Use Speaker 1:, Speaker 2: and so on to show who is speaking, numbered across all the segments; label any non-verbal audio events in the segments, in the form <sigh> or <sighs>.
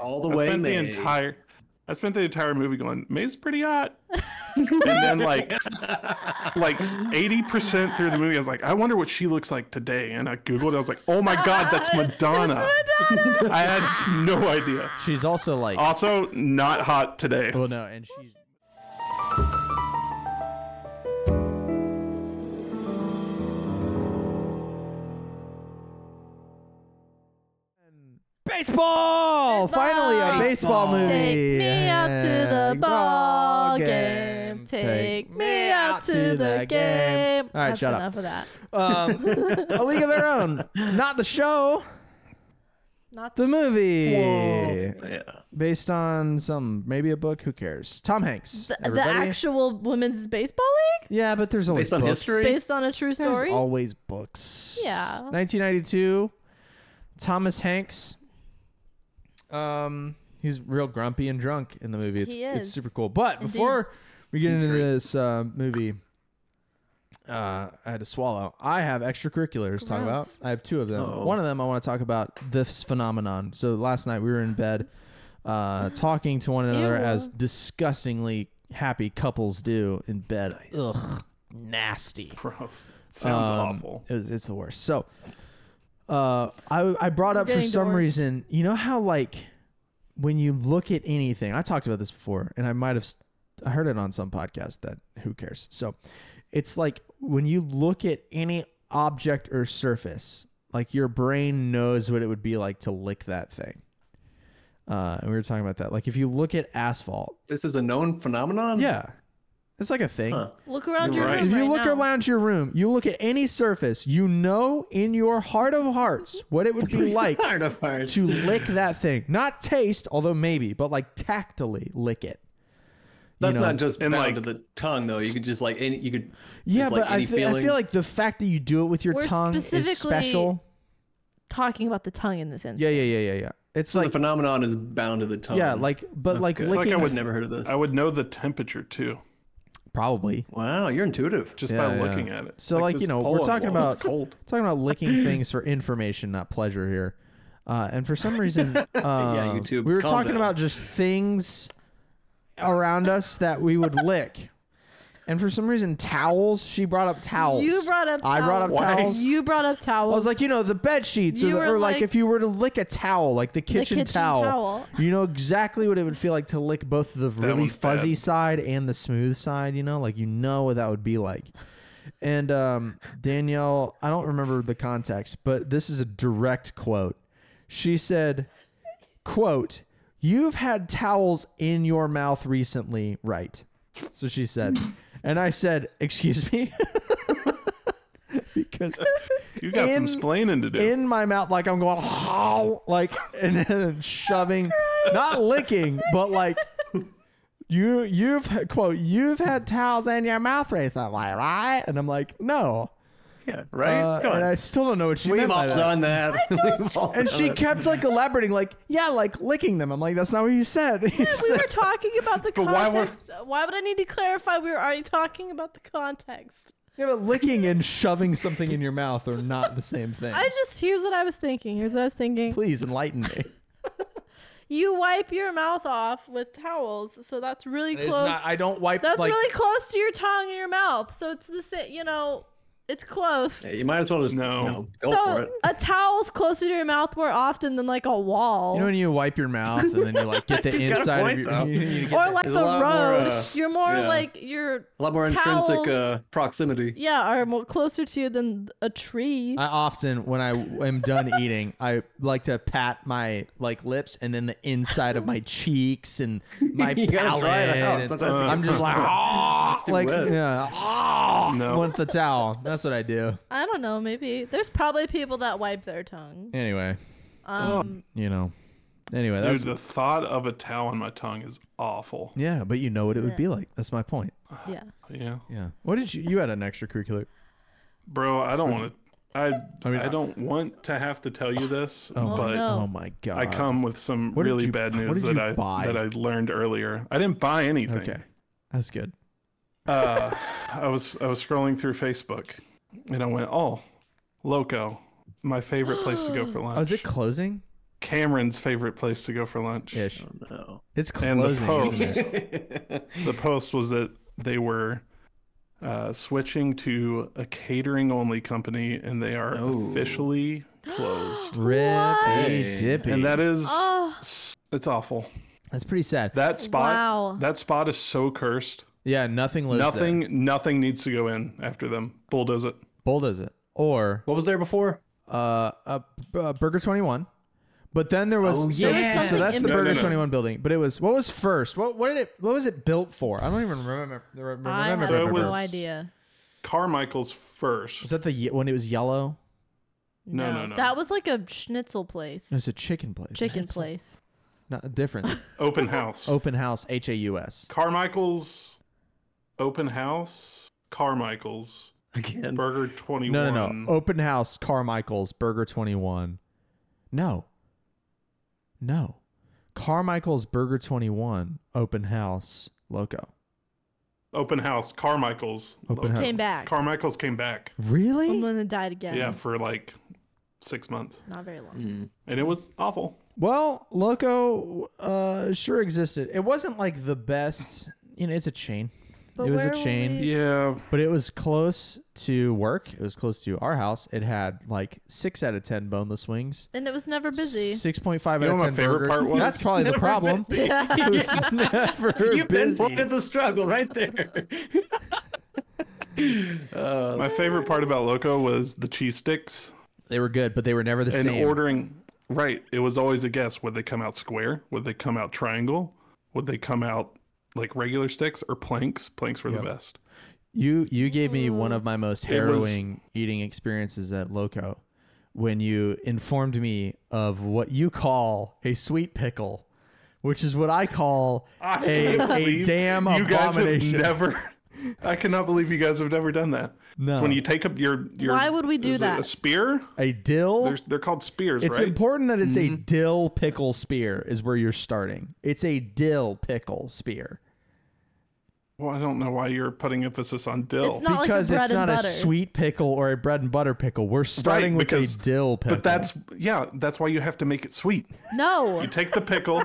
Speaker 1: all the
Speaker 2: I
Speaker 1: way.
Speaker 2: spent the
Speaker 1: May.
Speaker 2: entire I spent the entire movie going, May's pretty <laughs> hot. and then like like 80% through the movie, I was like, I wonder what she looks like today. And I Googled it, I was like, oh my god, <laughs> that's Madonna. I had no idea.
Speaker 3: She's also like,
Speaker 2: Also, not hot today. <laughs>
Speaker 3: well, no, and she's. Baseball! Finally, a baseball
Speaker 1: Baseball.
Speaker 3: movie.
Speaker 4: Take me out to the
Speaker 3: Yeah.
Speaker 4: ball game. Take me out to the game.
Speaker 3: All right,
Speaker 4: That's
Speaker 3: shut up.
Speaker 4: enough of that.
Speaker 3: Um,
Speaker 4: <laughs>
Speaker 3: a League of Their Own, not the show,
Speaker 4: Not
Speaker 3: the movie,
Speaker 1: Yeah.
Speaker 3: based on some maybe a book. Who cares? Tom Hanks.
Speaker 4: the, the
Speaker 3: everybody.
Speaker 4: actual women's baseball league
Speaker 3: Yeah, but there's always
Speaker 1: Based on
Speaker 3: books.
Speaker 1: history?
Speaker 4: based on a true
Speaker 3: There's
Speaker 4: story.
Speaker 3: always books.
Speaker 4: Yeah.
Speaker 3: 1992. Thomas Hanks. Um, he's real grumpy and drunk in the movie. It's
Speaker 4: He
Speaker 3: it's
Speaker 4: is.
Speaker 3: super cool. But
Speaker 4: Indeed.
Speaker 3: before we get into this uh, movie, uh, I had to swallow. I have extracurriculars to talk about.
Speaker 4: Gross.
Speaker 3: I have two of them.
Speaker 1: Uh-oh.
Speaker 3: One of them I want to talk about this phenomenon. So last night we were in bed,
Speaker 4: <laughs>
Speaker 3: uh, talking to one another
Speaker 4: Ew.
Speaker 3: as disgustingly happy couples do in bed. Ugh, nasty.
Speaker 2: Gross. Sounds
Speaker 3: Um,
Speaker 2: awful.
Speaker 3: It was, it's the worst. So, uh, I I brought up for
Speaker 4: getting
Speaker 3: some
Speaker 4: divorced.
Speaker 3: reason, you know how like when you look at anything, I talked about this before, and I might have s- I heard it on some podcast that who cares. So, it's like when you look at any object or surface, like your brain knows what it would be like to lick that thing. Uh, and we were talking about that. Like if you look at asphalt,
Speaker 1: This is a known phenomenon.
Speaker 3: yeah, it's like a thing.
Speaker 1: Huh.
Speaker 4: Look around
Speaker 1: You're
Speaker 4: your
Speaker 1: right.
Speaker 4: room.
Speaker 3: If you
Speaker 4: right
Speaker 3: look
Speaker 4: now.
Speaker 3: around your room, you look at any surface, you know in your heart of hearts what it would
Speaker 4: <laughs>
Speaker 3: be like
Speaker 1: Hard of hearts.
Speaker 3: to lick that thing. Not taste, although maybe, but like tactily lick it.
Speaker 1: That's
Speaker 3: you know,
Speaker 1: not just
Speaker 2: and
Speaker 1: bound
Speaker 2: like-
Speaker 1: to the tongue though. You could just like any, you could.
Speaker 3: Yeah,
Speaker 1: it's like
Speaker 3: but I,
Speaker 1: any
Speaker 3: thi- I
Speaker 1: feeling-
Speaker 3: feel like the fact that you do it with your
Speaker 4: We're
Speaker 3: tongue is
Speaker 4: specifically-
Speaker 3: special.
Speaker 4: Talking about the tongue in this instance.
Speaker 3: Yeah, yeah, yeah, yeah, yeah. It's
Speaker 1: So the
Speaker 3: like
Speaker 1: phenomenon is bound to the tongue.
Speaker 3: yeah, like but like
Speaker 1: Okay. I feel
Speaker 2: like
Speaker 3: licking
Speaker 2: I
Speaker 1: I've
Speaker 2: would-
Speaker 1: never heard of this.
Speaker 2: I would know the temperature too,
Speaker 3: probably
Speaker 1: wow, you're intuitive.
Speaker 2: just
Speaker 3: Yeah,
Speaker 2: by
Speaker 3: yeah.
Speaker 2: looking at it.
Speaker 3: So, like, you
Speaker 2: this
Speaker 3: know, we're
Speaker 2: pole on the
Speaker 3: talking
Speaker 2: wall.
Speaker 3: about-
Speaker 2: it's cold.
Speaker 3: <laughs> talking about licking things for information, not pleasure here. Uh, and for some
Speaker 2: <laughs>
Speaker 3: reason, uh,
Speaker 1: YouTube,
Speaker 3: we were
Speaker 1: calm
Speaker 3: talking
Speaker 1: down.
Speaker 3: about just things around us that we would lick. And for some reason, towels. She brought up towels.
Speaker 4: You brought up.
Speaker 3: I brought up
Speaker 4: towels.
Speaker 3: towels.
Speaker 4: You brought up
Speaker 3: <laughs> I
Speaker 4: towels.
Speaker 3: was like, you know, the bed sheets, or,
Speaker 4: You
Speaker 3: the-
Speaker 4: were
Speaker 3: or like,
Speaker 4: like-
Speaker 3: if you were to lick a towel, like the kitchen,
Speaker 4: kitchen towel.
Speaker 3: You know exactly what it would feel like to lick both the really
Speaker 2: one's
Speaker 3: fuzzy
Speaker 2: bad.
Speaker 3: side and the smooth side. You know, like you know what that would be like. And um, Danielle, I don't remember the context, but this is a direct quote. She said, "Quote: You've had towels in your mouth recently, right?" So she said, and I said, "Excuse me." <laughs> because
Speaker 2: You got
Speaker 3: in-
Speaker 2: some splaining to do.
Speaker 3: in my mouth like I'm going "Howl," like and then shoving not licking but like you you've quote you've had towels in your mouth recently right and I'm like no
Speaker 2: yeah, right?
Speaker 3: Uh,
Speaker 2: Come on.
Speaker 3: and I still don't know what she
Speaker 1: We've
Speaker 3: meant by
Speaker 1: all
Speaker 3: that.
Speaker 1: done that. <laughs> We've all done
Speaker 3: and she
Speaker 1: that.
Speaker 3: kept like elaborating like yeah like licking them I'm like that's not what you said <laughs> you
Speaker 4: we
Speaker 3: said
Speaker 4: were talking about the
Speaker 3: <laughs>
Speaker 2: But why were-
Speaker 4: context. Why, would I need to clarify? We were already talking about the context.
Speaker 3: yeah, but licking and shoving something in your mouth are not the same thing
Speaker 4: I just here's what I was thinking. Here's what I was thinking.
Speaker 3: please enlighten me
Speaker 4: You wipe your mouth off with towels, so that's really
Speaker 3: It's
Speaker 4: close.
Speaker 3: not- I don't wipe
Speaker 4: that's
Speaker 3: like
Speaker 4: really close to your tongue and your mouth. So it's the same. You know, it's close.
Speaker 1: Yeah, you might as well just
Speaker 2: No.
Speaker 1: no, go
Speaker 4: so
Speaker 1: for it.
Speaker 4: a towel's closer to your mouth more often than like a wall.
Speaker 3: you know when you wipe your mouth and then you like get the
Speaker 2: She's got a
Speaker 3: inside of
Speaker 2: point,
Speaker 3: your
Speaker 2: though.
Speaker 3: you- you get
Speaker 4: or like
Speaker 1: There's
Speaker 4: the
Speaker 1: a
Speaker 4: road.
Speaker 1: lot more, uh,
Speaker 4: You're more
Speaker 1: yeah.
Speaker 4: like you're
Speaker 1: A lot more
Speaker 4: Towels.
Speaker 1: intrinsic uh, proximity.
Speaker 4: yeah, are more closer to you than a tree.
Speaker 3: I often, when I am done eating, I like to pat my like lips and then the inside of my cheeks and
Speaker 1: <laughs>
Speaker 3: my
Speaker 1: You
Speaker 3: palate.
Speaker 1: gotta dry it out.
Speaker 3: and
Speaker 1: Sometimes it
Speaker 3: I'm
Speaker 1: gets
Speaker 3: just like,
Speaker 1: wet.
Speaker 3: "Ah,"
Speaker 1: too
Speaker 3: like
Speaker 1: wet.
Speaker 3: yeah, "Ah,"
Speaker 2: No.
Speaker 3: with the towel. That's what I do.
Speaker 4: I don't know. Maybe there's probably people that wipe their tongue.
Speaker 3: Anyway,
Speaker 4: Um,
Speaker 3: you know. Anyway,
Speaker 2: Dude,
Speaker 3: that's
Speaker 2: the thought of a towel on my tongue is awful.
Speaker 3: yeah, but you know what it would be like. That's my point.
Speaker 4: yeah.
Speaker 2: Yeah.
Speaker 3: Yeah. What did you? You had an extracurricular.
Speaker 2: Bro, I don't want to. I, I,
Speaker 3: mean, I-
Speaker 2: don't want to have to tell you this, but
Speaker 4: no.
Speaker 3: Oh my god.
Speaker 2: I come with some
Speaker 3: What did
Speaker 2: really
Speaker 3: you-
Speaker 2: bad
Speaker 3: what
Speaker 2: news
Speaker 3: did
Speaker 2: that I
Speaker 3: you buy?
Speaker 2: that I learned earlier. I didn't buy anything.
Speaker 3: Okay, that's good.
Speaker 2: Uh, I was I was scrolling through Facebook,
Speaker 3: <gasps>
Speaker 2: and I went, "Oh, Loco, my favorite place to go for lunch."
Speaker 3: Oh, is it closing?
Speaker 2: Cameron's favorite place to go for lunch.
Speaker 3: ish.
Speaker 1: <laughs> No.
Speaker 3: It's
Speaker 2: And the
Speaker 3: closing.
Speaker 2: post.
Speaker 3: isn't it?
Speaker 2: The post was that they were uh, switching to a catering only company and they are
Speaker 1: Oh.
Speaker 2: officially
Speaker 1: <gasps>
Speaker 2: closed.
Speaker 3: Rippy
Speaker 1: Hey.
Speaker 3: dippy.
Speaker 2: and that is
Speaker 4: Oh.
Speaker 2: s- it's awful.
Speaker 3: That's pretty sad.
Speaker 2: That spot
Speaker 4: Wow.
Speaker 2: that spot is so cursed.
Speaker 3: yeah, nothing lives
Speaker 2: nothing
Speaker 3: there.
Speaker 2: nothing needs to go in after them. Bulldoze it.
Speaker 3: Bulldoze it. Or
Speaker 1: What was there before?
Speaker 3: uh, uh, b- uh, Burger 21. But then there was,
Speaker 1: Oh,
Speaker 3: so-
Speaker 1: There was
Speaker 3: so,
Speaker 4: something
Speaker 3: that's
Speaker 4: in
Speaker 3: the
Speaker 4: there.
Speaker 3: Burger
Speaker 2: No, no, no.
Speaker 3: 21 building. But it was what was first? What what did it what was it built for? I don't even remember. remember,
Speaker 4: I have
Speaker 3: remember.
Speaker 2: it
Speaker 4: no
Speaker 2: was-
Speaker 4: idea.
Speaker 2: Carmichael's first.
Speaker 3: was that the ye- when it was yellow?
Speaker 2: No, no, no.
Speaker 4: That was like a schnitzel place,
Speaker 3: It was a chicken place.
Speaker 4: chicken
Speaker 3: It's
Speaker 4: place.
Speaker 3: Not different.
Speaker 4: <laughs>
Speaker 2: Open house.
Speaker 3: Open house. H A U S.
Speaker 2: Carmichael's open house. Carmichael's
Speaker 1: Again.
Speaker 2: Burger Twenty
Speaker 3: No, Oh.
Speaker 2: One.
Speaker 3: no, no. Open house. Carmichael's Burger 21. No. No. Carmichael's Burger 21. Open house. Loco.
Speaker 2: Open house. Carmichael's.
Speaker 3: Open house.
Speaker 4: Came back.
Speaker 2: Carmichael's came back.
Speaker 3: Really?
Speaker 4: I'm gonna die again.
Speaker 2: Yeah, for like six months,
Speaker 4: Not very long.
Speaker 1: Mm.
Speaker 2: and it was awful.
Speaker 3: Well, Loco uh, sure existed. It wasn't like the best, you know, it's a chain,
Speaker 4: But
Speaker 3: It was a
Speaker 4: where were
Speaker 3: chain.
Speaker 4: we?
Speaker 2: Yeah,
Speaker 3: but it was close to work. It was close to our house. It had like six out of 10 boneless wings.
Speaker 4: And it was never busy.
Speaker 3: 6.5 out
Speaker 2: You know
Speaker 3: of
Speaker 2: what
Speaker 3: 10
Speaker 2: my favorite
Speaker 3: burgers.
Speaker 2: part was?
Speaker 3: That's
Speaker 4: <laughs>
Speaker 1: <laughs>
Speaker 3: probably the
Speaker 1: Never
Speaker 3: problem.
Speaker 1: busy.
Speaker 3: <laughs> It was never
Speaker 1: You've been
Speaker 3: busy.
Speaker 1: part of the struggle right there. uh,
Speaker 2: my favorite part about Loco was the cheese sticks
Speaker 3: They were good, but they were never the
Speaker 2: and
Speaker 3: same.
Speaker 2: ordering. Right, it was always a guess. Would they come out square? Would they come out triangle? Would they come out like regular sticks or planks? Planks were
Speaker 3: Yep.
Speaker 2: the best.
Speaker 3: You you gave me one of my most
Speaker 2: It was-
Speaker 3: harrowing eating experiences at Loco when you informed me of what you call a sweet pickle, which is what I call
Speaker 2: I
Speaker 3: a,
Speaker 2: can't
Speaker 3: a
Speaker 2: believe
Speaker 3: damn
Speaker 2: you guys have
Speaker 3: abomination.
Speaker 2: never. I cannot believe you guys have never done that.
Speaker 3: No.
Speaker 2: It's when you take up your your.
Speaker 4: Why would we do
Speaker 2: is it
Speaker 4: that?
Speaker 2: A spear.
Speaker 3: a dill.
Speaker 2: There's, they're called spears,
Speaker 3: it's
Speaker 2: right?
Speaker 3: important that it's
Speaker 4: Mm-hmm.
Speaker 3: a dill pickle spear is where you're starting. It's a dill pickle spear
Speaker 2: well, I don't know why you're putting emphasis on dill.
Speaker 4: It's not like a
Speaker 3: because
Speaker 4: bread
Speaker 3: it's
Speaker 4: and
Speaker 3: not
Speaker 4: butter.
Speaker 3: a sweet pickle or a bread and butter pickle. We're starting with
Speaker 2: because-
Speaker 3: a dill pickle.
Speaker 2: but that's yeah. That's why you have to make it sweet.
Speaker 4: <laughs> No.
Speaker 2: You take the pickle,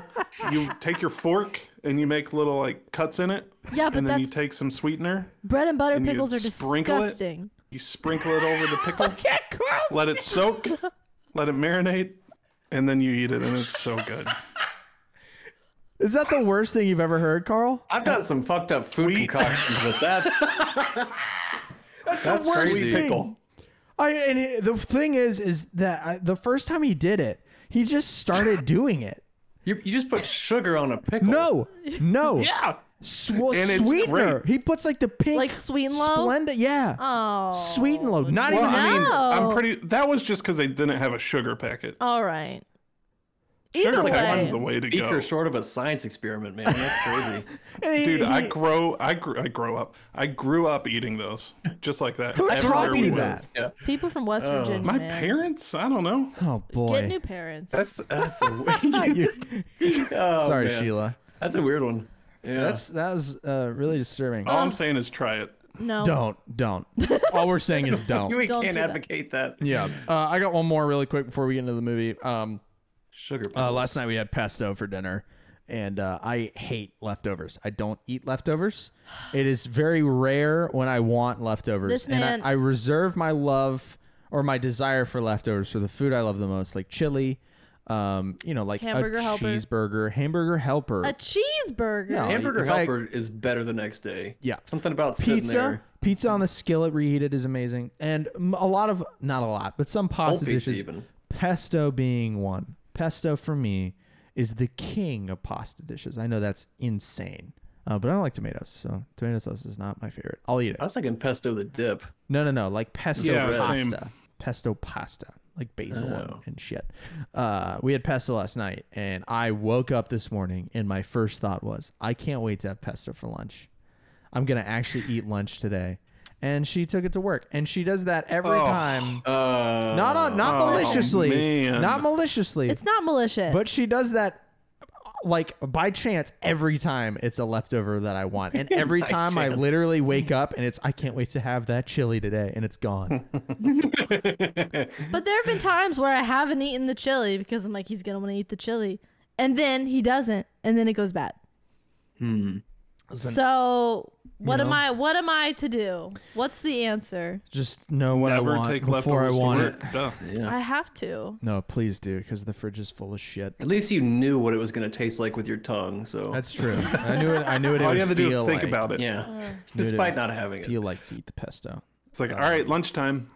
Speaker 2: you take your fork, and you make little like cuts in it.
Speaker 4: Yeah, but
Speaker 2: and then you
Speaker 4: that's-
Speaker 2: take some sweetener.
Speaker 4: Bread and butter
Speaker 2: And you
Speaker 4: pickles are
Speaker 2: sprinkle it?
Speaker 4: disgusting.
Speaker 2: You sprinkle it over the pickle. let it soak. Let it marinate, and then you eat it, and it's so good.
Speaker 3: is that the worst thing you've ever heard, Carl?
Speaker 1: <laughs> I've done some fucked up food
Speaker 2: Sweet.
Speaker 1: concoctions, but <laughs> that's that's,
Speaker 3: worst
Speaker 1: crazy.
Speaker 3: thing. I and it, the thing is, is that I, the first time he did it, he just started doing it.
Speaker 1: You, you just put sugar on a pickle.
Speaker 3: No,
Speaker 2: <laughs>
Speaker 3: no,
Speaker 2: Yeah.
Speaker 3: Sw- and
Speaker 2: And it's
Speaker 3: sweetener.
Speaker 2: great.
Speaker 3: He puts like the pink,
Speaker 4: Like Sweet 'n Low?
Speaker 3: Splenda, yeah,
Speaker 4: Oh.
Speaker 3: sweet and low. Not
Speaker 2: Well,
Speaker 3: even.
Speaker 2: I mean, I'm
Speaker 4: No.
Speaker 2: pretty. That was just because they didn't have a sugar packet.
Speaker 4: All right.
Speaker 2: Sugar
Speaker 4: Either
Speaker 2: packet is the
Speaker 4: way.
Speaker 2: way to
Speaker 1: Beaker
Speaker 2: go,
Speaker 1: short of a science experiment, man. That's crazy.
Speaker 3: and he-
Speaker 2: dude. I
Speaker 3: he-
Speaker 2: grow. I grew. I grow up. I grew up eating those, just like that.
Speaker 3: who
Speaker 2: Everywhere
Speaker 3: taught
Speaker 2: we
Speaker 3: you
Speaker 2: went.
Speaker 3: that?
Speaker 1: <laughs> Yeah.
Speaker 4: People from West Virginia.
Speaker 2: My
Speaker 4: man.
Speaker 2: parents. I don't know.
Speaker 3: Oh boy.
Speaker 4: Get new parents.
Speaker 1: That's that's a weird.
Speaker 3: <laughs> You-
Speaker 1: oh,
Speaker 3: Sorry,
Speaker 1: man.
Speaker 3: Sheila.
Speaker 1: That's a weird one. Yeah.
Speaker 3: That's that was uh, really disturbing.
Speaker 2: All I'm saying is try it.
Speaker 4: no.
Speaker 3: Don't, don't. All we're saying is
Speaker 1: you
Speaker 3: don't.
Speaker 1: we
Speaker 4: Don't
Speaker 1: can't
Speaker 4: do that.
Speaker 1: advocate that.
Speaker 3: Yeah. Uh, I got one more really quick before we get into the movie. Um,
Speaker 1: Sugar.
Speaker 3: Uh, last night we had pesto for dinner, and uh, I hate leftovers. I don't eat leftovers. It is very rare when I want leftovers,
Speaker 4: This man-
Speaker 3: and I, I reserve my love or my desire for leftovers for the food I love the most, like chili. Um, you know, like
Speaker 4: Hamburger
Speaker 3: a
Speaker 4: helper.
Speaker 3: cheeseburger, hamburger helper,
Speaker 4: A cheeseburger.
Speaker 3: No.
Speaker 1: Hamburger
Speaker 3: if I-
Speaker 1: helper is better the next day.
Speaker 3: Yeah.
Speaker 1: Something about sitting
Speaker 3: pizza.
Speaker 1: there.
Speaker 3: Pizza on the skillet reheated is amazing, and mm, a lot of not a lot, but some
Speaker 1: Whole
Speaker 3: pasta
Speaker 1: pizza
Speaker 3: dishes.
Speaker 1: even.
Speaker 3: pesto being one. Pesto for me is the king of pasta dishes. I know that's insane, uh, but I don't like tomatoes, so tomato sauce is not my favorite. I'll eat
Speaker 1: I
Speaker 3: it.
Speaker 1: was thinking pesto the dip.
Speaker 3: No, no, no, like pesto
Speaker 2: Yeah, same. Oh.
Speaker 3: pasta, pesto pasta, like basil and, and shit. Uh, we had pesto last night, and I woke up this morning, and my first thought was, I can't wait to have pesto for lunch. I'm gonna actually eat lunch today. And she took it to work, and she does that every
Speaker 2: Oh.
Speaker 3: time.
Speaker 1: Uh,
Speaker 3: Not on, not
Speaker 2: Oh,
Speaker 3: maliciously,
Speaker 2: man.
Speaker 3: not maliciously.
Speaker 4: It's not malicious.
Speaker 3: But she does that like by chance every time it's a leftover that I
Speaker 2: <laughs>
Speaker 3: want. And every
Speaker 1: By
Speaker 3: time I
Speaker 1: chance.
Speaker 3: literally wake up and it's I can't wait to have that chili today and
Speaker 2: <laughs>
Speaker 3: it's gone.
Speaker 4: But there have been times where I haven't eaten the chili because I'm like, he's gonna want to eat the chili, and then he doesn't, and then it goes bad.
Speaker 1: Hmm.
Speaker 4: So what
Speaker 3: You
Speaker 4: am
Speaker 3: know?
Speaker 4: I? What am I to do? What's the answer?
Speaker 3: Just know what I
Speaker 2: Never
Speaker 3: want
Speaker 2: take
Speaker 3: before I
Speaker 2: leftovers
Speaker 3: want
Speaker 2: to
Speaker 3: it.
Speaker 2: work. Duh.
Speaker 1: Yeah.
Speaker 4: I have to.
Speaker 3: No, please do because the fridge is full of shit.
Speaker 2: <laughs>
Speaker 1: At least you knew what it was going to taste like with your tongue. So
Speaker 3: That's true. I knew it. I knew it.
Speaker 2: All
Speaker 3: it
Speaker 2: you have to
Speaker 3: would
Speaker 2: do is
Speaker 3: feel
Speaker 2: think
Speaker 3: like-
Speaker 2: about it.
Speaker 4: Uh.
Speaker 1: yeah.
Speaker 3: Knew it
Speaker 1: Despite
Speaker 3: would
Speaker 1: not having it.
Speaker 3: Feel like to eat the
Speaker 4: <laughs>
Speaker 3: pesto,
Speaker 2: It's like, all right, lunchtime.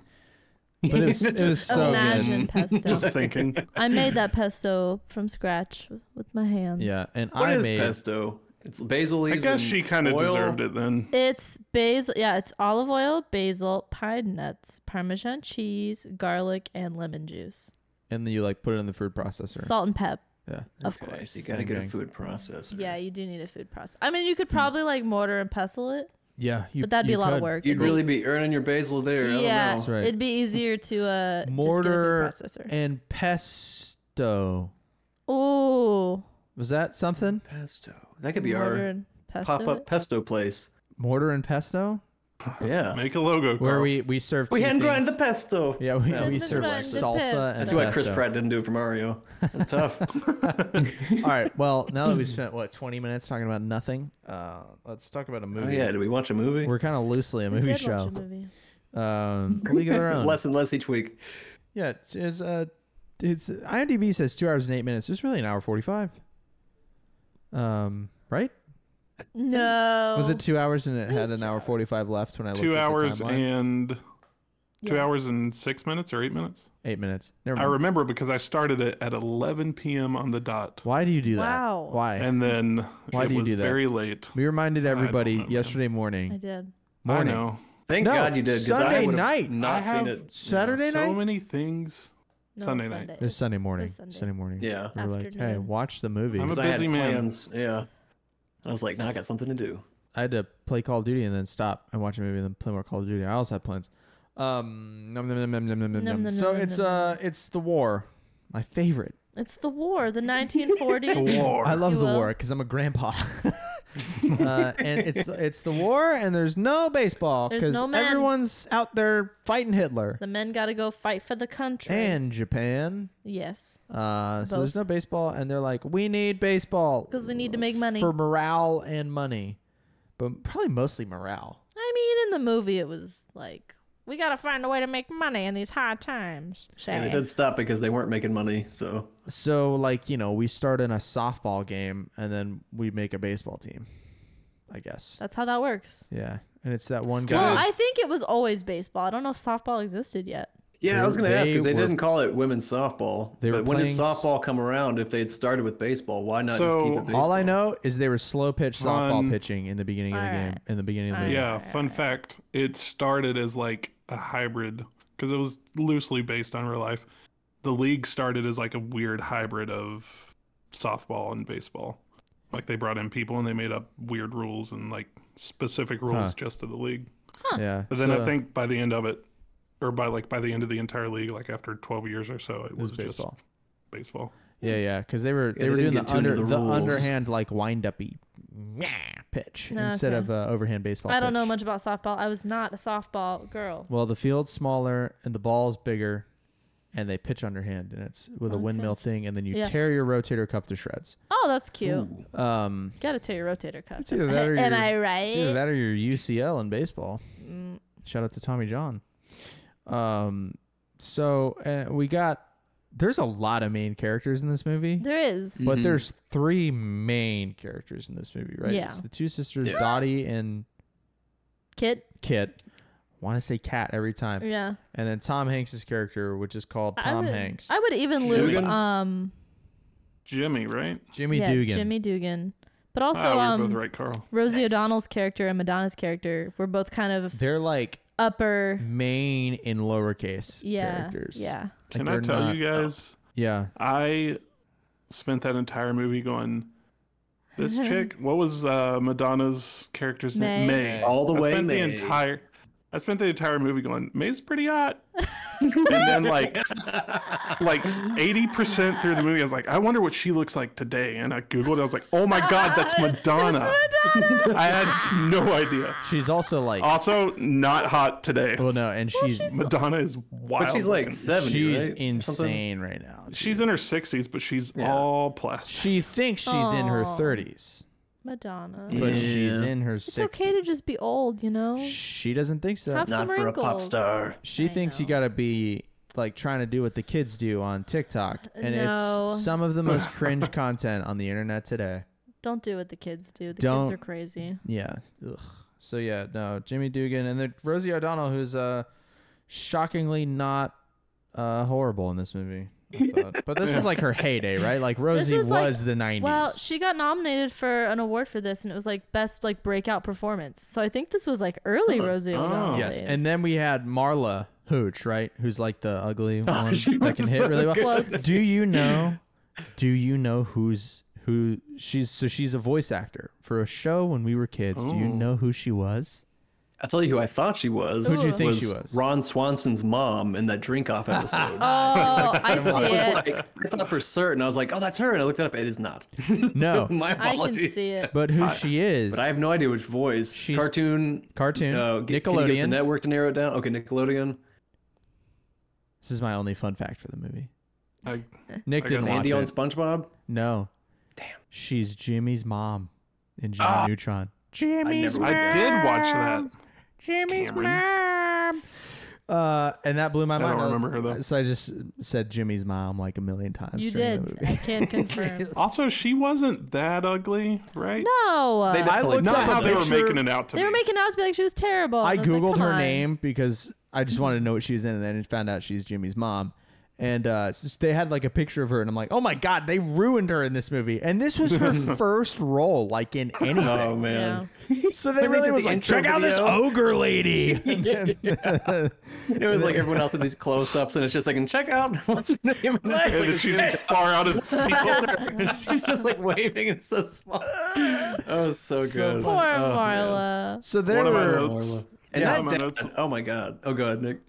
Speaker 3: but it was, it was so
Speaker 4: Imagine
Speaker 1: <laughs>
Speaker 2: Just
Speaker 4: pesto.
Speaker 2: thinking.
Speaker 4: I made that pesto from scratch with my hands.
Speaker 3: good. Yeah, and
Speaker 1: What
Speaker 3: I
Speaker 1: is
Speaker 3: made
Speaker 1: pesto? It's basil
Speaker 2: I
Speaker 1: leaves.
Speaker 2: guess she kind of deserved it then.
Speaker 4: It's basil. Yeah, it's olive oil, basil, pine nuts, Parmesan cheese, garlic, and lemon juice.
Speaker 3: and then you like put it in the food processor.
Speaker 4: Salt and pep,
Speaker 3: yeah,
Speaker 4: of
Speaker 1: Okay,
Speaker 4: course.
Speaker 1: so you got to
Speaker 3: Same
Speaker 1: get a
Speaker 3: thing.
Speaker 1: food processor.
Speaker 4: Yeah, you do need a food process. I mean, you
Speaker 1: Hmm.
Speaker 4: could probably like mortar and pestle it,
Speaker 3: yeah. You,
Speaker 4: but that'd be
Speaker 3: you
Speaker 4: a lot of
Speaker 3: could.
Speaker 4: work.
Speaker 1: You'd
Speaker 4: It'd be-
Speaker 1: really be earning your basil there. I don't
Speaker 4: yeah,
Speaker 1: know.
Speaker 3: That's right.
Speaker 4: it'd be easier to uh
Speaker 3: Mortar
Speaker 4: just get a food processor.
Speaker 3: and pesto.
Speaker 4: Oh,
Speaker 3: Was that something?
Speaker 1: Pesto. That could be our
Speaker 4: mortar and pesto.
Speaker 1: pop up pesto
Speaker 2: <laughs>
Speaker 1: place.
Speaker 3: Mortar and pesto,
Speaker 1: Yeah.
Speaker 2: Make a logo.
Speaker 3: where
Speaker 2: Carl.
Speaker 3: we we serve.
Speaker 1: We
Speaker 3: two
Speaker 1: hand grind the
Speaker 3: things.
Speaker 1: pesto.
Speaker 3: <laughs> Yeah, we,
Speaker 1: Yeah.
Speaker 3: we
Speaker 4: Hand
Speaker 3: serve like
Speaker 4: grind the
Speaker 3: salsa.
Speaker 4: pesto.
Speaker 3: And
Speaker 1: That's why Chris
Speaker 3: pesto.
Speaker 1: Pratt didn't do it for Mario. That's tough.
Speaker 3: <laughs>
Speaker 1: Oh,
Speaker 3: All right. Well, now
Speaker 4: <laughs>
Speaker 3: that we've spent what twenty minutes talking about nothing, uh, let's talk about a
Speaker 1: oh,
Speaker 3: movie.
Speaker 1: yeah. Did we watch a movie?
Speaker 3: We're kind of loosely a
Speaker 4: We
Speaker 3: movie
Speaker 4: did watch
Speaker 3: show.
Speaker 4: a movie.
Speaker 3: Um, League of Their Own.
Speaker 1: Less and less each week.
Speaker 3: Yeah, it's, it's uh, it's IMDb says two hours and eight minutes. It's really an hour forty-five. Um, right?
Speaker 4: No,
Speaker 3: Was it two hours and it
Speaker 4: It
Speaker 3: had
Speaker 4: was
Speaker 3: an
Speaker 4: two
Speaker 3: hour
Speaker 4: hours.
Speaker 3: forty-five left when I looked
Speaker 2: two
Speaker 3: at
Speaker 2: hours
Speaker 3: the timeline?
Speaker 2: and two
Speaker 4: Yeah.
Speaker 2: hours and six minutes or eight minutes.
Speaker 3: eight minutes. Never
Speaker 2: I
Speaker 3: mind.
Speaker 2: remember because I started it at 11 p.m. on the dot,
Speaker 3: Why do you do that?
Speaker 4: Wow.
Speaker 3: Why?
Speaker 2: and then
Speaker 3: Why
Speaker 2: it
Speaker 3: do you
Speaker 2: was
Speaker 3: do that?
Speaker 2: very late.
Speaker 3: we reminded everybody
Speaker 2: know, man.
Speaker 3: yesterday
Speaker 4: I
Speaker 3: morning.
Speaker 4: did.
Speaker 3: Morning.
Speaker 2: I know.
Speaker 1: Thank
Speaker 3: No,
Speaker 1: God you did. 'cause I
Speaker 3: Sunday
Speaker 1: would've
Speaker 3: night.
Speaker 1: Not
Speaker 2: I have
Speaker 1: seen it.
Speaker 3: Saturday
Speaker 2: so
Speaker 3: night.
Speaker 2: many things.
Speaker 4: No,
Speaker 2: Sunday night.
Speaker 4: Sunday.
Speaker 3: It was Sunday morning.
Speaker 4: was Sunday.
Speaker 3: morning.
Speaker 1: Yeah.
Speaker 3: We were like, hey,
Speaker 4: Afternoon.
Speaker 3: watch the movie.
Speaker 2: I'm a
Speaker 1: 'Cause I had
Speaker 2: busy man.
Speaker 1: plans. Yeah. I was like, nah, I got something to do.
Speaker 3: I had to play Call of Duty and then stop and watch a movie and then play more Call of Duty. I also had plans. Um, nom, nom, nom, nom, nom, nom,
Speaker 4: Nom,
Speaker 3: nom.
Speaker 4: nom,
Speaker 3: so
Speaker 4: nom, nom,
Speaker 3: it's
Speaker 4: nom,
Speaker 3: uh, it's the war, my favorite.
Speaker 4: It's the war, the 1940s.
Speaker 2: The war.
Speaker 3: I love
Speaker 4: You
Speaker 3: the
Speaker 4: will?
Speaker 3: war because I'm a
Speaker 4: <laughs>
Speaker 3: grandpa. <laughs> uh, and it's it's the war, and there's no baseball
Speaker 4: There's
Speaker 3: because
Speaker 4: no men.
Speaker 3: everyone's out there fighting Hitler
Speaker 4: The men got to go fight for the country.
Speaker 3: and Japan.
Speaker 4: yes,
Speaker 3: Uh, so
Speaker 4: Both.
Speaker 3: there's no baseball, and they're like, we need baseball
Speaker 4: 'Cause we need to make money."
Speaker 3: for morale and money, but probably mostly morale.
Speaker 4: I mean, in the movie, it was like we got to find a way to make money in these hard times.
Speaker 1: And it
Speaker 4: Sad.
Speaker 1: did stop because they weren't making money. So
Speaker 3: So like you know, we start in a softball game, and then we make a baseball team. I guess.
Speaker 4: That's how that works.
Speaker 3: Yeah, and it's that one guy.
Speaker 4: Well, I think it was always baseball. I don't know if softball existed yet.
Speaker 1: yeah, I was gonna
Speaker 3: They
Speaker 1: ask because they
Speaker 3: were-
Speaker 1: didn't call it women's softball.
Speaker 3: They were
Speaker 1: but when did
Speaker 3: playing s-
Speaker 1: softball come around? If they had started with baseball, why not just
Speaker 2: So,
Speaker 1: keep it baseball?
Speaker 3: All I know is they were slow pitch softball
Speaker 2: Fun.
Speaker 3: pitching in the beginning of the game.
Speaker 4: Alright.
Speaker 3: In the beginning of the
Speaker 4: Alright.
Speaker 3: game.
Speaker 2: Yeah, fun fact. It started as like a hybrid because it was loosely based on real life. The league started as like a weird hybrid of softball and baseball. Like they brought in people and they made up weird rules and like specific rules
Speaker 3: Huh.
Speaker 2: just to the league.
Speaker 3: Yeah.
Speaker 2: But then
Speaker 3: so
Speaker 2: I think by the end of it, or by like by the end of the entire league, like after 12 years or so, it
Speaker 3: it was
Speaker 2: was,
Speaker 3: baseball.
Speaker 2: just baseball.
Speaker 3: Yeah, yeah, because they were they,
Speaker 1: they
Speaker 3: were
Speaker 1: didn't
Speaker 3: doing
Speaker 1: get
Speaker 3: the
Speaker 1: too into
Speaker 3: under the,
Speaker 1: the rules.
Speaker 3: underhand like wind upy pitch
Speaker 4: No,
Speaker 3: instead
Speaker 4: okay.
Speaker 3: of uh, overhand baseball.
Speaker 4: I don't know
Speaker 3: pitch.
Speaker 4: much about softball. I was not a softball girl.
Speaker 3: Well, the field's smaller and the ball's bigger, and they pitch underhand, and it's with a
Speaker 4: Okay.
Speaker 3: windmill thing, and then you
Speaker 4: Yeah.
Speaker 3: tear your rotator cuff to shreds.
Speaker 4: Oh, that's cute.
Speaker 1: Hmm,
Speaker 3: Um,
Speaker 4: Gotta tear your rotator cuff.
Speaker 3: It's either that or
Speaker 4: <laughs> Am
Speaker 3: your-
Speaker 4: I
Speaker 3: it's either
Speaker 4: right?
Speaker 3: that or your UCL in baseball.
Speaker 4: Mm,
Speaker 3: Shout out to Tommy John. Um, so uh, we got there's a lot of main characters in this movie.
Speaker 4: There is.
Speaker 3: But
Speaker 1: Mhm.
Speaker 3: there's three main characters in this movie, right?
Speaker 4: Yeah.
Speaker 3: It's the two sisters,
Speaker 1: Yeah.
Speaker 3: Dottie and
Speaker 4: Kit.
Speaker 3: Kit. Want to say Cat every time.
Speaker 4: Yeah.
Speaker 3: And then Tom Hanks's character, which is called
Speaker 4: I
Speaker 3: Tom
Speaker 4: would,
Speaker 3: Hanks.
Speaker 4: I would even loop
Speaker 1: Dugan?
Speaker 4: um
Speaker 2: Jimmy, right?
Speaker 3: Jimmy
Speaker 4: yeah,
Speaker 3: Dugan.
Speaker 4: Jimmy Dugan. But also
Speaker 2: ah, we were both
Speaker 4: um
Speaker 2: right, Carl.
Speaker 4: Rosie O'Donnell's character and Madonna's character were both kind of
Speaker 3: They're like
Speaker 4: upper
Speaker 3: main and lowercase
Speaker 4: yeah
Speaker 3: characters.
Speaker 4: yeah
Speaker 3: Like,
Speaker 2: Can I
Speaker 3: they're
Speaker 2: tell
Speaker 3: not-
Speaker 2: you guys?
Speaker 3: Yeah.
Speaker 2: I spent that entire movie going, this chick, what was uh, Madonna's character's name?
Speaker 4: May.
Speaker 2: May.
Speaker 1: All the
Speaker 2: I
Speaker 1: way
Speaker 2: spent
Speaker 1: May.
Speaker 2: the entire I spent the entire movie going, May's pretty hot. and then like like 80% through the movie i was like i wonder what she looks like today and i googled it i was like oh my god that's madonna
Speaker 4: Madonna.
Speaker 2: i had no idea
Speaker 3: She's also like,
Speaker 2: also not hot today
Speaker 3: well, no, and she's
Speaker 2: madonna is wild
Speaker 1: But she's like
Speaker 2: looking.
Speaker 1: seventy.
Speaker 3: she's
Speaker 1: right? Something-
Speaker 3: insane right now.
Speaker 2: she's in her 60s but she's
Speaker 1: Yeah.
Speaker 2: all plastic
Speaker 3: She thinks she's in her
Speaker 4: Aw.
Speaker 3: 30s,
Speaker 4: Madonna. <laughs>
Speaker 1: Yeah.
Speaker 3: but she's in her 60s.
Speaker 4: It's okay to just be old, you know.
Speaker 3: She doesn't think so.
Speaker 4: Have
Speaker 1: Not
Speaker 4: some
Speaker 1: for a pop
Speaker 4: wrinkles.
Speaker 1: star.
Speaker 3: She thinks you gotta be like trying to do what the kids do on TikTok, and
Speaker 4: No.
Speaker 3: it's some of
Speaker 2: <laughs>
Speaker 3: the most cringe content on the internet today.
Speaker 4: Don't do what the kids do. The
Speaker 3: Don't.
Speaker 4: kids are crazy.
Speaker 3: Yeah. Ugh. So yeah, no, Jimmy Dugan and then Rosie O'Donnell, who's uh shockingly not uh horrible in this movie.
Speaker 1: <laughs>
Speaker 3: I thought. but this is like her heyday, right? Like Rosie was,
Speaker 4: was, like-
Speaker 3: the '90s.
Speaker 4: Well, she got nominated for an award for this, and it was like best like breakout performance. So I think this was like early
Speaker 2: Uh,
Speaker 4: Rosie
Speaker 2: oh.
Speaker 4: O'Donnell.
Speaker 3: yes,
Speaker 4: days.
Speaker 3: and then we had Marla Hooch, right? Who's like the
Speaker 1: <laughs>
Speaker 3: ugly one
Speaker 1: Oh, she
Speaker 3: that can
Speaker 1: was
Speaker 3: hit
Speaker 1: so
Speaker 3: really well.
Speaker 4: good.
Speaker 3: Do you know? Do you know who's who? She's so she's a voice actor for a show when we were kids. Do you know who
Speaker 1: <laughs>
Speaker 3: she was?
Speaker 1: I'll tell you who I thought she was.
Speaker 3: Who'd you think
Speaker 1: was
Speaker 3: she was?
Speaker 1: Ron Swanson's mom in that drink off episode.
Speaker 4: <laughs> <laughs> oh, I see
Speaker 1: I was
Speaker 4: it.
Speaker 1: like, I thought for certain, I was like, oh, that's her. And I looked it up. It is not.
Speaker 3: No.
Speaker 1: <laughs> My
Speaker 4: I can
Speaker 1: apologies.
Speaker 4: see
Speaker 3: <laughs>
Speaker 4: it.
Speaker 3: But who she is?
Speaker 1: But I have no idea which voice.
Speaker 3: She's-
Speaker 1: cartoon.
Speaker 3: Cartoon,
Speaker 1: Uh, g- Can you give us a
Speaker 3: Nickelodeon.
Speaker 1: network to narrow it down? Okay, Nickelodeon.
Speaker 3: This is my only fun fact for the movie.
Speaker 2: I,
Speaker 3: Nick
Speaker 2: I
Speaker 3: didn't watch
Speaker 1: Sandy
Speaker 3: it.
Speaker 1: on
Speaker 4: <laughs>
Speaker 1: SpongeBob.
Speaker 3: no.
Speaker 1: Damn.
Speaker 3: She's Jimmy's mom in Jimmy
Speaker 2: Ah.
Speaker 3: Neutron.
Speaker 1: Jimmy's
Speaker 2: I did watch that
Speaker 3: Jimmy's
Speaker 2: Cameron.
Speaker 3: mom. Uh, and that blew my
Speaker 2: don't
Speaker 3: mind. was-
Speaker 2: remember her, though.
Speaker 3: So I just said Jimmy's mom like a million times.
Speaker 4: You
Speaker 3: during the
Speaker 4: did. I <laughs>
Speaker 3: movie.
Speaker 2: <laughs>
Speaker 4: can confirm.
Speaker 2: also she wasn't that ugly right
Speaker 4: No,
Speaker 1: They
Speaker 4: they,
Speaker 1: definitely
Speaker 3: looked
Speaker 1: did
Speaker 2: not
Speaker 3: up
Speaker 2: how
Speaker 1: that.
Speaker 2: they were
Speaker 3: picture-
Speaker 2: making it out to
Speaker 4: were
Speaker 2: me
Speaker 4: making out to be like she was terrible.
Speaker 3: I
Speaker 4: and was like,
Speaker 3: googled
Speaker 4: "Come
Speaker 3: her
Speaker 4: on."
Speaker 3: name because I just wanted to know what she was in, and then found out she's Jimmy's mom. And uh, s- they had like a picture of her, and I'm like, oh my god, they ruined her in this movie. And this was her first role, like in anything.
Speaker 1: Oh man,
Speaker 3: So they
Speaker 1: They
Speaker 3: really
Speaker 1: redid
Speaker 3: was
Speaker 1: the
Speaker 3: like,
Speaker 1: intro
Speaker 3: check out this
Speaker 1: video."
Speaker 3: ogre <laughs> lady. And then-
Speaker 1: it was like everyone else had these close-ups, and it's just like, and check out <laughs> what's her name. And it's
Speaker 2: and
Speaker 1: just
Speaker 2: she's just far out of the field
Speaker 1: <laughs> like, she's just like waving. It's so small. Oh, it's so good.
Speaker 3: So
Speaker 4: Poor
Speaker 1: oh, man.
Speaker 3: <laughs>
Speaker 4: Marla.
Speaker 3: so there
Speaker 2: One of my
Speaker 3: were
Speaker 2: notes.
Speaker 1: And
Speaker 2: Yeah,
Speaker 1: that
Speaker 2: my
Speaker 1: dad-
Speaker 2: notes.
Speaker 1: oh my god. Oh god, Nick.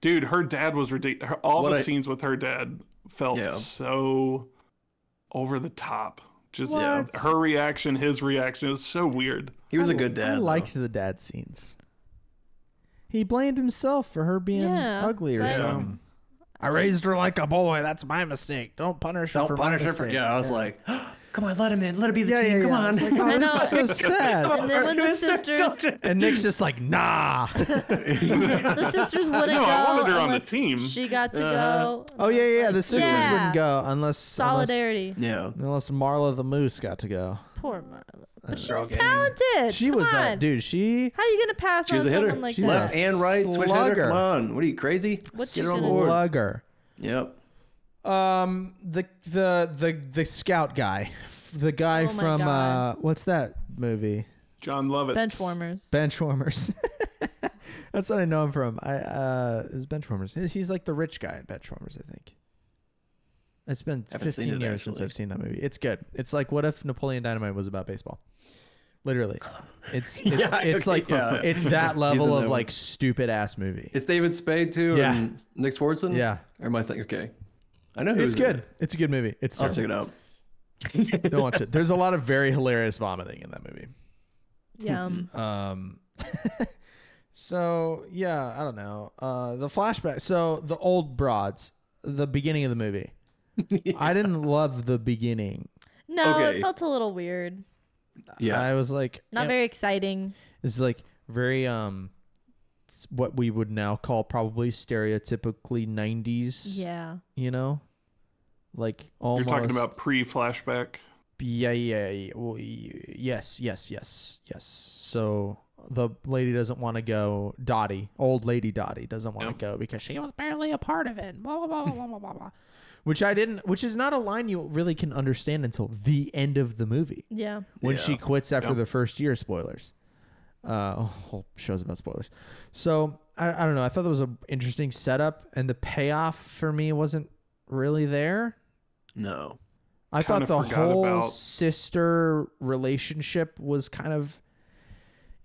Speaker 2: Dude, her dad was ridiculous. All
Speaker 1: What
Speaker 2: the
Speaker 1: I-
Speaker 2: scenes with her dad felt
Speaker 1: Yeah.
Speaker 2: so over the top. Just
Speaker 1: What?
Speaker 2: her reaction, his reaction is so weird.
Speaker 1: He was
Speaker 3: a
Speaker 1: a good dad.
Speaker 3: I
Speaker 1: though.
Speaker 3: liked the dad scenes. He blamed himself for her being
Speaker 4: Yeah,
Speaker 3: ugly or
Speaker 4: but-
Speaker 3: something. I raised her like a boy. That's my mistake. Don't punish her
Speaker 1: Don't
Speaker 3: for
Speaker 1: punish
Speaker 3: my
Speaker 1: her for.
Speaker 3: mistake.
Speaker 1: Yeah, I was like, <gasps> come on, let him in. Let it be the
Speaker 3: yeah,
Speaker 1: team.
Speaker 3: yeah,
Speaker 1: come
Speaker 3: yeah. I
Speaker 1: on.
Speaker 3: was like, oh, this is so <laughs> sad.
Speaker 1: <laughs>
Speaker 4: And then when the sisters,
Speaker 3: And Nick's just like, nah.
Speaker 4: the sisters wouldn't
Speaker 2: <laughs> No,
Speaker 4: go.
Speaker 2: I wanted her on the
Speaker 4: unless
Speaker 2: team. Uh-huh.
Speaker 4: She got to go.
Speaker 3: Oh yeah, yeah. yeah. The sisters
Speaker 4: Yeah.
Speaker 3: wouldn't go unless
Speaker 4: Solidarity.
Speaker 1: <laughs> Yeah.
Speaker 3: Unless, unless Marla the Moose got to go.
Speaker 4: Poor Marla. But she
Speaker 1: Girl
Speaker 4: was
Speaker 1: gang.
Speaker 4: talented.
Speaker 3: Uh, She
Speaker 4: Come
Speaker 3: was
Speaker 4: on.
Speaker 3: a dude. She
Speaker 4: How are you gonna pass
Speaker 1: She
Speaker 4: on
Speaker 1: was a hitter.
Speaker 4: someone like
Speaker 1: she
Speaker 3: She's
Speaker 4: that?
Speaker 1: left
Speaker 3: a
Speaker 1: and right, switch hitter.
Speaker 3: slugger.
Speaker 1: Come on. What are you crazy?
Speaker 4: What
Speaker 1: Get
Speaker 4: she
Speaker 1: her on
Speaker 4: did is-
Speaker 1: board.
Speaker 3: slugger.
Speaker 1: Yep.
Speaker 3: Um, the the the the scout guy, the guy
Speaker 4: Oh my
Speaker 3: from uh,
Speaker 4: God.
Speaker 3: what's that movie?
Speaker 2: John Lovett.
Speaker 4: Benchwarmers.
Speaker 3: Benchwarmers. <laughs> That's what I know him from. I uh, is Benchwarmers. He- He's like the rich guy in Benchwarmers, I think. It's been
Speaker 1: Haven't seen
Speaker 3: 15
Speaker 1: it,
Speaker 3: years since
Speaker 1: actually.
Speaker 3: I've seen that movie. It's good. It's like what if Napoleon Dynamite was about baseball?
Speaker 1: <laughs>
Speaker 3: Literally, it's it's,
Speaker 1: Yeah,
Speaker 3: it's
Speaker 1: okay,
Speaker 3: like
Speaker 1: yeah. <laughs>
Speaker 3: it's that
Speaker 1: in
Speaker 3: level
Speaker 1: that
Speaker 3: of
Speaker 1: one.
Speaker 3: like stupid ass movie.
Speaker 1: It's David Spade too.
Speaker 3: Yeah.
Speaker 1: And Nick Swartzen.
Speaker 3: yeah,
Speaker 1: Or am I thinking? Okay. I know who
Speaker 3: it's
Speaker 1: is in
Speaker 3: good.
Speaker 1: it.
Speaker 3: It's a good movie. It's
Speaker 1: I'll
Speaker 3: terrible.
Speaker 1: check it <laughs> out.
Speaker 3: Don't watch it. There's a lot of very hilarious vomiting in that movie.
Speaker 4: Yum.
Speaker 3: Um, <laughs> so yeah, I don't know. Uh, the flashback. So the old broads. The beginning of the movie. I
Speaker 2: <laughs>
Speaker 3: didn't love the beginning.
Speaker 4: No,
Speaker 1: Okay.
Speaker 4: it felt a little weird.
Speaker 1: Yeah.
Speaker 3: I was like,
Speaker 4: Not
Speaker 3: eh,
Speaker 4: very exciting.
Speaker 3: This is like very um, s- what we would now call probably stereotypically '90s.
Speaker 4: Yeah.
Speaker 3: You know, like
Speaker 2: You're
Speaker 3: almost.
Speaker 2: talking about pre flashback.
Speaker 3: Yeah, yeah, yeah. Well, y- yes, yes, yes, yes. So the lady doesn't want to go. Dottie, old lady Dottie, doesn't want to
Speaker 2: Yep.
Speaker 3: go because she was barely a part of it. Blah blah blah blah blah blah blah. Which I didn't. Which is not a line you really can understand until the end of the movie
Speaker 4: Yeah.
Speaker 3: when she
Speaker 1: Yeah.
Speaker 3: quits after
Speaker 2: Yep.
Speaker 3: the first year. Spoilers. Uh, whole shows about spoilers. So I, I don't know. I thought that was an interesting setup, and the payoff for me wasn't really there.
Speaker 1: <laughs> No.
Speaker 3: I
Speaker 2: Kinda
Speaker 3: thought the
Speaker 2: forgot
Speaker 3: whole
Speaker 2: about-
Speaker 3: sister relationship was kind of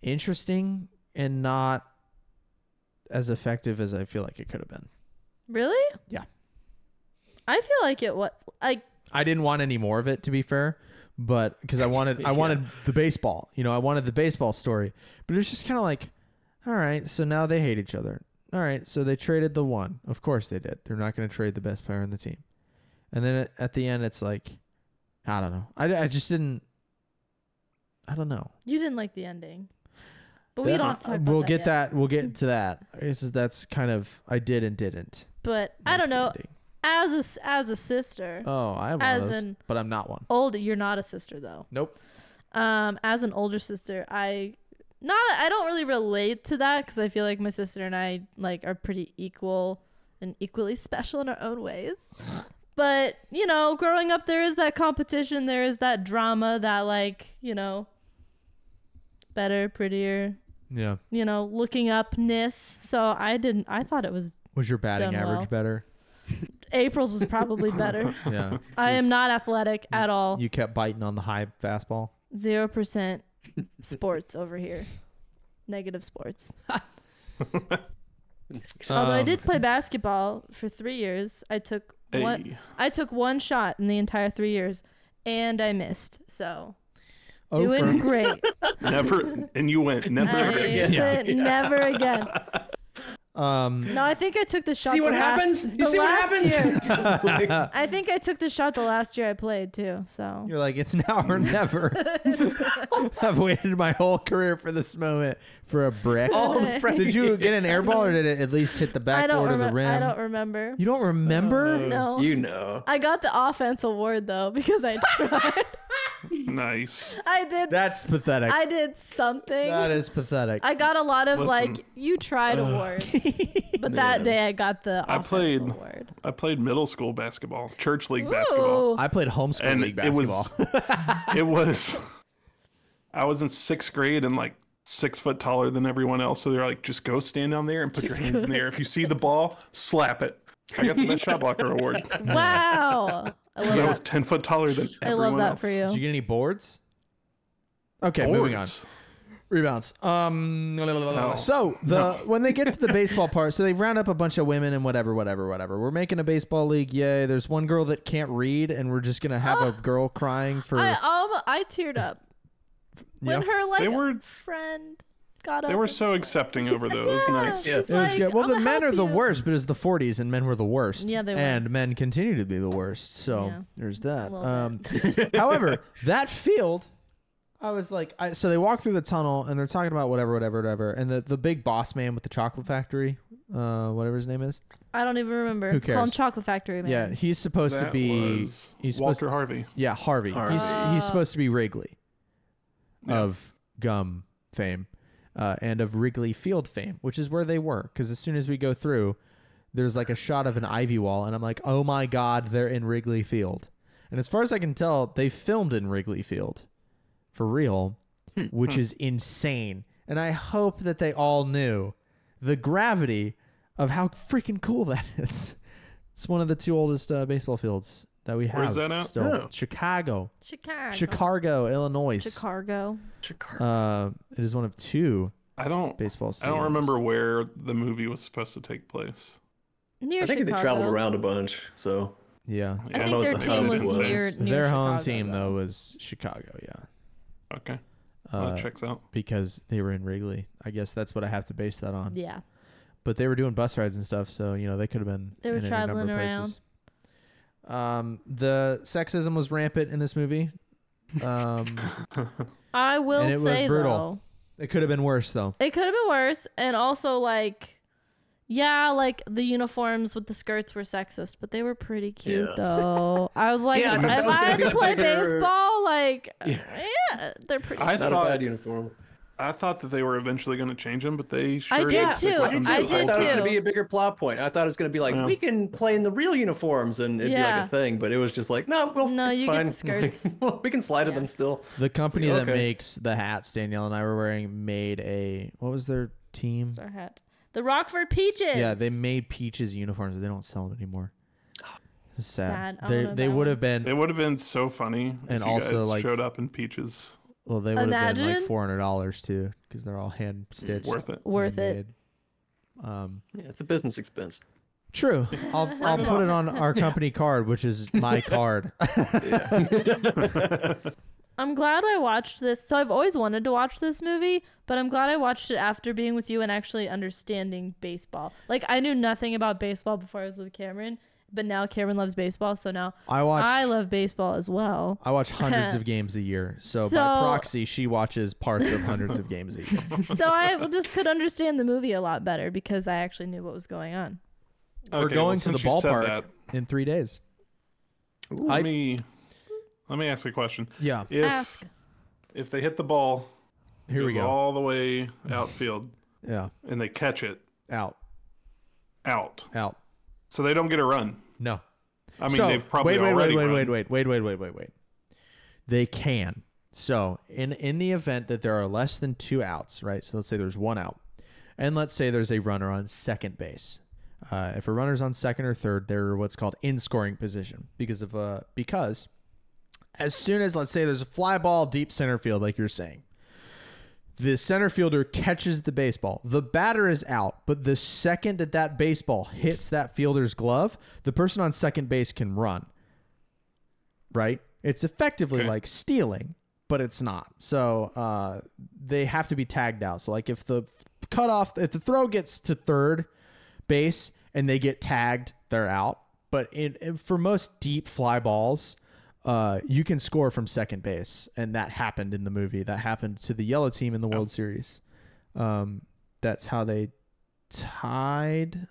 Speaker 3: interesting and not as effective as I feel like it could have been.
Speaker 4: Really?
Speaker 3: Yeah.
Speaker 4: I feel like it. What? Like
Speaker 3: I didn't want any more of it to be fair, but because I
Speaker 2: <laughs>
Speaker 3: wanted I wanted the baseball. You know, I wanted the baseball story. But it was just kind of like, all right, so now they hate each other. All right, so they traded the one. Of course they did. They're not going to trade the best player on the team. And then at- at the end, it's like, I don't know. I, I just didn't. I don't know.
Speaker 4: you didn't like the ending, but we
Speaker 3: That-
Speaker 4: don't have to talk about
Speaker 3: We'll get
Speaker 4: yet.
Speaker 3: that. We'll get to that. It's just- that's kind of I did and didn't.
Speaker 4: But I don't know.
Speaker 3: Ending.
Speaker 4: As a s- as a sister,
Speaker 3: Oh, I have one
Speaker 4: As
Speaker 3: of those,
Speaker 4: in-
Speaker 3: but I'm not one.
Speaker 4: old you're not a sister though.
Speaker 3: Nope.
Speaker 4: um as an older sister i not i don't really relate to that because i feel like my sister and i like are pretty equal and equally special in our own ways but you know growing up there is that competition there is that drama that like you know better prettier
Speaker 3: Yeah.
Speaker 4: you know looking upness so i didn't i thought it was
Speaker 3: Was your batting
Speaker 4: Done
Speaker 3: average
Speaker 4: well. <laughs>
Speaker 3: better?
Speaker 4: april's was probably better
Speaker 3: Yeah.
Speaker 4: i am
Speaker 3: Jeez.
Speaker 4: not athletic at all
Speaker 3: You kept biting on the high fastball. <laughs>
Speaker 4: zero percent sports over here negative sports Although I
Speaker 3: Um,
Speaker 4: did play basketball for three years, I took one.
Speaker 2: Hey.
Speaker 4: I took one shot in the entire three years, and I missed. So
Speaker 3: Oh,
Speaker 4: doing
Speaker 3: for-
Speaker 1: <laughs>
Speaker 4: great.
Speaker 2: Never. And you went never
Speaker 4: I
Speaker 2: ever again.
Speaker 4: said Never again.
Speaker 3: <laughs> um,
Speaker 4: No, I think I took the shot.
Speaker 1: see
Speaker 4: the
Speaker 1: what
Speaker 4: last-
Speaker 1: happens?
Speaker 4: the
Speaker 1: You see what
Speaker 4: last
Speaker 1: happens? <laughs>
Speaker 4: year.
Speaker 1: Just like-
Speaker 4: I think I took the shot the last year I played too. So
Speaker 3: you're like it's now or
Speaker 4: <laughs>
Speaker 3: never. <laughs> I've waited my whole career for this moment for a brick.
Speaker 1: <laughs> oh, Frank.
Speaker 3: Did you get an air ball or did it at least hit the
Speaker 4: <laughs> I don't.
Speaker 3: backboard or the
Speaker 4: remem-
Speaker 3: rim?
Speaker 4: I don't Uh, remember.
Speaker 3: You don't remember?
Speaker 4: No.
Speaker 1: Oh, You know.
Speaker 4: I got the offense award though because I <laughs> tried.
Speaker 1: <laughs>
Speaker 2: Nice.
Speaker 4: I did.
Speaker 3: That's pathetic.
Speaker 4: I did something.
Speaker 3: that is pathetic.
Speaker 4: I got a lot of
Speaker 2: Listen.
Speaker 4: like you tried
Speaker 3: <laughs>
Speaker 4: awards, but that day I got the
Speaker 2: I
Speaker 4: offense
Speaker 2: played
Speaker 4: award.
Speaker 2: I played middle school basketball, church league basketball,
Speaker 4: Ooh.
Speaker 3: I played homeschool
Speaker 2: and
Speaker 3: league
Speaker 2: it
Speaker 3: basketball.
Speaker 2: was <laughs> it
Speaker 3: <laughs>
Speaker 2: was. I was in sixth grade and like six foot taller than everyone else, so they're like, just go stand down there and put your hands in the air. If you see the ball, slap it. I got the best shot blocker
Speaker 4: <laughs>
Speaker 2: award
Speaker 4: <laughs> Wow, I love
Speaker 2: because I was
Speaker 4: that.
Speaker 2: ten foot taller than
Speaker 4: I love
Speaker 2: everyone
Speaker 4: that
Speaker 2: else.
Speaker 4: for you.
Speaker 3: Did you get any boards? Okay, moving on.
Speaker 2: Boards.
Speaker 3: Rebounds. Um,
Speaker 2: No.
Speaker 3: so the when they get to the baseball part, so they round up a bunch of women and whatever, whatever, whatever. We're making a baseball league. Yay! There's one girl that can't read, and we're just gonna <gasps> have a girl crying for.
Speaker 4: I um I teared up
Speaker 3: yeah.
Speaker 4: when her like
Speaker 2: They were-
Speaker 4: friend got up.
Speaker 2: They were
Speaker 4: and-
Speaker 2: so accepting over those. It was
Speaker 4: Yeah,
Speaker 2: nice.
Speaker 4: she's
Speaker 3: It was
Speaker 4: like,
Speaker 3: good. Well,
Speaker 4: "I'ma
Speaker 3: the men
Speaker 4: help
Speaker 3: are the
Speaker 4: you."
Speaker 3: worst, but it's the 40s, and men were the worst.
Speaker 4: Yeah, they were.
Speaker 3: And men continue to be the worst. So
Speaker 4: Yeah.
Speaker 3: there's that.
Speaker 4: little
Speaker 3: Um, <laughs>
Speaker 4: <laughs>
Speaker 3: however, that field, I was like, I, so they walk through the tunnel, and they're talking about whatever, whatever, whatever. And the, the big boss man with the chocolate factory, uh, whatever his name is,
Speaker 4: I don't even remember.
Speaker 3: Who
Speaker 4: Call him
Speaker 3: cares?
Speaker 4: Chocolate Factory man.
Speaker 3: yeah, he's supposed to
Speaker 2: That
Speaker 3: be
Speaker 2: was
Speaker 3: he's supposed
Speaker 2: Walter Harvey.
Speaker 3: yeah Harvey. He's
Speaker 4: Harvey.
Speaker 3: he's supposed to be Wrigley,
Speaker 2: Yeah.
Speaker 3: of gum fame, uh, and of Wrigley Field fame, which is where they were. Because as soon as we go through, there's like a shot of an ivy wall, and I'm like, oh my god, they're in Wrigley Field. And as far as I can tell, they filmed in Wrigley Field, for real,
Speaker 4: Hmm.
Speaker 3: which is insane. And I hope that they all knew the gravity of how freaking cool that <laughs> is. It's one of the two oldest uh, baseball fields that we have.
Speaker 2: Where's that at?
Speaker 3: Still,
Speaker 2: Oh.
Speaker 3: Chicago,
Speaker 4: Chicago.
Speaker 3: Chicago, Illinois.
Speaker 4: Chicago.
Speaker 3: Uh, it is one of two
Speaker 2: I don't.
Speaker 3: baseball.
Speaker 2: I don't
Speaker 3: stadiums.
Speaker 2: remember where the movie was supposed to take place.
Speaker 4: Near
Speaker 1: I think
Speaker 4: Chicago.
Speaker 1: they traveled around a bunch, so
Speaker 3: Yeah,
Speaker 4: I
Speaker 2: Yeah.
Speaker 4: think
Speaker 1: know
Speaker 4: their
Speaker 1: what the
Speaker 4: team
Speaker 1: hub
Speaker 4: was,
Speaker 1: was.
Speaker 4: near, near
Speaker 3: their
Speaker 4: Chicago,
Speaker 3: home team though was Chicago. Yeah,
Speaker 2: Okay, well,
Speaker 3: uh,
Speaker 2: that checks out.
Speaker 3: because they were in Wrigley. I guess that's what I have to base that on.
Speaker 4: Yeah.
Speaker 3: But they were doing bus rides and stuff, so you know they could have been.
Speaker 4: They were
Speaker 3: in any
Speaker 4: traveling
Speaker 3: number of places. Um, the sexism was rampant in this movie. Um,
Speaker 4: <coughs> I will
Speaker 3: And it was
Speaker 4: say
Speaker 3: brutal.
Speaker 4: though.
Speaker 3: it could have been worse though.
Speaker 4: It could have been worse. And also, like, yeah, like the uniforms with the skirts were sexist, but they were pretty cute,
Speaker 1: Yeah. <laughs>
Speaker 4: though. I was like,
Speaker 1: Yeah, I
Speaker 4: if
Speaker 1: thought that was
Speaker 4: I had
Speaker 1: gonna
Speaker 4: to
Speaker 1: be
Speaker 4: play
Speaker 1: the bigger-
Speaker 4: baseball, like, yeah.
Speaker 1: <laughs> Yeah.
Speaker 4: they're pretty
Speaker 2: I
Speaker 4: cute.
Speaker 1: not a
Speaker 2: thought
Speaker 1: bad uniform.
Speaker 2: I thought that they were eventually going to change them, but they sure
Speaker 4: I did
Speaker 2: did stick
Speaker 4: too.
Speaker 2: with them
Speaker 4: I
Speaker 2: the
Speaker 4: did
Speaker 2: whole
Speaker 1: thought it was
Speaker 2: time.
Speaker 1: gonna be a bigger plot point. I thought it was gonna be like
Speaker 2: Yeah.
Speaker 1: we can play in the real uniforms and it'd be
Speaker 4: Yeah.
Speaker 1: like a thing, but it was just like no, well,
Speaker 4: No,
Speaker 1: it's
Speaker 4: you get
Speaker 1: fine.
Speaker 4: the
Speaker 1: <laughs>
Speaker 4: skirts.
Speaker 1: Like, we can slide to them still.
Speaker 3: The company that
Speaker 1: okay.
Speaker 3: makes the hats Danielle and I were wearing made a what was their team?
Speaker 4: Our hat. The Rockford Peaches.
Speaker 3: Yeah, they made Peaches uniforms. They don't sell them
Speaker 4: <gasps>
Speaker 3: anymore. It's Sad.
Speaker 4: Sad. I
Speaker 3: They
Speaker 4: wanna
Speaker 3: they
Speaker 4: buy
Speaker 3: would
Speaker 4: one.
Speaker 3: have been
Speaker 2: It would have been so funny if
Speaker 3: And
Speaker 2: you
Speaker 3: also,
Speaker 2: guys
Speaker 3: like-
Speaker 2: showed up in peaches.
Speaker 3: well they would have been like
Speaker 4: Imagine.
Speaker 3: four hundred dollars too because they're all hand stitched.
Speaker 2: Worth it.
Speaker 4: Worth it.
Speaker 3: Um,
Speaker 1: Yeah, it's a business expense.
Speaker 3: True.
Speaker 4: <laughs>
Speaker 3: I'll, I'll put it on our company card, which is my card.
Speaker 4: I'm glad I watched this. So I've always wanted to watch this movie, but I'm glad I watched it after being with you and actually understanding baseball. Like I knew nothing about baseball before I was with Cameron, but now Cameron loves baseball, so now
Speaker 3: I watch
Speaker 4: I
Speaker 3: I,
Speaker 4: love baseball as well.
Speaker 3: watch hundreds
Speaker 4: <laughs>
Speaker 3: of games a year. So,
Speaker 4: So-
Speaker 3: by proxy, she watches parts of hundreds of games a year.
Speaker 4: so I just could understand the movie a lot better because I actually knew what was going on.
Speaker 3: We're
Speaker 2: Okay,
Speaker 3: going
Speaker 2: well,
Speaker 3: to the
Speaker 2: since you said
Speaker 3: ballpark
Speaker 2: that,
Speaker 3: in three days.
Speaker 2: let
Speaker 1: I-
Speaker 2: me let me ask a question.
Speaker 3: Yeah.
Speaker 2: If
Speaker 4: Ask.
Speaker 2: if they hit the ball,
Speaker 3: Here
Speaker 2: goes
Speaker 3: we go.
Speaker 2: all the way outfield,
Speaker 3: yeah.
Speaker 2: and they catch it
Speaker 3: Out.
Speaker 2: out,
Speaker 3: Out.
Speaker 2: so they don't get a run.
Speaker 3: No.
Speaker 2: I mean,
Speaker 3: So,
Speaker 2: they've probably
Speaker 3: wait, wait,
Speaker 2: already
Speaker 3: wait,
Speaker 2: run.
Speaker 3: wait, wait, wait, wait, wait, wait, wait. They can. So in in the event that there are less than two outs, right? So let's say there's one out, and let's say there's a runner on second base. Uh, if a runner's on second or third, they're what's called in scoring position because of uh because as soon as let's say there's a fly ball deep center field, like you're saying, the center fielder catches the baseball. The batter is out, but the second that that baseball hits that fielder's glove, the person on second base can run. Right? It's effectively
Speaker 2: Okay.
Speaker 3: like stealing, but it's not. So uh, they have to be tagged out. So like if the cutoff, if the throw gets to third base and they get tagged, they're out. But in, in- for most deep fly balls, uh, you can score from second base, and that happened in the movie. That happened to the yellow team in the
Speaker 4: Oh.
Speaker 3: World Series. Um, that's how they tied.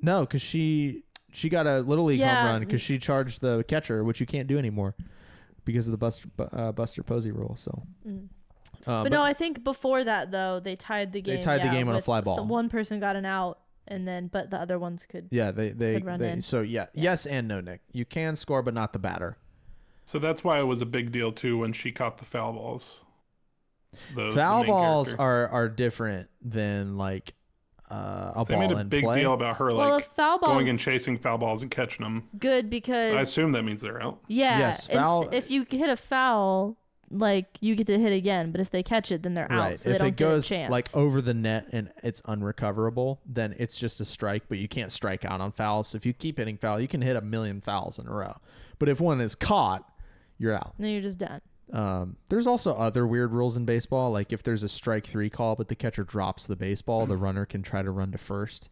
Speaker 3: No, because she she got a little league
Speaker 4: Yeah.
Speaker 3: home run because she charged the catcher, which you can't do anymore because of the Buster uh, Buster Posey rule. So,
Speaker 4: Mm.
Speaker 3: uh,
Speaker 4: but no, I think before that though, they tied the
Speaker 3: They
Speaker 4: game.
Speaker 3: tied the
Speaker 4: yeah,
Speaker 3: game on a
Speaker 4: with
Speaker 3: fly ball.
Speaker 4: some- one person got an out, and then but the other ones could.
Speaker 3: yeah, they they,
Speaker 4: Could run
Speaker 3: they
Speaker 4: in.
Speaker 3: so yeah, yes and no, Nick. You can score, but not the batter.
Speaker 2: So that's why it was a big deal too when she caught the foul balls. The- the
Speaker 3: Foul
Speaker 2: main
Speaker 3: balls
Speaker 2: character.
Speaker 3: are are different than like uh, a
Speaker 2: They
Speaker 3: ball
Speaker 2: made a
Speaker 3: in
Speaker 2: big
Speaker 3: play.
Speaker 2: deal about her
Speaker 4: well, a
Speaker 2: like
Speaker 4: foul ball
Speaker 2: going and
Speaker 4: is
Speaker 2: chasing foul balls and catching them.
Speaker 4: good
Speaker 2: I
Speaker 4: because
Speaker 2: assume that means they're out.
Speaker 4: yeah,
Speaker 3: Yes,
Speaker 4: it's-
Speaker 3: foul-
Speaker 4: if you hit a foul, like you get to hit again, but if they catch it, then they're out.
Speaker 3: Right.
Speaker 4: So
Speaker 3: if
Speaker 4: they don't
Speaker 3: it goes
Speaker 4: get a chance.
Speaker 3: like over the net and it's unrecoverable, then it's just a strike, but you can't strike out on fouls. So if you keep hitting foul, you can hit a million fouls in a row. But if one is caught, you're out.
Speaker 4: then you're just done.
Speaker 3: Um, there's also other weird rules in baseball. Like if there's a strike three call, but the catcher drops the baseball,
Speaker 2: Hmm.
Speaker 3: the runner can try to run to first.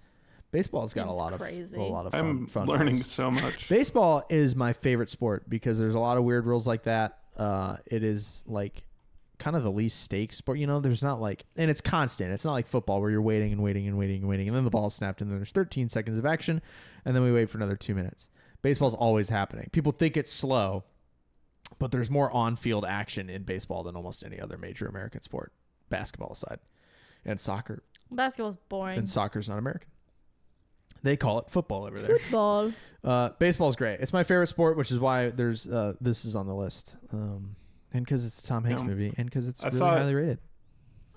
Speaker 3: Baseball's got a
Speaker 4: Seems
Speaker 3: lot
Speaker 4: crazy.
Speaker 3: of a lot of fun.
Speaker 2: I'm
Speaker 3: fun
Speaker 2: learning
Speaker 3: rules.
Speaker 2: so much.
Speaker 3: Baseball is my favorite sport because there's a lot of weird rules like that. Uh, it is like kind of the least stakes sport. You know, there's not like, and it's constant. It's not like football where you're waiting and waiting and waiting and waiting, and then the ball's snapped, and then there's 13 seconds of action, and then we wait for another two minutes. Baseball's always happening. People think it's slow, but there's more on-field action in baseball than almost any other major American sport, basketball aside, and soccer.
Speaker 4: Basketball's boring.
Speaker 3: And soccer's not American. They call it football over there.
Speaker 4: Football.
Speaker 3: Uh, baseball's great. It's my favorite sport, which is why there's uh, this is on the list. Um, and because it's a Tom Hanks
Speaker 2: Yeah.
Speaker 3: movie, and because it's
Speaker 2: I
Speaker 3: really
Speaker 2: thought-
Speaker 3: highly rated.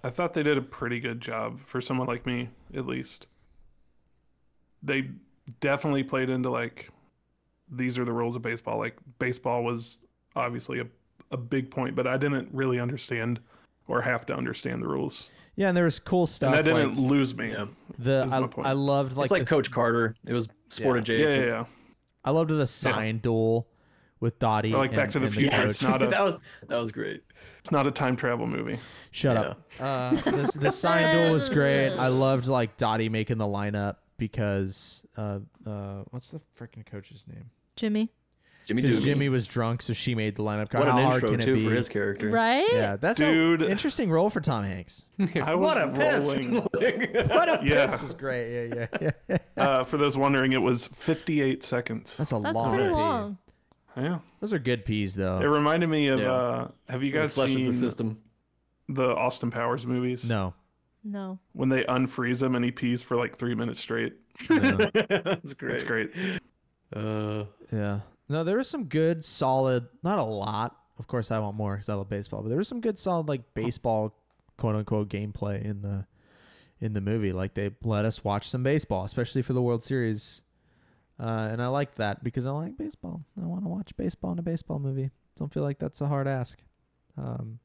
Speaker 2: I thought they did a pretty good job for someone like me, at least. They definitely played into like these are the rules of baseball. Like baseball was obviously a, a big point, but I didn't really understand or have to understand the rules.
Speaker 3: Yeah, and there was cool
Speaker 2: And
Speaker 3: stuff.
Speaker 2: that didn't
Speaker 3: like
Speaker 2: lose me. Yeah,
Speaker 1: Yeah.
Speaker 3: the
Speaker 2: is my
Speaker 3: I,
Speaker 2: point.
Speaker 3: I loved like
Speaker 1: it's like
Speaker 3: the-
Speaker 1: Coach Carter. It was sport
Speaker 3: Yeah.
Speaker 2: yeah,
Speaker 1: adjacent.
Speaker 2: yeah.
Speaker 3: I loved the sign duel with Dottie.
Speaker 2: Or like Back
Speaker 3: and-
Speaker 2: to the
Speaker 3: and
Speaker 2: Future.
Speaker 3: coach.
Speaker 2: It's not
Speaker 1: <laughs>
Speaker 2: a
Speaker 1: that was that was great.
Speaker 2: it's not a time travel
Speaker 3: <laughs>
Speaker 2: movie.
Speaker 3: Shut up. Uh, the, the sign duel was great.
Speaker 2: <laughs>
Speaker 3: I loved like Dottie making the lineup because uh, uh, what's the freaking coach's name?
Speaker 4: Jimmy.
Speaker 1: Jimmy
Speaker 3: Because
Speaker 1: Doobie.
Speaker 3: Jimmy was drunk, so she made the lineup.
Speaker 1: What
Speaker 3: How
Speaker 1: an
Speaker 3: hard
Speaker 1: intro
Speaker 3: can it
Speaker 1: too
Speaker 3: be?
Speaker 1: for his character.
Speaker 4: Right?
Speaker 3: Yeah, that's
Speaker 2: Dude.
Speaker 3: an interesting role for Tom Hanks.
Speaker 2: I was
Speaker 1: What a piss.
Speaker 2: rolling.
Speaker 1: <laughs> what
Speaker 2: <laughs>
Speaker 1: a
Speaker 2: Yeah.
Speaker 3: was great. Yeah, yeah, yeah.
Speaker 2: Uh, for those wondering, it was 58 seconds.
Speaker 3: <laughs> That's a
Speaker 4: That's
Speaker 3: long.
Speaker 4: pretty
Speaker 3: pee.
Speaker 4: long.
Speaker 2: Yeah.
Speaker 3: Those are good peas,
Speaker 2: It
Speaker 3: though.
Speaker 2: reminded me of
Speaker 1: Yeah.
Speaker 2: uh, have you
Speaker 1: It
Speaker 2: guys
Speaker 1: flushes the
Speaker 2: seen <laughs>
Speaker 1: system.
Speaker 2: the Austin Powers movies?
Speaker 3: No.
Speaker 4: No.
Speaker 2: When they unfreeze him and he pees for like three minutes straight.
Speaker 3: no.
Speaker 1: That's great.
Speaker 2: That's great.
Speaker 1: Uh,
Speaker 3: yeah. No, there was some good, solid. Not a lot. Of course, I want more because I love baseball. But there was some good, solid, like baseball, quote unquote, gameplay in the in the movie. Like they let us watch some baseball, especially for the World Series. Uh, and I liked that because I like baseball. I want to watch baseball in a baseball movie. Don't feel like that's a hard ask. Um,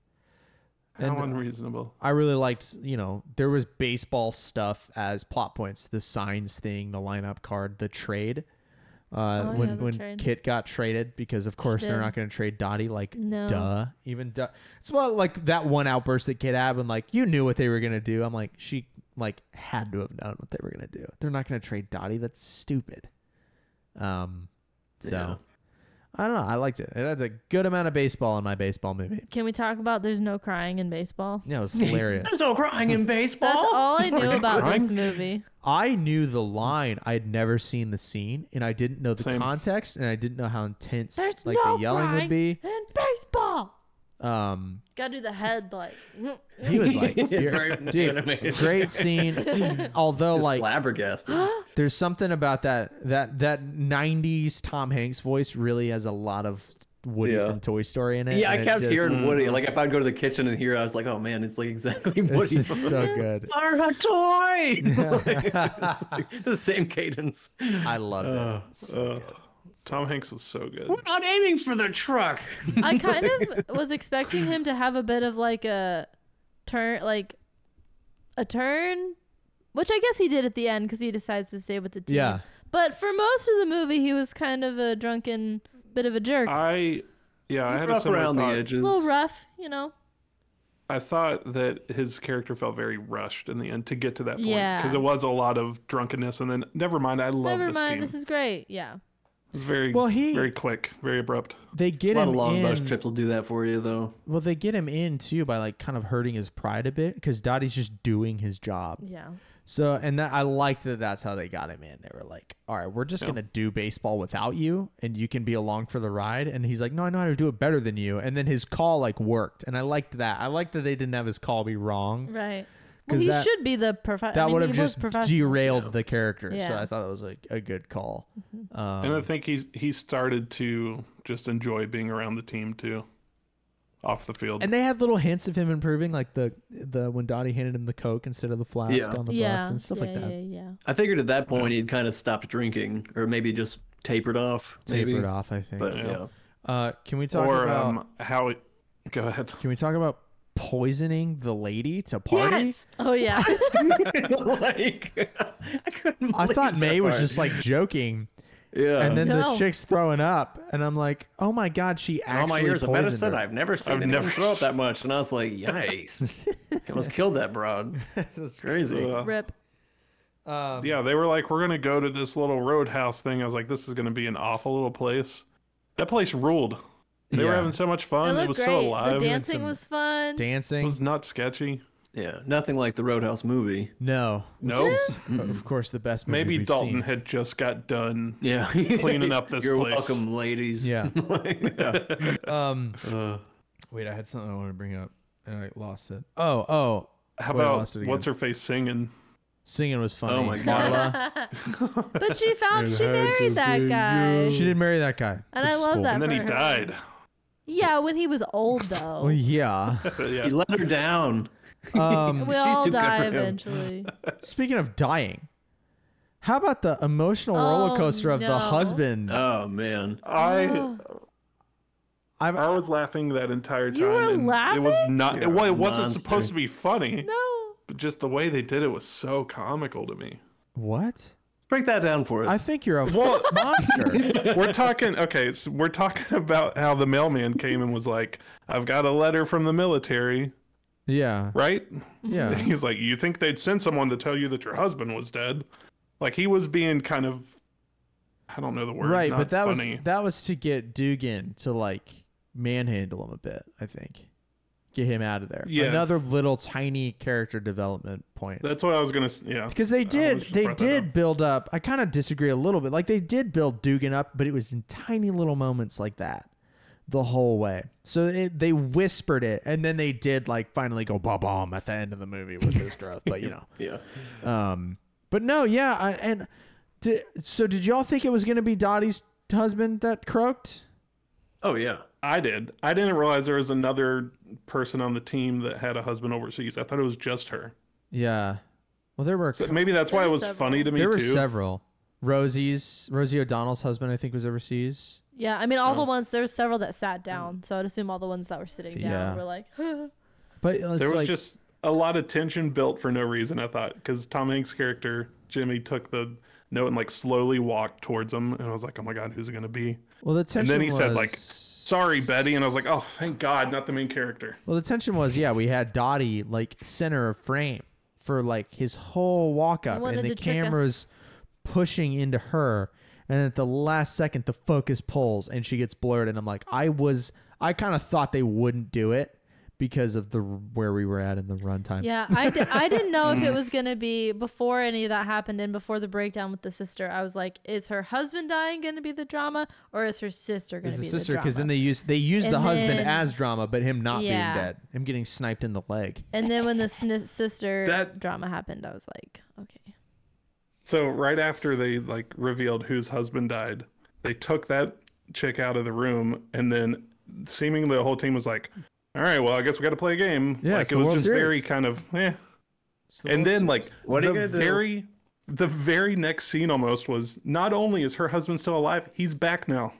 Speaker 2: How
Speaker 3: And-
Speaker 2: unreasonable.
Speaker 3: I really liked, you know, there was baseball stuff as plot points, the signs thing, the lineup card, the trade. Uh,
Speaker 4: Oh,
Speaker 3: when
Speaker 4: yeah, the
Speaker 3: when
Speaker 4: trade.
Speaker 3: Kit got traded, because of course they're
Speaker 4: did.
Speaker 3: not going to trade Dottie, like
Speaker 4: No.
Speaker 3: duh. Even duh. it's about like that one outburst that Kit had when like you knew what they were going to do. I'm like she like had to have known what they were going to do. They're not going to trade Dottie. That's stupid. Um, so
Speaker 1: Yeah.
Speaker 3: I don't know. I liked it. It had a good amount of baseball in my baseball movie.
Speaker 4: Can we talk about there's no crying in baseball?
Speaker 3: Yeah, it was hilarious.
Speaker 1: There's no crying in baseball.
Speaker 4: That's all I knew
Speaker 2: no
Speaker 4: about this
Speaker 2: crying.
Speaker 4: movie.
Speaker 3: I knew the line. I had never seen the scene, and I didn't know the
Speaker 2: Same.
Speaker 3: context, and I didn't know how intense
Speaker 4: There's
Speaker 3: like
Speaker 4: no
Speaker 3: the yelling
Speaker 4: crying
Speaker 3: would be.
Speaker 4: in baseball.
Speaker 3: Um,
Speaker 4: Gotta do the head like.
Speaker 3: he was
Speaker 1: <laughs>
Speaker 3: like,
Speaker 1: It's
Speaker 3: "Fear-
Speaker 1: very
Speaker 3: dude,
Speaker 1: animated.
Speaker 3: great scene."
Speaker 1: <laughs>
Speaker 3: Although,
Speaker 1: Just
Speaker 3: like, <gasps>
Speaker 1: flabbergasted.
Speaker 3: there's something about that that that '90s Tom Hanks voice really has a lot of Woody
Speaker 1: Yeah.
Speaker 3: from Toy Story in it.
Speaker 1: yeah, I
Speaker 3: and it's
Speaker 1: kept
Speaker 3: just-
Speaker 1: hearing Woody. Like if I'd go to the kitchen and hear, I was like, oh man, it's like exactly
Speaker 3: <laughs> It's
Speaker 1: Woody.
Speaker 3: just
Speaker 1: from- <laughs>
Speaker 3: so good.
Speaker 1: Are a toy.
Speaker 3: <laughs>
Speaker 1: <laughs> Like, it's like the same cadence.
Speaker 3: I loved
Speaker 2: Uh,
Speaker 3: it.
Speaker 2: uh, Tom Hanks was so good.
Speaker 1: We're not aiming for the truck.
Speaker 4: <laughs> I kind
Speaker 3: <laughs>
Speaker 4: of was expecting him to have a bit of like a turn, like a turn, which I guess he did at the end because he decides to stay with the team.
Speaker 3: Yeah.
Speaker 4: But for most of the movie, he was kind of a drunken bit of a jerk,
Speaker 2: I yeah, I
Speaker 1: It's
Speaker 2: had a
Speaker 1: rough
Speaker 2: similar
Speaker 1: around the
Speaker 2: thought.
Speaker 4: a
Speaker 1: edges.
Speaker 4: little rough, you know.
Speaker 2: I thought that his character felt very rushed in the end to get to that point
Speaker 4: Yeah.
Speaker 2: because it was a lot of drunkenness and then never mind. I love
Speaker 4: Never
Speaker 2: this
Speaker 4: mind,
Speaker 2: game.
Speaker 4: this is great. Yeah.
Speaker 2: It was very
Speaker 3: Well, he-
Speaker 2: very quick, very abrupt.
Speaker 3: They
Speaker 1: A
Speaker 3: get
Speaker 1: lot
Speaker 3: him
Speaker 1: of long
Speaker 3: in.
Speaker 1: bus trips will do that for you, though.
Speaker 3: Well, they get him in too by like kind of hurting his pride a bit because Dottie's just doing his job.
Speaker 4: Yeah.
Speaker 3: So and that I liked that that's how they got him in. They were like, "All right, we're just
Speaker 2: Yeah.
Speaker 3: gonna do baseball without you, and you can be along for the ride." And he's like, "No, I know how to do it better than you." And then his call like worked, and I liked that. I liked that they didn't have his call be wrong.
Speaker 4: Right.
Speaker 3: 'Cause
Speaker 4: Well, he
Speaker 3: that-
Speaker 4: should be the professional.
Speaker 3: That
Speaker 4: I mean,
Speaker 3: would
Speaker 4: he
Speaker 3: have
Speaker 4: was
Speaker 3: just
Speaker 4: professional.
Speaker 3: derailed the character. So
Speaker 4: Yeah.
Speaker 3: I thought that was like a good call.
Speaker 2: and I
Speaker 3: Um,
Speaker 2: think he's he started to just enjoy being around the team too, off the field.
Speaker 3: and they had little hints of him improving, like the the when Dottie handed him the coke instead of the flask
Speaker 1: Yeah.
Speaker 3: on the
Speaker 4: yeah.
Speaker 3: bus and stuff
Speaker 4: yeah,
Speaker 3: like that.
Speaker 4: Yeah, yeah.
Speaker 1: I figured at that point he'd kind of stopped drinking, or maybe just tapered off. Maybe.
Speaker 3: Tapered off, I think.
Speaker 1: But
Speaker 2: Yeah.
Speaker 1: yeah.
Speaker 3: uh, can we talk
Speaker 2: or
Speaker 3: about
Speaker 2: um, how it, go ahead.
Speaker 3: Can we talk about poisoning the lady to party?
Speaker 4: Oh yeah.
Speaker 1: <laughs> like I couldn't.
Speaker 3: I
Speaker 1: believe
Speaker 3: thought
Speaker 1: that
Speaker 3: May was
Speaker 1: part.
Speaker 3: just like joking,
Speaker 1: Yeah.
Speaker 3: and then the
Speaker 4: No.
Speaker 3: chick's throwing up, and I'm like, "Oh my god, she actually
Speaker 1: all my years of
Speaker 3: poisoned
Speaker 1: medicine,
Speaker 3: her.
Speaker 1: I've never seen
Speaker 2: I've
Speaker 1: anyone
Speaker 2: never-
Speaker 1: throw up
Speaker 2: <laughs>
Speaker 1: that much, and I was like, yikes!
Speaker 3: <laughs>
Speaker 1: I almost killed that broad. It's crazy.
Speaker 2: Ugh.
Speaker 4: Rip.
Speaker 3: Um,
Speaker 2: Yeah, they were like, we're gonna go to this little roadhouse thing. I was like, this is gonna be an awful little place. That place ruled. They were
Speaker 3: Yeah.
Speaker 2: having so much
Speaker 4: It
Speaker 2: fun. It,
Speaker 4: looked
Speaker 2: was
Speaker 4: great.
Speaker 2: so alive.
Speaker 4: the
Speaker 2: It
Speaker 4: dancing
Speaker 3: some
Speaker 4: was fun.
Speaker 3: dancing.
Speaker 2: was not sketchy.
Speaker 1: Yeah, nothing like the Roadhouse movie.
Speaker 3: no,
Speaker 2: No.
Speaker 3: Which is, of course, the best. Movie
Speaker 2: Maybe
Speaker 3: we've
Speaker 2: Dalton
Speaker 3: seen.
Speaker 2: had just got done.
Speaker 1: Yeah, <laughs>
Speaker 2: Cleaning up this
Speaker 1: You're
Speaker 2: place.
Speaker 1: welcome, ladies.
Speaker 3: Yeah.
Speaker 1: <laughs> Like, yeah. <laughs>
Speaker 3: Um,
Speaker 1: Uh,
Speaker 3: wait, I had something I wanted to bring up, and I lost it. Oh, oh,
Speaker 2: How
Speaker 3: Wait, I
Speaker 2: about
Speaker 3: lost it again.
Speaker 2: what's her face
Speaker 3: <laughs>
Speaker 2: singing?
Speaker 3: singing was funny.
Speaker 1: Oh my God.
Speaker 3: Marla.
Speaker 4: <laughs> but she found she married that guy.
Speaker 3: she did marry that guy, which
Speaker 4: And I
Speaker 3: is
Speaker 4: love
Speaker 3: cool.
Speaker 4: that.
Speaker 2: And then he
Speaker 4: for her.
Speaker 2: died.
Speaker 4: Yeah, when he was
Speaker 3: <laughs>
Speaker 4: old
Speaker 3: Oh
Speaker 4: though.
Speaker 3: yeah.
Speaker 2: <laughs> yeah.
Speaker 1: he let her down.
Speaker 3: Um,
Speaker 4: We
Speaker 1: She's
Speaker 4: all
Speaker 1: too good
Speaker 4: die
Speaker 1: for him. <laughs>
Speaker 4: eventually.
Speaker 3: Speaking of dying, how about the emotional roller
Speaker 4: Oh,
Speaker 3: coaster of the
Speaker 4: no.
Speaker 3: husband?
Speaker 1: Oh man.
Speaker 4: Oh.
Speaker 2: I
Speaker 3: I've,
Speaker 2: I was laughing that entire time.
Speaker 4: You were
Speaker 2: and It was
Speaker 4: laughing?
Speaker 2: not.
Speaker 1: You're
Speaker 2: well,
Speaker 1: a
Speaker 2: it wasn't
Speaker 1: monster.
Speaker 2: supposed to be funny.
Speaker 4: no.
Speaker 2: But just the way they did it was so comical to me.
Speaker 3: what?
Speaker 1: Break that down for us.
Speaker 3: I think you're a monster.
Speaker 2: we're talking okay so we're talking <laughs> about how the mailman came and was like i've got a letter from the military <laughs>
Speaker 3: yeah,
Speaker 2: right <laughs>
Speaker 3: yeah.
Speaker 2: he's like you think they'd send someone to tell you that your husband was dead like he was being kind of i don't know the word
Speaker 3: right,
Speaker 2: not
Speaker 3: but that
Speaker 2: funny.
Speaker 3: was that was to get Dugan to like manhandle him a bit. I think get him out of there.
Speaker 2: Yeah.
Speaker 3: Another little tiny character development point.
Speaker 2: that's what i was gonna s- yeah
Speaker 3: because they did,
Speaker 2: just
Speaker 3: they
Speaker 2: brought that
Speaker 3: did
Speaker 2: up.
Speaker 3: build up. I kind of disagree a little bit. Like they did build Dugan up, but it was in tiny little moments like that, the whole way. So it, they whispered it, and then they did like finally go ba bomb at the end of the movie with
Speaker 2: <laughs>
Speaker 3: his growth. But you know,
Speaker 1: yeah.
Speaker 3: Um, but no, yeah, I, and di- so did y'all think it was gonna be Dottie's husband that croaked?
Speaker 1: Oh yeah.
Speaker 2: i did i didn't realize there was another person on the team that had a husband overseas i thought it was just her
Speaker 3: Yeah. Well, there were
Speaker 2: so maybe that's why
Speaker 4: There
Speaker 2: it
Speaker 4: were
Speaker 2: was
Speaker 4: several.
Speaker 2: funny to me
Speaker 3: there were
Speaker 2: too
Speaker 3: several. Rosie's Rosie O'Donnell's husband, I think, was overseas.
Speaker 4: Yeah, I mean all the ones there were several that sat down, so I'd assume all the ones that were sitting down
Speaker 3: Yeah.
Speaker 4: were like
Speaker 3: But it's
Speaker 2: there was
Speaker 3: like,
Speaker 2: just a lot of tension built for no reason. I thought because Tom Hanks' character Jimmy took the note and like slowly walked towards him, and I was like, oh my god, who's it gonna be?
Speaker 3: well, the tension
Speaker 2: And then he
Speaker 3: was,
Speaker 2: said like, sorry, Betty, and I was like, oh thank God, not the main character.
Speaker 3: Well, the tension was, yeah, we had Dottie like center of frame for like his whole walk up,
Speaker 4: wanted
Speaker 3: and the
Speaker 4: to trick
Speaker 3: camera's pushing into her, and at the last second, the focus pulls, and she gets blurred, and I'm like, I was, I kind of thought they wouldn't do it because of the where we were at in the runtime.
Speaker 4: Yeah, I, di- I didn't know
Speaker 3: <laughs>
Speaker 4: if it was going to be before any of that happened and before the breakdown with the sister. I was like, is her husband dying going to be the drama or is her sister going
Speaker 3: Is
Speaker 4: to
Speaker 3: the
Speaker 4: be
Speaker 3: sister
Speaker 4: the drama?
Speaker 3: because then they use they use the
Speaker 4: And
Speaker 3: husband
Speaker 4: then-
Speaker 3: as drama, but him not
Speaker 4: Yeah.
Speaker 3: being dead, him getting sniped in the leg.
Speaker 4: and then when the sn- sister
Speaker 2: That-
Speaker 4: drama happened, I was like, okay.
Speaker 2: So right after they like revealed whose husband died, they took that chick out of the room, and then seemingly the whole team was like, "All right, well, I guess we got to play a game."
Speaker 3: Yeah,
Speaker 2: like
Speaker 3: it's
Speaker 2: it
Speaker 3: the
Speaker 2: was
Speaker 3: World
Speaker 2: just very
Speaker 3: Series.
Speaker 2: kind of eh.
Speaker 3: It's the
Speaker 2: and then
Speaker 3: World Series.
Speaker 2: like
Speaker 1: What are you
Speaker 2: the
Speaker 1: gonna do?
Speaker 2: very the very next scene almost was not only is her husband still alive, he's back now.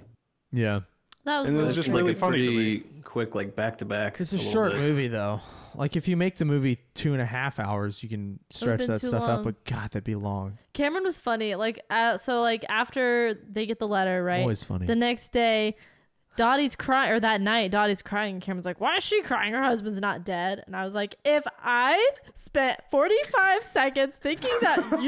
Speaker 3: yeah,
Speaker 4: That was,
Speaker 2: And it was
Speaker 4: really
Speaker 2: just
Speaker 4: cool.
Speaker 2: really
Speaker 1: a
Speaker 2: funny to
Speaker 1: pretty quick, like back to back.
Speaker 3: It's a,
Speaker 1: little
Speaker 3: short
Speaker 1: bit.
Speaker 3: movie though. Like if you make the movie two and a half hours, you can stretch
Speaker 4: been
Speaker 3: that
Speaker 4: too
Speaker 3: stuff out.
Speaker 4: long.
Speaker 3: But God, that'd be long.
Speaker 4: Cameron was funny. Like, uh, so like after they get the letter, right?
Speaker 3: Always funny.
Speaker 4: The next day, Dottie's crying, or that night, Dottie's crying. And Cameron's like, "Why is she crying? Her husband's not dead." And I was like, "If I've spent 45 seconds thinking
Speaker 3: <laughs>
Speaker 4: that you might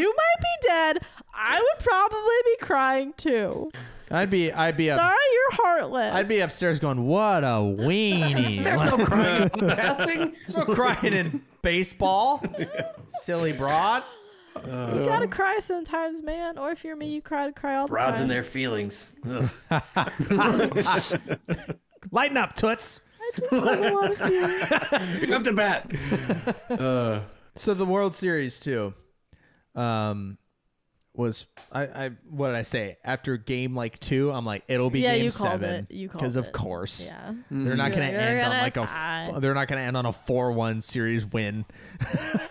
Speaker 4: be dead, I would probably be crying too.
Speaker 3: I'd be, I'd be,
Speaker 4: Sorry,
Speaker 3: up,
Speaker 4: you're heartless."
Speaker 3: I'd be upstairs going, "What
Speaker 1: <laughs>
Speaker 3: a weenie!" Like,
Speaker 1: crying on the casting.
Speaker 3: <laughs> crying in baseball, silly broad.
Speaker 4: you gotta cry sometimes, man. Or if you're me, you cry to cry all the
Speaker 1: Rod's in
Speaker 4: time. <laughs>
Speaker 1: their feelings. Ugh.
Speaker 3: Lighten up, toots.
Speaker 1: Come to bat. Uh,
Speaker 3: So the World Series too, um, was I, I what did I say after game like two? I'm like, it'll be
Speaker 4: Yeah,
Speaker 3: game
Speaker 4: you called
Speaker 3: seven
Speaker 4: it. You
Speaker 3: because of
Speaker 4: called it.
Speaker 3: course.
Speaker 4: Yeah.
Speaker 3: They're
Speaker 2: Mm.
Speaker 3: not going to
Speaker 4: You're like,
Speaker 3: end
Speaker 4: "We're
Speaker 3: on
Speaker 4: gonna
Speaker 3: like a.
Speaker 4: tie."
Speaker 3: F- they're not going to end on a four-one series win.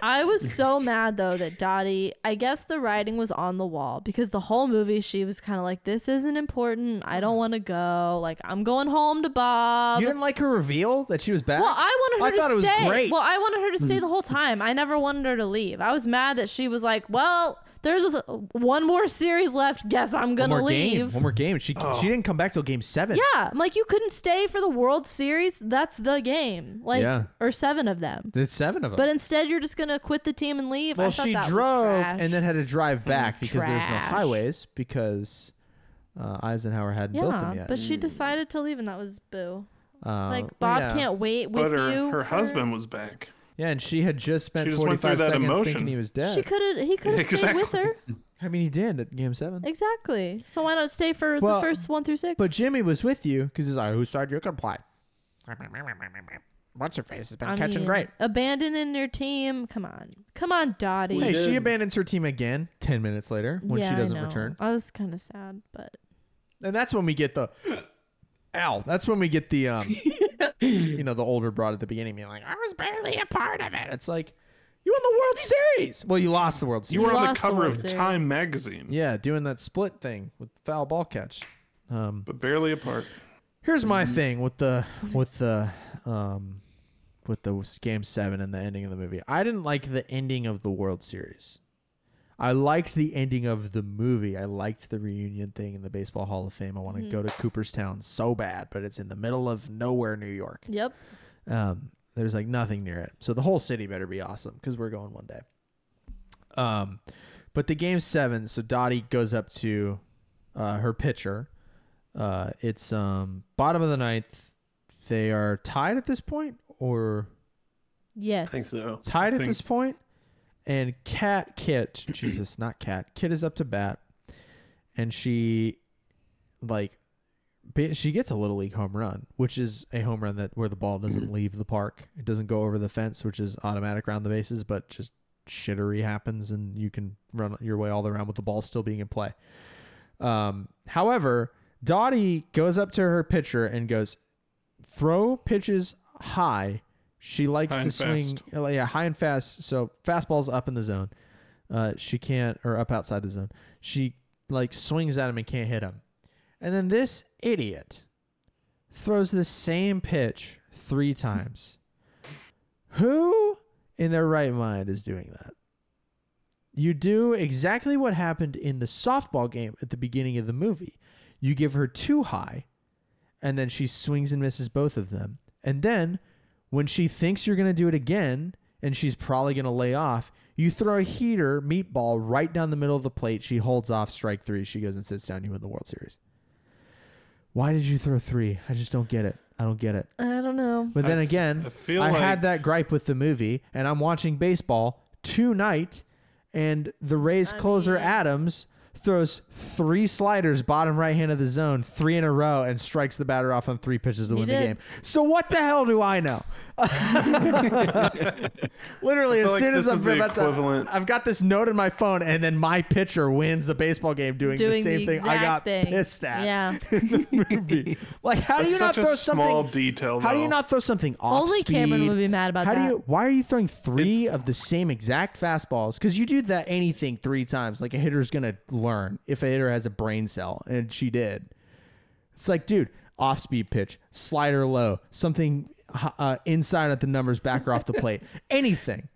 Speaker 4: I was so mad though that Dottie, I guess the writing was on the wall because the whole movie she was kind of like, this isn't important. I don't want to go. Like, I'm going home to Bob.
Speaker 3: You didn't like her reveal that she was back.
Speaker 4: well, I wanted her
Speaker 3: I
Speaker 4: to
Speaker 3: thought it was
Speaker 4: stay.
Speaker 3: great.
Speaker 4: Well, I wanted her to
Speaker 3: Hmm.
Speaker 4: stay the whole time. I never wanted her to leave. I was mad that she was like, well, there's just one more series left. Guess I'm
Speaker 3: one
Speaker 4: going
Speaker 3: more
Speaker 4: to
Speaker 3: game.
Speaker 4: leave.
Speaker 3: One more game. She
Speaker 2: Oh.
Speaker 3: she didn't come back till game seven.
Speaker 4: Yeah. I'm like, you couldn't stay for the World Series. That's the game. Like,
Speaker 3: Yeah.
Speaker 4: or seven of them.
Speaker 3: there's seven of them.
Speaker 4: But instead, you're just going to quit the team and leave. I
Speaker 3: well,
Speaker 4: thought
Speaker 3: she
Speaker 4: that was
Speaker 3: drove
Speaker 4: trash. Mm,
Speaker 3: and then had to drive back because there's no
Speaker 4: Trash.
Speaker 3: highways because uh, Eisenhower hadn't built them
Speaker 4: Yeah,
Speaker 3: yet.
Speaker 4: but
Speaker 2: Mm.
Speaker 4: she decided to leave, and that was boo.
Speaker 3: Uh,
Speaker 4: It's like
Speaker 3: well,
Speaker 4: Bob
Speaker 3: yeah.
Speaker 4: can't wait with
Speaker 2: Oh, But her,
Speaker 4: you.
Speaker 2: her
Speaker 4: for-
Speaker 2: husband was back.
Speaker 3: Yeah, and she had just spent
Speaker 2: She just went
Speaker 3: 45
Speaker 2: through that
Speaker 3: seconds thinking
Speaker 2: emotion.
Speaker 3: he was dead.
Speaker 4: She could have. He could
Speaker 2: <laughs>
Speaker 4: have stayed with her.
Speaker 3: I mean, he did at game seven.
Speaker 4: Exactly. So why not stay for
Speaker 3: Well,
Speaker 4: the first one through six?
Speaker 3: But Jimmy was with you because he's like, "Whose side you can play?" What's her face has been
Speaker 4: I
Speaker 3: catching
Speaker 4: mean,
Speaker 3: great.
Speaker 4: Abandoning your team. Come on. Come on, Dottie.
Speaker 3: Hey, she
Speaker 1: did.
Speaker 3: abandons her team again ten minutes later when
Speaker 4: Yeah,
Speaker 3: she
Speaker 4: I
Speaker 3: doesn't
Speaker 4: know.
Speaker 3: return.
Speaker 4: I was kind of sad, but
Speaker 3: and that's when we get the <gasps> ow that's when we get the
Speaker 4: <laughs>
Speaker 3: um you know the older broad at the beginning being like i was barely a part of it it's like you won the world series well you lost the world
Speaker 2: You
Speaker 3: series
Speaker 2: were on the
Speaker 4: lost the
Speaker 2: cover
Speaker 4: World
Speaker 2: of
Speaker 4: Series.
Speaker 2: Time magazine,
Speaker 3: yeah doing that split thing with the foul ball catch um
Speaker 2: but barely apart.
Speaker 3: here's my thing with the with the um with the s- game seven and the ending of the movie i didn't like the ending of the world series i liked the ending of the movie i liked the reunion thing in the baseball hall of fame i want to go to cooperstown so bad but it's in the middle of nowhere new york
Speaker 4: yep.
Speaker 3: um, there's like nothing near it. So the whole city better be awesome because we're going one day. Um, but the game seven, so Dottie goes up to uh, her pitcher. Uh, it's um, bottom of the ninth. They are tied at this point, or
Speaker 4: Yes.
Speaker 1: I think so.
Speaker 3: tied at
Speaker 2: think-
Speaker 3: this point, and Cat Kit, Jesus, not Cat, Kit is up to bat, and she, like, ba- she gets a little league home run, which is a home run that where the
Speaker 2: <clears throat>
Speaker 3: ball doesn't leave the park, it doesn't go over the fence, which is automatic round the bases, but just shittery happens and you can run your way all the around with the ball still being in play. Um, however, Dottie goes up to her pitcher and goes, throw pitches high. She likes
Speaker 2: High
Speaker 3: to
Speaker 2: and
Speaker 3: swing, uh, yeah, high and fast. So fastballs up in the zone. Uh, she can't, or up outside the zone. She like swings at him and can't hit him. And then this idiot throws the same pitch three times. Who in their right mind is doing that? You do exactly what happened in the softball game at the beginning of the movie. You give her too high, and then she swings and misses both of them. And then when she thinks you're going to do it again, and she's probably going to lay off, you throw a heater meatball right down the middle of the plate. She holds off strike three. She goes and sits down. You win the World Series. Why did you throw three? I just don't get it. I don't get it.
Speaker 4: I don't know.
Speaker 3: But then
Speaker 2: I f-
Speaker 3: again,
Speaker 2: I feel
Speaker 3: I
Speaker 2: like-
Speaker 3: had that gripe with the movie, and I'm watching baseball tonight, and the Rays
Speaker 4: I
Speaker 3: closer
Speaker 4: mean-
Speaker 3: Adams throws three sliders bottom right hand of the zone, three in a row, and strikes the batter off on three pitches to
Speaker 4: He
Speaker 3: win the
Speaker 4: did.
Speaker 3: game. So what the hell do I
Speaker 4: <laughs>
Speaker 3: know? Literally,
Speaker 2: feel
Speaker 3: as
Speaker 2: like
Speaker 3: soon as
Speaker 2: this
Speaker 3: I'm
Speaker 2: is the
Speaker 3: about
Speaker 2: equivalent-
Speaker 3: to, I've got this note in my phone, and then my pitcher wins a baseball game doing, the
Speaker 4: Doing
Speaker 3: same
Speaker 4: the
Speaker 3: thing I
Speaker 4: exact
Speaker 3: got
Speaker 4: thing.
Speaker 3: pissed at
Speaker 4: Yeah.
Speaker 3: in the
Speaker 4: <laughs>
Speaker 3: movie. Like, how do
Speaker 2: That's
Speaker 3: you not
Speaker 2: such
Speaker 3: throw
Speaker 2: a small
Speaker 3: something?
Speaker 2: detail.
Speaker 3: How do you
Speaker 2: though.
Speaker 3: not throw something off?
Speaker 4: Only Cameron
Speaker 3: speed?
Speaker 4: would be mad about
Speaker 3: How
Speaker 4: that.
Speaker 3: do you? Why are you throwing three of the same exact fastballs? Because you do that anything three times, like a hitter's gonna learn if a hitter has a brain cell, and she did. It's like, dude, off speed pitch, slider low, something uh, inside at the numbers, back or off the
Speaker 4: <laughs>
Speaker 3: plate, anything,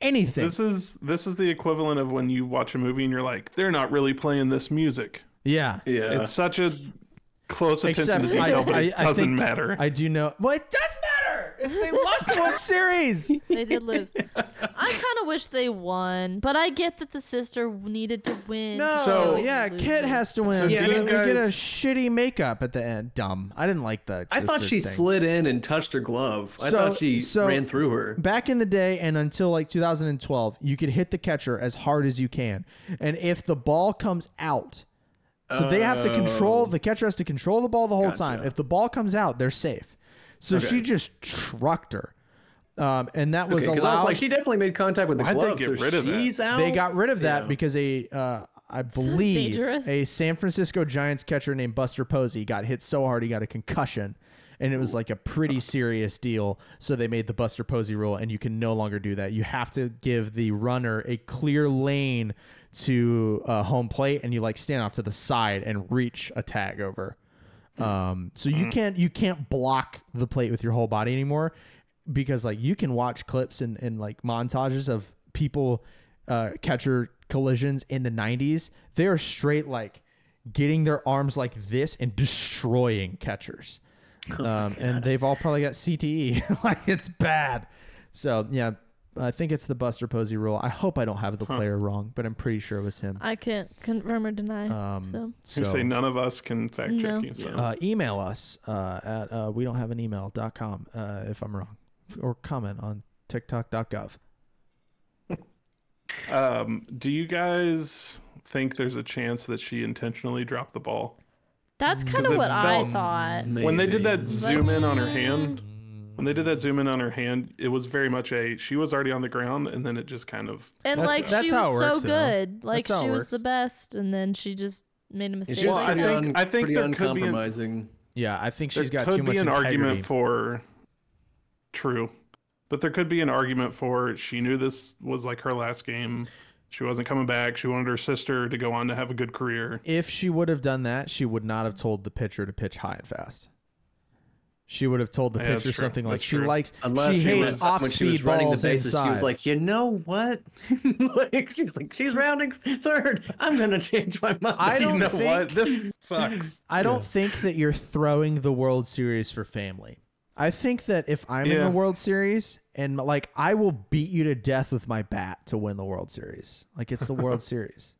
Speaker 3: anything.
Speaker 2: This is this is the equivalent of when you watch a movie and you're like, they're not really playing this music.
Speaker 3: yeah.
Speaker 1: Yeah.
Speaker 2: It's such a close attention
Speaker 3: Except
Speaker 2: to
Speaker 3: I-
Speaker 2: detail, but
Speaker 3: I-
Speaker 2: it
Speaker 3: I
Speaker 2: doesn't
Speaker 3: think-
Speaker 2: matter.
Speaker 3: I do know. Well, it does matter. It's they lost
Speaker 4: <laughs>
Speaker 3: one series.
Speaker 4: They
Speaker 2: <laughs>
Speaker 4: did lose. I kind of wish they won, but I get that the sister needed to win.
Speaker 3: No,
Speaker 2: So-
Speaker 3: yeah, Kit
Speaker 4: Kit
Speaker 1: Mm-hmm.
Speaker 3: has to win.
Speaker 2: So
Speaker 3: So
Speaker 2: do
Speaker 3: yeah,
Speaker 2: you
Speaker 3: we get a
Speaker 2: guys-
Speaker 3: shitty makeup at the end. Dumb. I didn't like that.
Speaker 1: I thought
Speaker 3: sister
Speaker 1: she
Speaker 3: thing.
Speaker 1: slid in and touched her glove. I
Speaker 3: So-
Speaker 1: thought she
Speaker 3: so-
Speaker 1: ran through her.
Speaker 3: Back in the day and until like 2012, you could hit the catcher as hard as you can, and if the ball comes out, so they have to
Speaker 1: Oh.
Speaker 3: control the catcher has to control the ball the whole time. If the ball comes out, they're safe. So she just trucked her, um, and that was
Speaker 1: Because
Speaker 3: allowed.
Speaker 1: I was like, she definitely made contact with the
Speaker 2: Why'd they
Speaker 1: glove.
Speaker 2: get
Speaker 1: so
Speaker 2: rid of that?
Speaker 1: she's out.
Speaker 3: They got rid of that because a, uh, I believe,
Speaker 4: dangerous.
Speaker 3: a San Francisco Giants catcher named Buster Posey got hit so hard he got a concussion, and it was like a pretty serious deal. So they made the Buster Posey rule, and you can no longer do that. You have to give the runner a clear lane to uh, home plate, and you like stand off to the side and reach a tag over. Um, so you can't you can't block the plate with your whole body anymore because like you can watch clips and, and like montages of people uh, catcher collisions in the 90s. They are straight like getting their arms like this and destroying catchers. Um, and they've all probably got CTE. <laughs> like it's bad. So yeah, I think it's the Buster Posey rule. I hope I don't have the player wrong, but I'm pretty sure it was him.
Speaker 4: I can't confirm or deny.
Speaker 3: Um,
Speaker 4: so.
Speaker 2: You
Speaker 3: so-
Speaker 2: say none of us can fact check
Speaker 4: No.
Speaker 2: you. So.
Speaker 3: uh, email us uh, at uh, we don't have an email.com uh, if I'm wrong, or comment on tiktok.gov.
Speaker 2: Um, do you guys think there's a chance that she intentionally dropped the ball
Speaker 4: That's kind
Speaker 2: 'Cause
Speaker 4: of
Speaker 2: Mm. it
Speaker 4: what I
Speaker 2: felt-
Speaker 4: thought.
Speaker 2: when they did that
Speaker 1: Maybe.
Speaker 2: zoom in on her hand? When they did
Speaker 3: Mm-hmm.
Speaker 2: that zoom in on her hand, it was very much a she was already on the ground, and then it just kind of
Speaker 4: And
Speaker 3: That's-
Speaker 4: like
Speaker 3: that's
Speaker 4: she
Speaker 3: how
Speaker 4: was
Speaker 3: it works, though.
Speaker 4: so good. Like
Speaker 3: That's how it
Speaker 4: she was
Speaker 3: works.
Speaker 4: the best and then she just made a
Speaker 1: And
Speaker 4: mistake.
Speaker 1: she was
Speaker 2: Well, I
Speaker 1: pretty
Speaker 2: think-
Speaker 1: un-
Speaker 2: I think
Speaker 1: pretty
Speaker 2: there could be an-
Speaker 1: uncompromising.
Speaker 3: Yeah, I think she's
Speaker 2: there
Speaker 3: got
Speaker 2: could
Speaker 3: too much
Speaker 2: be an
Speaker 3: integrity.
Speaker 2: argument for true, but there could be an argument for she knew this was like her last game. She wasn't coming back. She wanted her sister to go on to have a good career.
Speaker 3: if she would have done that, she would not have told the pitcher to pitch high and fast. She would have told the
Speaker 2: Yeah, that's
Speaker 3: pitcher
Speaker 2: true.
Speaker 3: something like
Speaker 2: That's
Speaker 3: she
Speaker 2: true.
Speaker 3: likes
Speaker 1: Unless
Speaker 3: she
Speaker 1: she
Speaker 3: hates
Speaker 1: was,
Speaker 3: off
Speaker 1: when she was
Speaker 3: speed
Speaker 1: running the
Speaker 3: balls
Speaker 1: bases,
Speaker 3: inside.
Speaker 1: she was like, you know what? <laughs> like she's like, she's rounding third. I'm gonna change my mind. <laughs>
Speaker 3: I don't
Speaker 2: you know
Speaker 3: think-
Speaker 2: what? This sucks.
Speaker 3: I don't think that you're throwing the World Series for family. I think that if I'm in
Speaker 2: Yeah.
Speaker 3: the World Series and like I will beat you to death with my bat to win the World Series.
Speaker 2: <laughs>
Speaker 3: Like it's the World Series.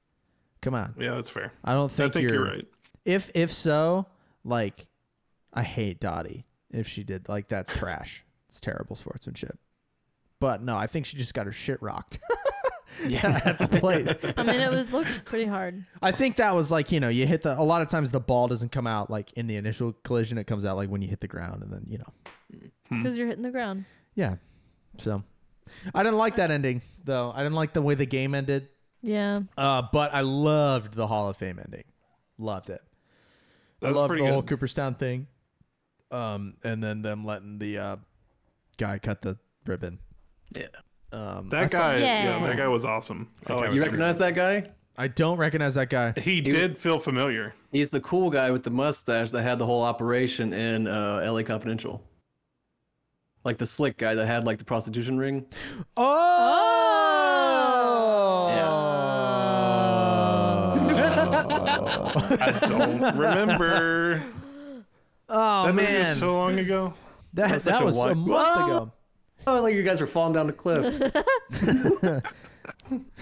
Speaker 3: Come on.
Speaker 2: <laughs> Yeah, that's fair.
Speaker 3: I don't
Speaker 2: I
Speaker 3: think,
Speaker 2: think
Speaker 3: you're,
Speaker 2: you're, right.
Speaker 3: If if so, like I hate Dottie if she did like that's trash. It's terrible sportsmanship. But no, I think she just got her shit rocked. <laughs> yeah, at the plate.
Speaker 2: <laughs>
Speaker 4: I <laughs> mean it was looked pretty hard.
Speaker 3: I think that was like, you know, you hit the a lot of times the ball doesn't come out like in the initial collision, it comes out like when you hit the ground and then, you know.
Speaker 2: Hmm.
Speaker 4: Because you're hitting the ground.
Speaker 3: Yeah. So I didn't like that ending though. I didn't like the way the game ended.
Speaker 4: Yeah.
Speaker 3: Uh, but I loved the Hall of Fame ending. Loved it.
Speaker 2: That
Speaker 3: I
Speaker 2: was
Speaker 3: loved the
Speaker 2: pretty
Speaker 3: whole
Speaker 2: good.
Speaker 3: Cooperstown thing. Um, and then them letting the uh, guy cut the ribbon.
Speaker 1: Yeah.
Speaker 3: Um, I,
Speaker 2: That guy, yeah.
Speaker 4: Yeah.
Speaker 2: that guy was awesome. I liked
Speaker 1: you
Speaker 2: him.
Speaker 1: recognize that guy?
Speaker 3: I don't recognize that guy.
Speaker 2: He, did feel familiar.
Speaker 1: He's the cool guy with the mustache that had the whole operation in uh, LA Confidential. like the slick guy that had like the prostitution ring.
Speaker 3: Oh.
Speaker 2: I
Speaker 3: <laughs>
Speaker 2: don't remember. <laughs>
Speaker 3: Oh,
Speaker 2: that movie
Speaker 3: man,
Speaker 2: was so long ago.
Speaker 3: that,
Speaker 1: was
Speaker 3: was,
Speaker 1: such
Speaker 3: that
Speaker 1: a
Speaker 3: was a
Speaker 1: wide-
Speaker 3: month ago.
Speaker 1: Oh, like you guys were falling down the
Speaker 3: <laughs>
Speaker 1: cliff.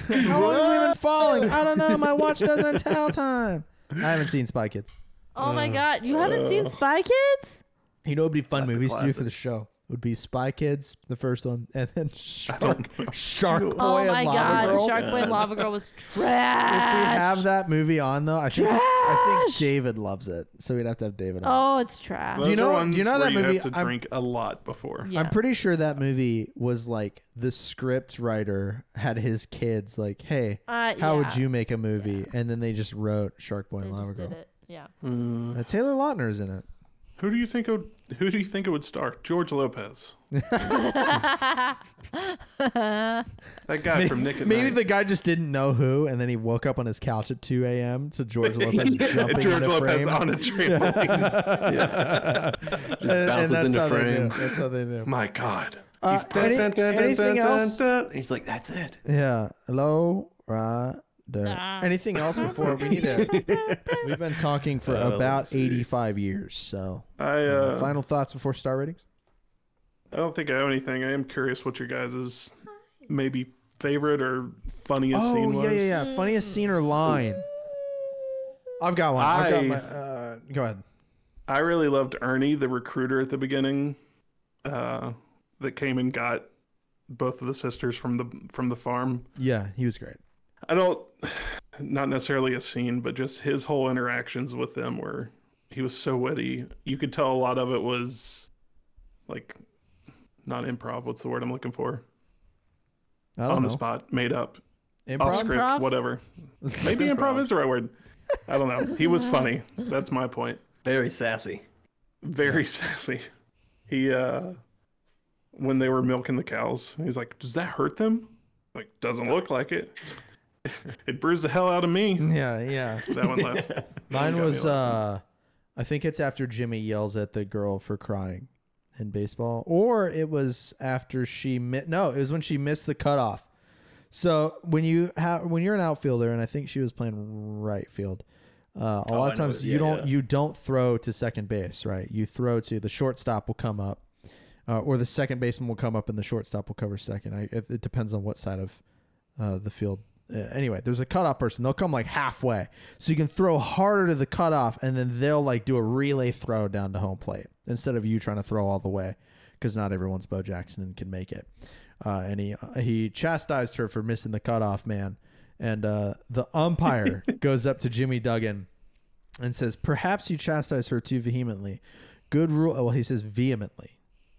Speaker 3: How long have we been falling? I don't know. My <laughs> watch doesn't tell time. I haven't seen Spy Kids.
Speaker 4: Oh
Speaker 2: Uh,
Speaker 4: my god, you haven't seen Spy Kids?
Speaker 3: You know, it'd be fun
Speaker 1: That's a
Speaker 3: movies to do for
Speaker 1: classic.
Speaker 3: the show. Would be Spy Kids, the first one, and then Shark, Shark Boy
Speaker 4: oh my
Speaker 3: and Lava
Speaker 4: god,
Speaker 3: Girl.
Speaker 4: Shark Boy and Lava Girl was
Speaker 3: <laughs> If we
Speaker 4: trash.
Speaker 3: have that movie on though, I think I think
Speaker 4: Trash!
Speaker 3: David loves it, so we'd have to have David on.
Speaker 4: oh, it's trash.
Speaker 2: Those
Speaker 3: you know-
Speaker 2: are
Speaker 3: do
Speaker 2: ones
Speaker 3: you know
Speaker 2: where
Speaker 3: that movie-
Speaker 2: You have to
Speaker 3: I'm-
Speaker 2: drink a lot before.
Speaker 4: Yeah.
Speaker 3: I'm pretty sure that movie was like the script writer had his kids like, "Hey,
Speaker 4: Uh,
Speaker 3: how would
Speaker 4: yeah.
Speaker 3: you make a movie?" And then they just wrote Shark Boy and
Speaker 4: They
Speaker 3: Lava
Speaker 4: just did
Speaker 3: Girl.
Speaker 4: it. Yeah.
Speaker 2: Uh,
Speaker 3: Uh, Taylor Lautner's in it.
Speaker 2: who do you think would Who do you think it would star? George Lopez, that guy from Nick at
Speaker 3: Maybe
Speaker 2: Night.
Speaker 3: the guy just didn't know who, and then he woke up on his couch at 2 a.m. to
Speaker 2: <laughs>
Speaker 3: George Lopez jumping
Speaker 2: George
Speaker 3: in a
Speaker 2: Lopez
Speaker 3: frame.
Speaker 2: on a <laughs> trampoline.
Speaker 1: yeah. Just
Speaker 3: <laughs> And- and
Speaker 1: bounces
Speaker 3: that's
Speaker 1: into
Speaker 3: how they do
Speaker 1: frame.
Speaker 3: it. That's how they do. it.
Speaker 2: My God,
Speaker 3: Uh,
Speaker 2: he's
Speaker 3: any-
Speaker 2: perfect.
Speaker 3: anything else?
Speaker 1: He's like, that's it.
Speaker 3: Yeah. Hello, right there.
Speaker 4: Ah.
Speaker 3: Anything else before we
Speaker 1: <laughs>
Speaker 3: need to? We've been talking for
Speaker 1: Uh,
Speaker 3: about
Speaker 1: let's see.
Speaker 3: 85 years. So,
Speaker 2: I
Speaker 3: uh,
Speaker 2: uh,
Speaker 3: final thoughts before star ratings?
Speaker 2: I don't think I have anything. I am curious what your guys' maybe favorite or funniest scene
Speaker 3: Oh,
Speaker 2: was.
Speaker 3: yeah, yeah, yeah. Funniest scene or line? I've got one. I... have got
Speaker 2: I-
Speaker 3: my. Uh, go ahead.
Speaker 2: I really loved Ernie, the recruiter at the beginning, uh, that came and got both of the sisters from the from the farm.
Speaker 3: Yeah, he was great.
Speaker 2: I don't, not necessarily a scene, but just his whole interactions with them were he was so witty. You could tell a lot of it was like not improv. What's the word I'm looking for?
Speaker 3: I don't
Speaker 2: On
Speaker 3: know.
Speaker 2: the spot, made up, off
Speaker 3: Improv?
Speaker 2: script,
Speaker 4: Improv?
Speaker 2: whatever.
Speaker 3: <laughs>
Speaker 2: Maybe improv is the right word. I don't know. He was funny. That's my point.
Speaker 1: Very sassy.
Speaker 2: very sassy. He uh when they were milking the cows, he's like, "Does that hurt them?" Like, doesn't look like it. <laughs> it bruised the hell out of me.
Speaker 3: Yeah,
Speaker 2: <laughs>
Speaker 3: yeah.
Speaker 2: That one left.
Speaker 3: <laughs> Mine
Speaker 2: got me
Speaker 3: was,
Speaker 2: laughing.
Speaker 3: uh, I think it's after Jimmy yells at the girl for crying in baseball, or it was after she mi- no, it was when she missed the cutoff. So when you have when you're an outfielder, and I think she was playing right field, uh, a
Speaker 1: Oh, I
Speaker 3: lot
Speaker 1: know
Speaker 3: of times
Speaker 1: it.
Speaker 3: you
Speaker 1: Yeah,
Speaker 3: don't
Speaker 1: yeah.
Speaker 3: you don't throw to second base, right? You throw to the shortstop will come up, uh, or the second baseman will come up, and the shortstop will cover second. I, it, it depends on what side of uh, the field. Uh, anyway, there's a cutoff person. They'll come like halfway, so you can throw harder to the cutoff, and then they'll like do a relay throw down to home plate instead of you trying to throw all the way, because not everyone's Bo Jackson and can make it. Uh, and he he chastised her for missing the cutoff, man. And uh, the umpire goes up to Jimmy Duggan and says, "Perhaps you chastise her too vehemently. Good rule." Well, he says vehemently.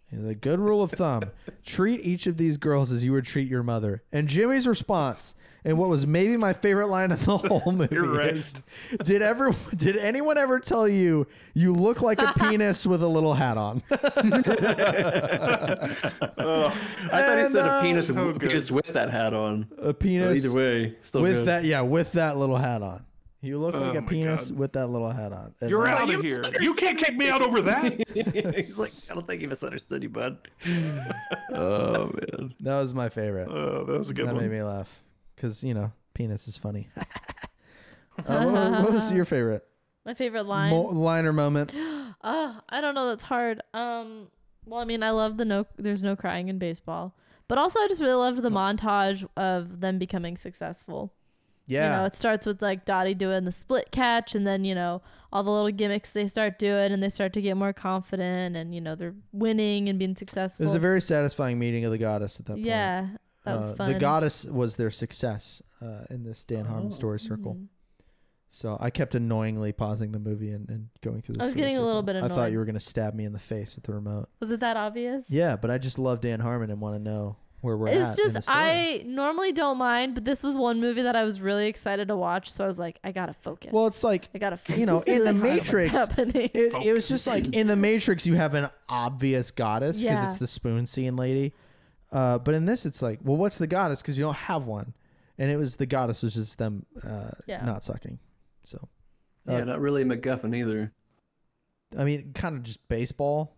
Speaker 3: He's like, "Good rule of thumb: treat each of these girls as you would treat your mother." And Jimmy's response, and what was maybe my favorite line of the whole movie,
Speaker 2: You're right.
Speaker 3: is, <laughs> "Did ever? Did anyone ever tell you you look like a penis with a little hat on?"
Speaker 1: <laughs> I thought he
Speaker 3: And,
Speaker 1: said
Speaker 3: uh,
Speaker 1: a penis, w-
Speaker 2: good.
Speaker 1: penis with that hat on.
Speaker 3: A
Speaker 1: But
Speaker 3: penis
Speaker 1: either way, still
Speaker 3: with
Speaker 1: good.
Speaker 3: that, yeah, with that little hat on. You look like a
Speaker 2: Oh my
Speaker 3: penis
Speaker 2: God.
Speaker 3: with that little hat on. And
Speaker 2: You're
Speaker 3: that-
Speaker 2: out of here. You can't kick me out over that.
Speaker 1: <laughs> He's like, I don't think he misunderstood you,
Speaker 3: <laughs>
Speaker 1: bud. oh man.
Speaker 3: That was my favorite.
Speaker 2: <laughs> Oh, that was a good
Speaker 3: that made
Speaker 2: one.
Speaker 3: me laugh because you know penis is funny.
Speaker 4: <laughs>
Speaker 3: uh, what, was, what was your favorite
Speaker 4: My favorite line.
Speaker 3: Mo- liner
Speaker 4: <gasps>
Speaker 3: moment?
Speaker 4: Oh, I don't know. That's hard. Um, well, I mean, I love the no. There's no crying in baseball, but also I just really loved the montage of them becoming successful.
Speaker 3: Yeah,
Speaker 4: You know, it starts with like Dottie doing the split catch, and then you know all the little gimmicks they start doing, and they start to get more confident, and you know they're winning and being
Speaker 3: it
Speaker 4: successful.
Speaker 3: was a very satisfying meeting of the goddess at that point.
Speaker 4: yeah, that was
Speaker 3: Uh,
Speaker 4: fun. Oh,
Speaker 3: The goddess was their success uh, in this Dan Harmon story circle.
Speaker 4: mm. Mm-hmm.
Speaker 3: So I kept annoyingly pausing the movie and, and going through. The
Speaker 4: I was
Speaker 3: story
Speaker 4: getting a little
Speaker 3: circle.
Speaker 4: bit
Speaker 3: I thought
Speaker 4: annoyed.
Speaker 3: you were going to stab me in the face with the remote.
Speaker 4: was it that obvious?
Speaker 3: Yeah, but I just love Dan Harmon and want to know where we're at.
Speaker 4: It's
Speaker 3: in
Speaker 4: just
Speaker 3: the story.
Speaker 4: I normally don't mind, but this was one movie that I was really excited to watch, so I was like, I gotta focus.
Speaker 3: Well, it's like
Speaker 4: <laughs> I gotta focus.
Speaker 3: you know, in
Speaker 4: really
Speaker 3: the
Speaker 4: hard on what's
Speaker 3: Matrix,
Speaker 4: happening.
Speaker 3: It, it was just like in the Matrix, you have an obvious goddess because
Speaker 4: Yeah.
Speaker 3: it's the spoon scene lady. Uh, but in this, it's like, well, what's the goddess? Because you don't have one. And it was the goddess was just them uh,
Speaker 4: Yeah.
Speaker 3: not sucking. So,
Speaker 1: Yeah, not really a MacGuffin either.
Speaker 3: I mean, kind of just baseball.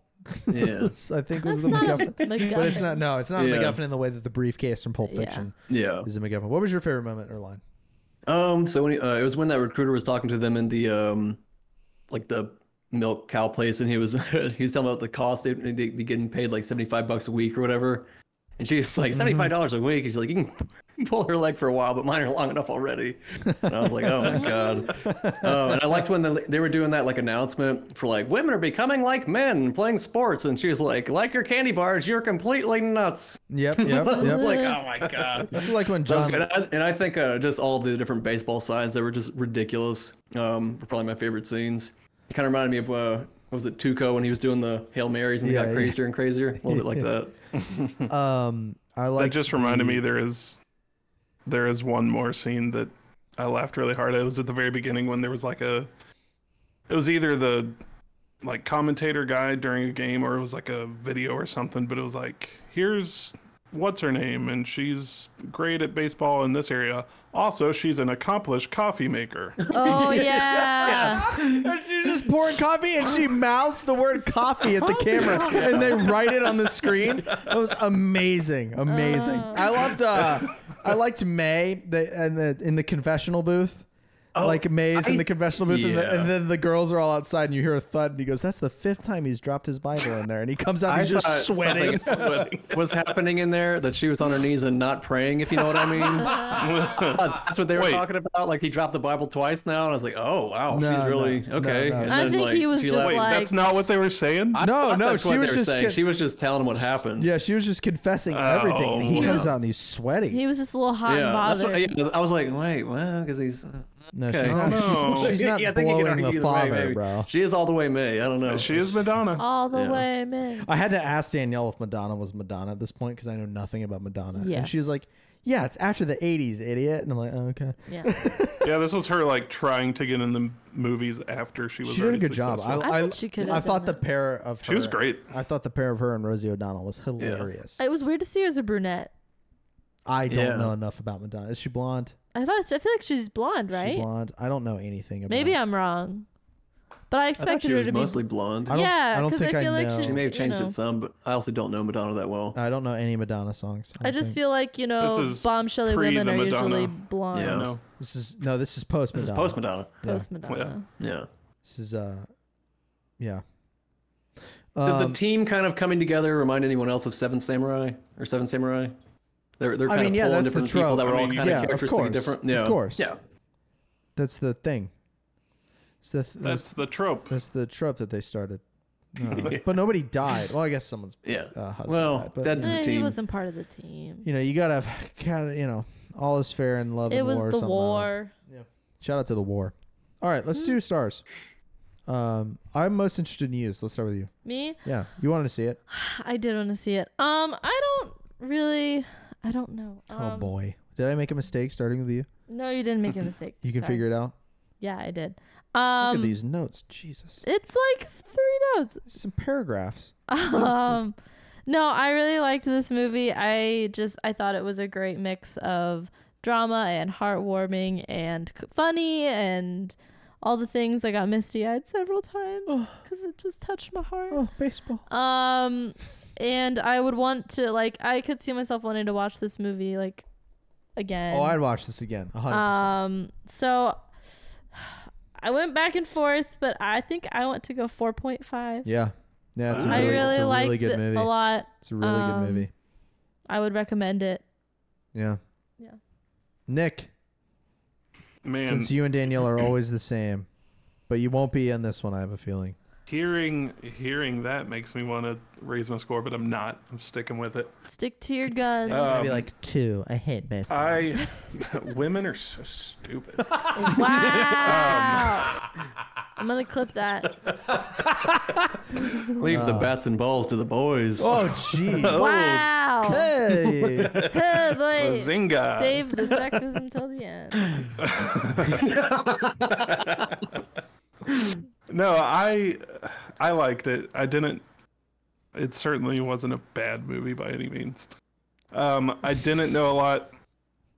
Speaker 1: Yeah.
Speaker 3: <laughs> I think was
Speaker 4: That's
Speaker 3: the
Speaker 4: not a
Speaker 3: MacGuffin.
Speaker 4: MacGuffin.
Speaker 3: But it's not. No, it's not
Speaker 1: Yeah.
Speaker 3: a MacGuffin in the way that the briefcase from Pulp
Speaker 4: Yeah.
Speaker 3: Fiction
Speaker 1: Yeah.
Speaker 3: is a MacGuffin. What was your favorite moment or line?
Speaker 1: Um. So when he, uh, it was when that recruiter was talking to them in the um, like the milk cow place, and he was <laughs> he was telling about the cost they'd, they'd be getting paid like seventy five bucks a week or whatever, and she's like "Mm-hmm." seventy five dollars a week. And she's like, you can <laughs> pull her leg for a while, but mine are long enough already. And I was like, oh my <laughs> god. Um, and I liked when the, they were doing that like announcement for like women are becoming like men playing sports, and she was like, like your candy bars, you're completely nuts.
Speaker 3: <laughs> Yep,
Speaker 1: <laughs>
Speaker 3: yep,
Speaker 1: I was
Speaker 3: yep.
Speaker 1: like, oh my god.
Speaker 3: This is like when
Speaker 1: That was
Speaker 3: John.
Speaker 1: good. And I, and I think uh, just all the different baseball signs that were just ridiculous um, were probably my favorite scenes. It kind of reminded me of uh, what was it Tuco when he was doing the hail marys and he
Speaker 3: Yeah,
Speaker 1: got
Speaker 3: yeah.
Speaker 1: crazier and crazier, a little bit
Speaker 3: <laughs>
Speaker 1: like that.
Speaker 3: Um, I
Speaker 2: That
Speaker 3: like.
Speaker 2: just reminded me there is there is one more scene that I laughed really hard at. It was at the very beginning when there was like a it was either the like commentator guy during a game or it was like a video or something, but it was like, here's what's her name and she's great at baseball in this area. Also, she's an accomplished coffee maker.
Speaker 4: <laughs> Oh yeah.
Speaker 3: <laughs> And she's just pouring coffee, and she mouths the word "coffee" at the camera, and they write it on the screen. That was amazing, amazing.
Speaker 4: Oh.
Speaker 3: I loved. Uh, I liked May the, and the in the confessional booth. like May's
Speaker 1: Oh, I
Speaker 3: in the
Speaker 1: s-
Speaker 3: confessional booth, and, the,
Speaker 1: yeah.
Speaker 3: and then the girls are all outside, and you hear a thud, and he goes, "That's the fifth time he's dropped his Bible in there," and he comes out, and he's just sweating.
Speaker 1: Something was happening in there that she was on her knees and not praying, if you know what I mean. I
Speaker 3: <laughs>
Speaker 1: thought that's what they were
Speaker 2: Wait.
Speaker 1: talking about. Like he dropped the Bible twice now, and I was like, oh wow,
Speaker 3: No,
Speaker 1: she's
Speaker 3: no,
Speaker 1: really
Speaker 3: no,
Speaker 1: okay.
Speaker 3: no.
Speaker 1: And
Speaker 4: I think he was
Speaker 1: she
Speaker 4: just
Speaker 1: left.
Speaker 2: Wait,
Speaker 4: like-
Speaker 2: that's not what they were saying?
Speaker 1: <laughs> I
Speaker 3: No,
Speaker 1: thought
Speaker 3: no,
Speaker 1: that's
Speaker 3: she
Speaker 1: what
Speaker 3: was
Speaker 1: they were
Speaker 3: just
Speaker 1: saying.
Speaker 3: get-
Speaker 1: She was just telling what happened.
Speaker 3: Yeah, she was just confessing everything, and he
Speaker 2: Oh,
Speaker 3: comes
Speaker 4: wow.
Speaker 3: out, and he's sweating.
Speaker 4: He was just a little hot and
Speaker 1: yeah, that's
Speaker 4: bothered.
Speaker 1: what, <laughs> yeah, I was like, wait, well, because he's. uh,
Speaker 3: No,
Speaker 1: Okay.
Speaker 3: she's not,
Speaker 2: Oh, no.
Speaker 3: she's, she's not
Speaker 1: <laughs> Yeah, I think you could
Speaker 3: blowing
Speaker 1: argue
Speaker 3: the
Speaker 1: either way,
Speaker 3: father,
Speaker 1: maybe.
Speaker 3: bro.
Speaker 1: She is all the way May. I don't know.
Speaker 2: She is Madonna.
Speaker 4: All the
Speaker 1: Yeah.
Speaker 4: way, man.
Speaker 3: I had to ask Danielle if Madonna was Madonna at this point because I know nothing about Madonna. And
Speaker 4: Yes.
Speaker 3: she was like, yeah, it's after the 80s, idiot. And I'm like, oh, okay.
Speaker 4: Yeah.
Speaker 2: Yeah, this was her like trying to get in the movies after she was
Speaker 3: She did a
Speaker 2: already
Speaker 3: good job. I,
Speaker 2: successful.
Speaker 3: I,
Speaker 4: I
Speaker 3: I,
Speaker 4: think she could have
Speaker 3: thought
Speaker 4: done
Speaker 3: the
Speaker 4: it.
Speaker 3: pair of her.
Speaker 2: She was great.
Speaker 3: I thought the pair of her and Rosie O'Donnell was hilarious.
Speaker 4: it was weird to see her as a brunette.
Speaker 3: I don't
Speaker 1: Yeah.
Speaker 3: know enough about Madonna. Is she blonde?
Speaker 4: I thought I feel like she's blonde, right?
Speaker 3: She blonde? I don't know anything about
Speaker 4: Maybe I'm wrong, but I
Speaker 1: I thought
Speaker 4: expected
Speaker 1: she
Speaker 4: her
Speaker 1: was
Speaker 4: to
Speaker 1: mostly blonde.
Speaker 3: I don't,
Speaker 4: Yeah,
Speaker 3: I don't
Speaker 4: 'cause
Speaker 3: think
Speaker 4: I
Speaker 3: I
Speaker 4: feel like
Speaker 3: know.
Speaker 4: she's-
Speaker 1: she may have changed
Speaker 4: you know.
Speaker 1: it some, but I also don't know Madonna that well.
Speaker 3: I don't know any Madonna songs. I
Speaker 4: be. I
Speaker 3: don't
Speaker 4: just
Speaker 3: think-
Speaker 4: feel like you know,
Speaker 2: is
Speaker 4: bombshelly
Speaker 2: pre
Speaker 4: women
Speaker 2: the
Speaker 4: are usually
Speaker 2: Madonna.
Speaker 4: blonde.
Speaker 1: Yeah.
Speaker 2: don't know.
Speaker 3: This is, no, this is post
Speaker 1: this is
Speaker 3: Madonna.
Speaker 1: post Madonna.
Speaker 4: Post Madonna.
Speaker 1: Yeah.
Speaker 3: This is, uh, yeah.
Speaker 1: Did the
Speaker 3: Um,
Speaker 1: team kind of coming together remind anyone else of Seven Samurai or Seven Samurai? They're they're
Speaker 3: I
Speaker 1: kind
Speaker 3: mean,
Speaker 1: of
Speaker 3: yeah,
Speaker 1: pulling
Speaker 3: that's the
Speaker 1: different people
Speaker 3: trope.
Speaker 1: that were
Speaker 2: I
Speaker 1: all
Speaker 2: mean,
Speaker 1: kind
Speaker 3: yeah, of
Speaker 1: of characteristically
Speaker 3: course,
Speaker 1: different.
Speaker 3: of
Speaker 1: Yeah,
Speaker 3: course.
Speaker 1: Yeah,
Speaker 3: that's the thing. It's the th-
Speaker 2: That's the trope.
Speaker 3: That's the trope that they started. Uh, but nobody died. Well, I guess someone's
Speaker 1: yeah.
Speaker 3: uh, husband
Speaker 1: well,
Speaker 3: died. But,
Speaker 1: dead to the
Speaker 4: Eh, he
Speaker 1: team.
Speaker 4: wasn't part of the team.
Speaker 3: you know, you gotta kind of, you know, all is fair in love.
Speaker 4: It
Speaker 3: and
Speaker 4: was
Speaker 3: war or
Speaker 4: the
Speaker 3: something like that.
Speaker 4: war. Mm.
Speaker 3: Shout out to the war. All right, let's do stars. Um, I'm most interested in you. So let's start with you.
Speaker 4: Me,
Speaker 3: Yeah, you wanted to see it.
Speaker 4: I did want to see it. Um, I don't really. I don't know. Um,
Speaker 3: oh boy, did I make a mistake starting with you?
Speaker 4: No, you didn't make a mistake.
Speaker 3: <laughs> You can
Speaker 4: Sorry.
Speaker 3: figure it out.
Speaker 4: Yeah, I did.
Speaker 3: Look
Speaker 4: Um,
Speaker 3: at these notes. Jesus,
Speaker 4: it's like three notes. <laughs>
Speaker 3: some paragraphs.
Speaker 4: um no i really liked this movie i just i thought it was a great mix of drama and heartwarming and c- funny and all the things i got misty-eyed several times because it just touched my heart
Speaker 3: Oh, baseball.
Speaker 4: um and i would want to like i could see myself wanting to watch this movie like again
Speaker 3: Oh, I'd watch this again. 100.
Speaker 4: um so <sighs> i went back and forth but i think i want to go 4.5
Speaker 3: yeah, yeah. It's a
Speaker 2: I
Speaker 3: really,
Speaker 4: i really
Speaker 3: it's a
Speaker 4: liked
Speaker 3: really good
Speaker 4: it
Speaker 3: movie.
Speaker 4: a lot
Speaker 3: It's a really
Speaker 4: Um,
Speaker 3: good movie.
Speaker 4: I would recommend it.
Speaker 3: Yeah.
Speaker 4: Yeah.
Speaker 3: Nick,
Speaker 2: Man,
Speaker 3: since you and Danielle are always the same, but you won't be in this one, I have a feeling.
Speaker 2: hearing hearing that makes me want to raise my score, but I'm not. I'm sticking with it.
Speaker 4: Stick to your guns.
Speaker 2: Uh, Um, <laughs>
Speaker 3: like two. I hate baseball.
Speaker 2: I <laughs> women are so stupid.
Speaker 4: wow.
Speaker 2: um,
Speaker 4: I'm gonna
Speaker 2: <laughs>
Speaker 4: clip that.
Speaker 1: Leave the bats and balls to the boys. <laughs>
Speaker 3: oh,
Speaker 2: <laughs>
Speaker 3: jeez.
Speaker 4: Wow. <laughs>
Speaker 3: hey.
Speaker 4: Huh, boy.
Speaker 2: Bazinga.
Speaker 4: Save the sexism till the end.
Speaker 2: No, I I liked it. I didn't. It certainly wasn't a bad movie by any means. Um, I didn't know a lot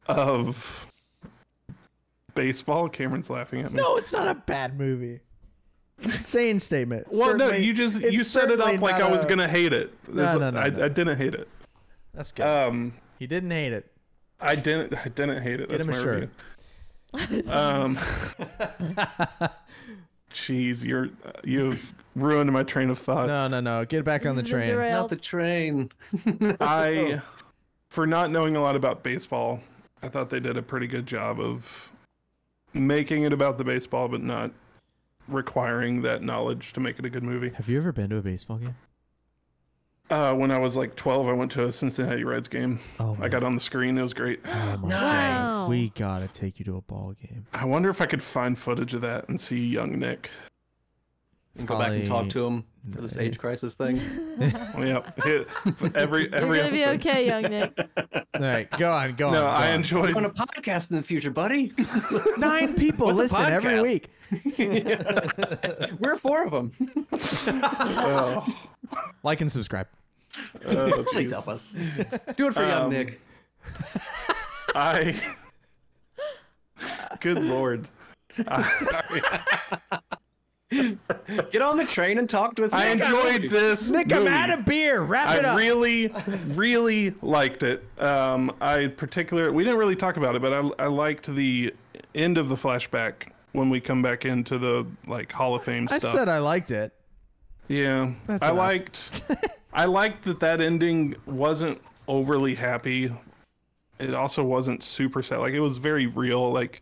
Speaker 2: of baseball. Cameron's laughing at me.
Speaker 3: No, it's not a bad movie. insane statement.
Speaker 2: Well, no,
Speaker 3: Certainly-
Speaker 2: you just
Speaker 3: it's
Speaker 2: you set it up
Speaker 3: certainly
Speaker 2: like
Speaker 3: not
Speaker 2: I was
Speaker 3: a-
Speaker 2: gonna hate it. That's-
Speaker 3: no, no,
Speaker 2: I,
Speaker 3: no.
Speaker 2: I didn't hate it.
Speaker 3: That's good.
Speaker 2: Um,
Speaker 3: he didn't
Speaker 2: <laughs>
Speaker 3: hate it.
Speaker 2: I didn't. I didn't hate it.
Speaker 3: Get
Speaker 2: That's
Speaker 3: him a
Speaker 2: my
Speaker 3: shirt.
Speaker 2: review. Um, jeez, you're you've ruined my train of thought.
Speaker 3: No, no, no. Get back on the
Speaker 4: This is a
Speaker 3: train.
Speaker 4: derail-
Speaker 1: Not the train. <laughs>
Speaker 3: <laughs> Oh.
Speaker 2: I, for not knowing a lot about baseball, I thought they did a pretty good job of making it about the baseball, but not requiring that knowledge to make it a good movie.
Speaker 3: Have you ever been to a baseball game?
Speaker 2: Uh, when I was like 12, I went to a Cincinnati Reds game.
Speaker 3: Oh,
Speaker 2: I got on the screen. It was great.
Speaker 3: Oh my
Speaker 1: Nice.
Speaker 3: God.
Speaker 4: Wow.
Speaker 3: We gotta take you to a ball game.
Speaker 2: I wonder if I could find footage of that and see young Nick.
Speaker 1: And go back and talk
Speaker 3: Probably-
Speaker 1: to him for this age crisis
Speaker 3: <laughs>
Speaker 1: thing.
Speaker 2: Well,
Speaker 4: <laughs>
Speaker 2: yep. every
Speaker 4: You're
Speaker 2: every
Speaker 4: gonna be
Speaker 2: episode.
Speaker 4: okay, young Nick.
Speaker 3: All right, go on, go on.
Speaker 2: No,
Speaker 3: go
Speaker 2: I
Speaker 3: on.
Speaker 2: enjoyed.
Speaker 1: <laughs> on a podcast in the future, buddy. <laughs>
Speaker 3: nine people
Speaker 1: What's a
Speaker 3: listen every
Speaker 1: podcast?
Speaker 3: week.
Speaker 1: We're four of them.
Speaker 2: Oh,
Speaker 3: Like and subscribe.
Speaker 2: oh,
Speaker 1: Please
Speaker 2: jeez.
Speaker 1: help us. Do it for young
Speaker 2: Um,
Speaker 1: Nick.
Speaker 2: I. Good <laughs> lord.
Speaker 1: Get on the train and talk to us.
Speaker 2: I
Speaker 1: Nick.
Speaker 2: enjoyed this.
Speaker 3: Nick, I'm
Speaker 2: movie.
Speaker 3: out of beer. Wrap it
Speaker 2: I
Speaker 3: up.
Speaker 2: really, really liked it. Um, I particular we didn't really talk about it, but I, I liked the end of the flashback when we come back into the like Hall of Fame
Speaker 3: I
Speaker 2: stuff.
Speaker 3: said I liked it.
Speaker 2: yeah,
Speaker 3: That's
Speaker 2: I
Speaker 3: enough.
Speaker 2: liked. I liked that that ending wasn't overly happy. It also wasn't super sad. Like it was very real. Like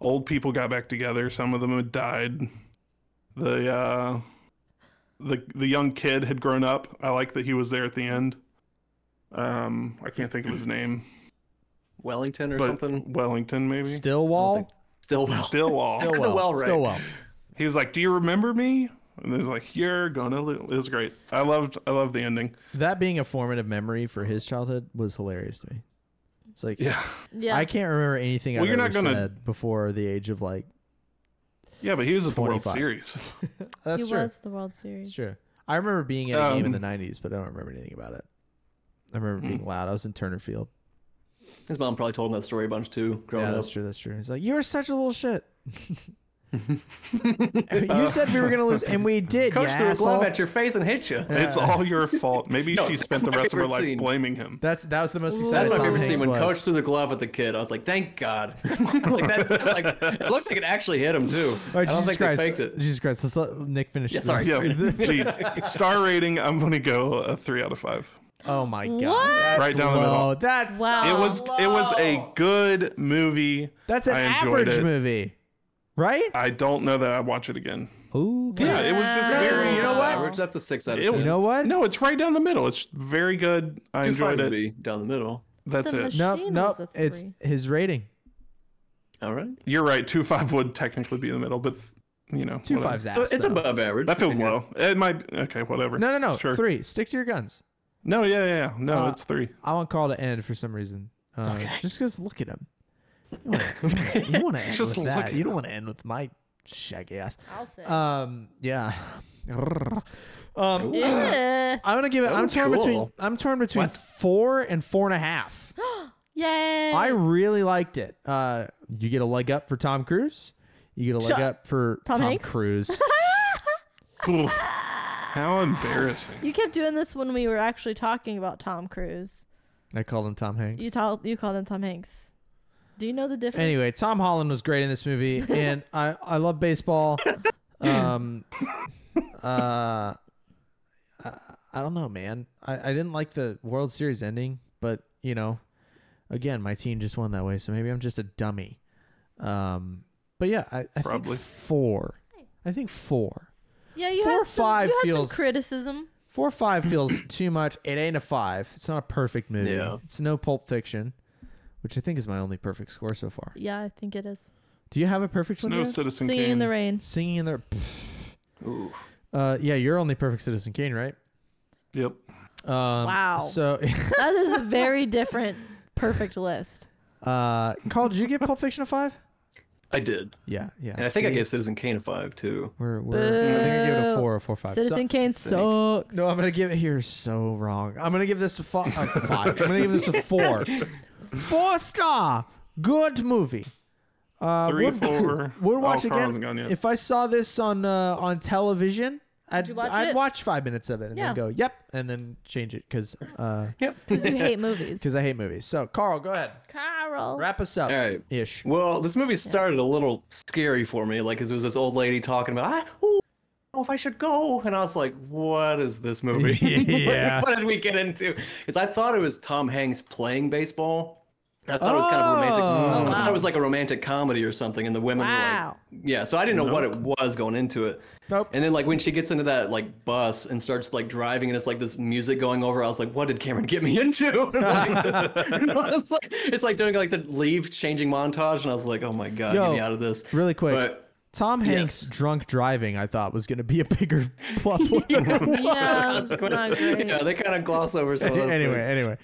Speaker 2: old people got back together. Some of them had died. The uh, the the young kid had grown up. I like that he was there at the end. Um, I can't think of his name,
Speaker 1: Wellington or
Speaker 2: but
Speaker 1: something.
Speaker 2: Wellington maybe.
Speaker 3: <laughs> Stillwall.
Speaker 1: Stillwell.
Speaker 2: Stillwall.
Speaker 1: Still-
Speaker 3: Stillwell.
Speaker 1: well, right.
Speaker 3: Stillwell.
Speaker 2: he was like, "Do you remember me?" And there's like, "You're gonna." Lo-. It was great. I loved. I loved the ending.
Speaker 3: That being a formative memory for his childhood was hilarious to me. It's like
Speaker 2: Yeah.
Speaker 4: Yeah.
Speaker 3: I can't remember anything
Speaker 2: Well,
Speaker 3: I've
Speaker 2: you're
Speaker 3: ever
Speaker 2: not gonna-
Speaker 3: said before the age of like.
Speaker 2: Yeah, but he was at the World
Speaker 3: 25.
Speaker 2: Series.
Speaker 3: That's
Speaker 4: he
Speaker 3: true.
Speaker 4: was the World
Speaker 3: It's
Speaker 4: Series.
Speaker 3: true. I remember being at a game in the
Speaker 2: Um,
Speaker 3: '90s, but I don't remember anything about it. I remember
Speaker 1: hmm.
Speaker 3: being loud. I was in Turner Field.
Speaker 1: His mom probably told him that story a bunch too. Growing
Speaker 3: Yeah,
Speaker 1: up.
Speaker 3: that's true. That's true. He's like, you were such a
Speaker 1: <laughs>
Speaker 3: little shit. <laughs> you said we were gonna lose, and we did.
Speaker 1: Coach
Speaker 3: you
Speaker 1: threw a glove
Speaker 3: asshole.
Speaker 1: at your face and hit you.
Speaker 2: It's all your fault. <laughs> Maybe she spent the
Speaker 1: my
Speaker 2: rest of her
Speaker 1: favorite
Speaker 2: life
Speaker 1: scene.
Speaker 2: blaming him.
Speaker 3: That's that was the most
Speaker 1: That's
Speaker 3: exciting
Speaker 1: my favorite
Speaker 3: Tom
Speaker 1: scene
Speaker 3: Hanks
Speaker 1: when
Speaker 3: was.
Speaker 1: Coach threw the glove at the kid. I was like, "Thank God!" <laughs> like that, like it looked like it actually hit him too.
Speaker 3: All right,
Speaker 1: I don't
Speaker 3: Oh, Jesus
Speaker 1: think
Speaker 3: Christ!
Speaker 1: they faked it.
Speaker 3: Jesus Christ! Let's let Nick finish.
Speaker 1: Yeah,
Speaker 3: this.
Speaker 1: sorry.
Speaker 2: <laughs> Yeah,
Speaker 1: Sorry.
Speaker 2: jeez. Star rating, I'm gonna go a three out of five.
Speaker 3: Oh my God!
Speaker 4: What?
Speaker 3: That's
Speaker 2: Right down the
Speaker 3: low.
Speaker 2: middle.
Speaker 3: That's
Speaker 4: Wow.
Speaker 2: It was it was a good movie.
Speaker 3: that's an
Speaker 2: I enjoyed
Speaker 3: average
Speaker 2: it.
Speaker 3: movie, right?
Speaker 2: I don't know that I'd watch it again.
Speaker 3: Ooh,
Speaker 2: Yeah, it was just
Speaker 4: Wow.
Speaker 2: very. uh,
Speaker 3: You know what?
Speaker 1: Average, that's a six out of
Speaker 2: It-
Speaker 1: ten.
Speaker 3: you know what?
Speaker 2: No, it's right down the middle. It's very good. I
Speaker 1: Two five
Speaker 2: enjoyed
Speaker 1: would
Speaker 2: it.
Speaker 1: be down the middle.
Speaker 2: That's
Speaker 4: The
Speaker 2: it.
Speaker 4: machine-
Speaker 3: no,
Speaker 4: Shane
Speaker 3: no.
Speaker 4: was a
Speaker 3: It's
Speaker 4: three.
Speaker 3: his rating.
Speaker 1: All right,
Speaker 2: You're right. Two five would technically be in the middle, but you know,
Speaker 3: Two
Speaker 2: whatever.
Speaker 3: fives.
Speaker 1: so
Speaker 3: ass,
Speaker 1: it's
Speaker 3: though.
Speaker 1: above average.
Speaker 2: That feels
Speaker 1: Yeah.
Speaker 2: low. It might. Okay, whatever.
Speaker 3: No, no, no.
Speaker 2: Sure.
Speaker 3: Three. Stick to your guns.
Speaker 2: No, yeah, yeah, yeah. No,
Speaker 3: Uh,
Speaker 2: it's three.
Speaker 3: I want Carl to end for some reason. Uh, <laughs> Just because look at him. You <laughs> want to end
Speaker 2: Just
Speaker 3: with
Speaker 2: look
Speaker 3: that.
Speaker 2: at
Speaker 3: You don't want to end with my shaggy ass.
Speaker 4: I'll say.
Speaker 3: Um, yeah. <sighs> Um,
Speaker 4: <laughs> yeah.
Speaker 3: I'm gonna give it.
Speaker 1: That
Speaker 3: I'm
Speaker 1: was
Speaker 3: torn between.
Speaker 1: cool.
Speaker 3: I'm torn between four and four and a
Speaker 4: <gasps>
Speaker 3: half.
Speaker 4: Yay.
Speaker 3: I really liked it. Uh, you get a leg up for Tom Cruise. You get a leg
Speaker 4: Shut-
Speaker 3: up for
Speaker 4: Tom
Speaker 3: Tom,
Speaker 4: Hanks? <laughs>
Speaker 3: Cruise.
Speaker 2: Oof. How embarrassing.
Speaker 4: <laughs> you kept doing this when we were actually talking about Tom Cruise.
Speaker 3: I called him Tom Hanks.
Speaker 4: You told you called him Tom Hanks. Do you know the difference?
Speaker 3: Anyway, Tom Holland was great in this movie, and I, I love baseball. Um, uh, I, I don't know, man. I, I didn't like the World Series ending, but you know, again, my team just won that way, so maybe I'm just a dummy. Um, but yeah, I, I
Speaker 2: Probably.
Speaker 3: think four. I think four.
Speaker 4: yeah, you
Speaker 3: four or
Speaker 4: had some,
Speaker 3: five
Speaker 4: you had
Speaker 3: feels-
Speaker 4: some criticism.
Speaker 3: Four or five feels too much. It ain't a five. It's not a perfect movie.
Speaker 1: Yeah.
Speaker 3: It's no Pulp Fiction, which I think is my only perfect score so far.
Speaker 4: Yeah, I think it is.
Speaker 3: Do you have a perfect
Speaker 2: It's
Speaker 3: one?
Speaker 2: no
Speaker 3: yet?
Speaker 2: Citizen
Speaker 4: Singing
Speaker 2: Kane.
Speaker 4: in
Speaker 3: <laughs>
Speaker 4: the rain.
Speaker 3: Singing in their
Speaker 1: Ooh.
Speaker 3: Uh, yeah, you're only perfect citizen Kane, right?
Speaker 2: Yep.
Speaker 3: Um,
Speaker 4: Wow.
Speaker 3: So, <laughs>
Speaker 4: That is a very different perfect list.
Speaker 3: uh, Carl, did you give Pulp Fiction a five?
Speaker 1: I did,
Speaker 3: <laughs> Yeah, yeah.
Speaker 1: and I think I
Speaker 3: See?
Speaker 1: gave Citizen Kane a five too.
Speaker 3: We're, we're I think I gave it a four or four or <laughs> five. So-
Speaker 4: Citizen Kane sucks.
Speaker 3: no, I'm gonna give it here. So wrong. I'm gonna give this a fi- a
Speaker 1: <laughs>
Speaker 3: five. I'm gonna give this a four. Four star. Good movie. Uh,
Speaker 2: Three,
Speaker 3: would- <laughs>
Speaker 2: four.
Speaker 3: Would watch
Speaker 2: oh, Carl
Speaker 3: again
Speaker 2: hasn't gone yet.
Speaker 3: if I saw this on uh, on television. I'd
Speaker 4: you watch
Speaker 3: I'd
Speaker 4: it?
Speaker 3: watch five minutes of it and
Speaker 4: Yeah.
Speaker 3: then go yep and then change it because because
Speaker 1: Yep.
Speaker 4: Because you
Speaker 3: <laughs>
Speaker 4: hate movies.
Speaker 3: I hate movies. So Carl, go ahead,
Speaker 4: Carl.
Speaker 3: wrap us up.
Speaker 1: All right.
Speaker 3: Ish.
Speaker 1: Well, this movie started a little scary for me, like, because it was this old lady talking about, I don't know if I should go. And I was like, what is this
Speaker 2: <laughs>
Speaker 1: movie? <laughs>
Speaker 3: Yeah.
Speaker 1: what did we get into? Because I thought it was Tom Hanks playing baseball. I thought it was kind of a romantic.
Speaker 3: Oh.
Speaker 1: I thought it was like a romantic comedy or something, and the women
Speaker 4: Wow.
Speaker 1: were like, yeah. So I didn't know what it was going into it.
Speaker 3: Nope.
Speaker 1: And then like when she gets into that like bus and starts like driving and it's like this music going over, I was like, what did Cameron get me into? <laughs> And I'm like, <laughs> it's, like, it's like doing like the leave changing montage, and I was like, oh my god,
Speaker 3: Yo,
Speaker 1: get me out of this.
Speaker 3: Really quick.
Speaker 1: But
Speaker 3: Tom Hanks
Speaker 1: Yes.
Speaker 3: drunk driving, I thought was going to be a bigger <laughs> plot.
Speaker 4: <laughs>
Speaker 3: point. <laughs>
Speaker 4: Yeah, it's not great.
Speaker 1: yeah, they kind of gloss over some of those
Speaker 3: anyway,
Speaker 1: things.
Speaker 3: anyway.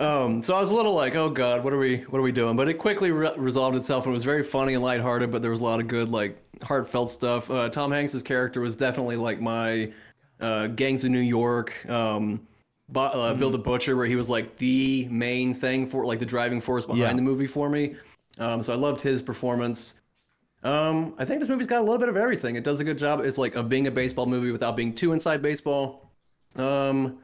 Speaker 1: Um, so I was a little like, oh god, what are we, what are we doing? But it quickly re- resolved itself, and it was very funny and lighthearted. But there was a lot of good, like heartfelt stuff. Uh, Tom Hanks's character was definitely like my uh, Gangs of New York, um, Bu- uh, Bill the Butcher, where he was like the main thing for like the driving force behind
Speaker 3: Yeah.
Speaker 1: the movie for me. Um, so I loved his performance. Um, I think this movie's got a little bit of everything. It does a good job. It's like of being a baseball movie without being too inside baseball. Um,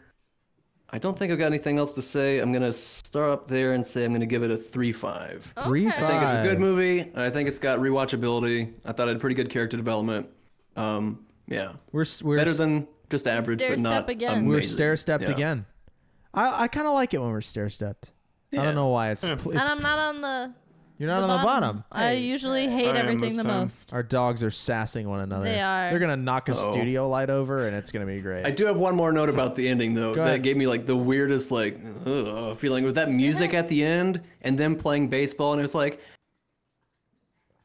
Speaker 1: I don't think I've got anything else to say. I'm gonna start up there and say I'm gonna give it a three five.
Speaker 3: <laughs> Three
Speaker 4: Okay.
Speaker 1: I think it's a
Speaker 3: Five.
Speaker 1: good movie. I think it's got rewatchability. I thought it had pretty good character development. Um, yeah,
Speaker 3: We're s- we're
Speaker 1: better
Speaker 3: s-
Speaker 1: than just average,
Speaker 4: Stair
Speaker 1: but
Speaker 4: step
Speaker 1: not
Speaker 4: again.
Speaker 3: we're
Speaker 1: amazing.
Speaker 3: stair stepped
Speaker 1: Yeah.
Speaker 3: again. I I kind of like it when we're stair stepped. I
Speaker 1: Yeah.
Speaker 3: don't know
Speaker 1: <laughs>
Speaker 3: why it's, pl-
Speaker 4: And
Speaker 3: it's
Speaker 4: I'm not on the,
Speaker 3: you're not
Speaker 4: the
Speaker 3: on the bottom.
Speaker 4: I
Speaker 3: Hey.
Speaker 4: usually hate
Speaker 2: am this
Speaker 4: everything the
Speaker 2: time.
Speaker 4: most. <laughs>
Speaker 3: Our dogs are sassing one another.
Speaker 4: They are.
Speaker 3: They're gonna knock a
Speaker 2: Oh.
Speaker 1: Uh-oh.
Speaker 3: studio light over, and it's gonna be great.
Speaker 1: I do have one more note about the ending though.
Speaker 3: ahead.
Speaker 1: That gave me like the weirdest like ugh, feeling with that music at the end and them playing baseball and it was like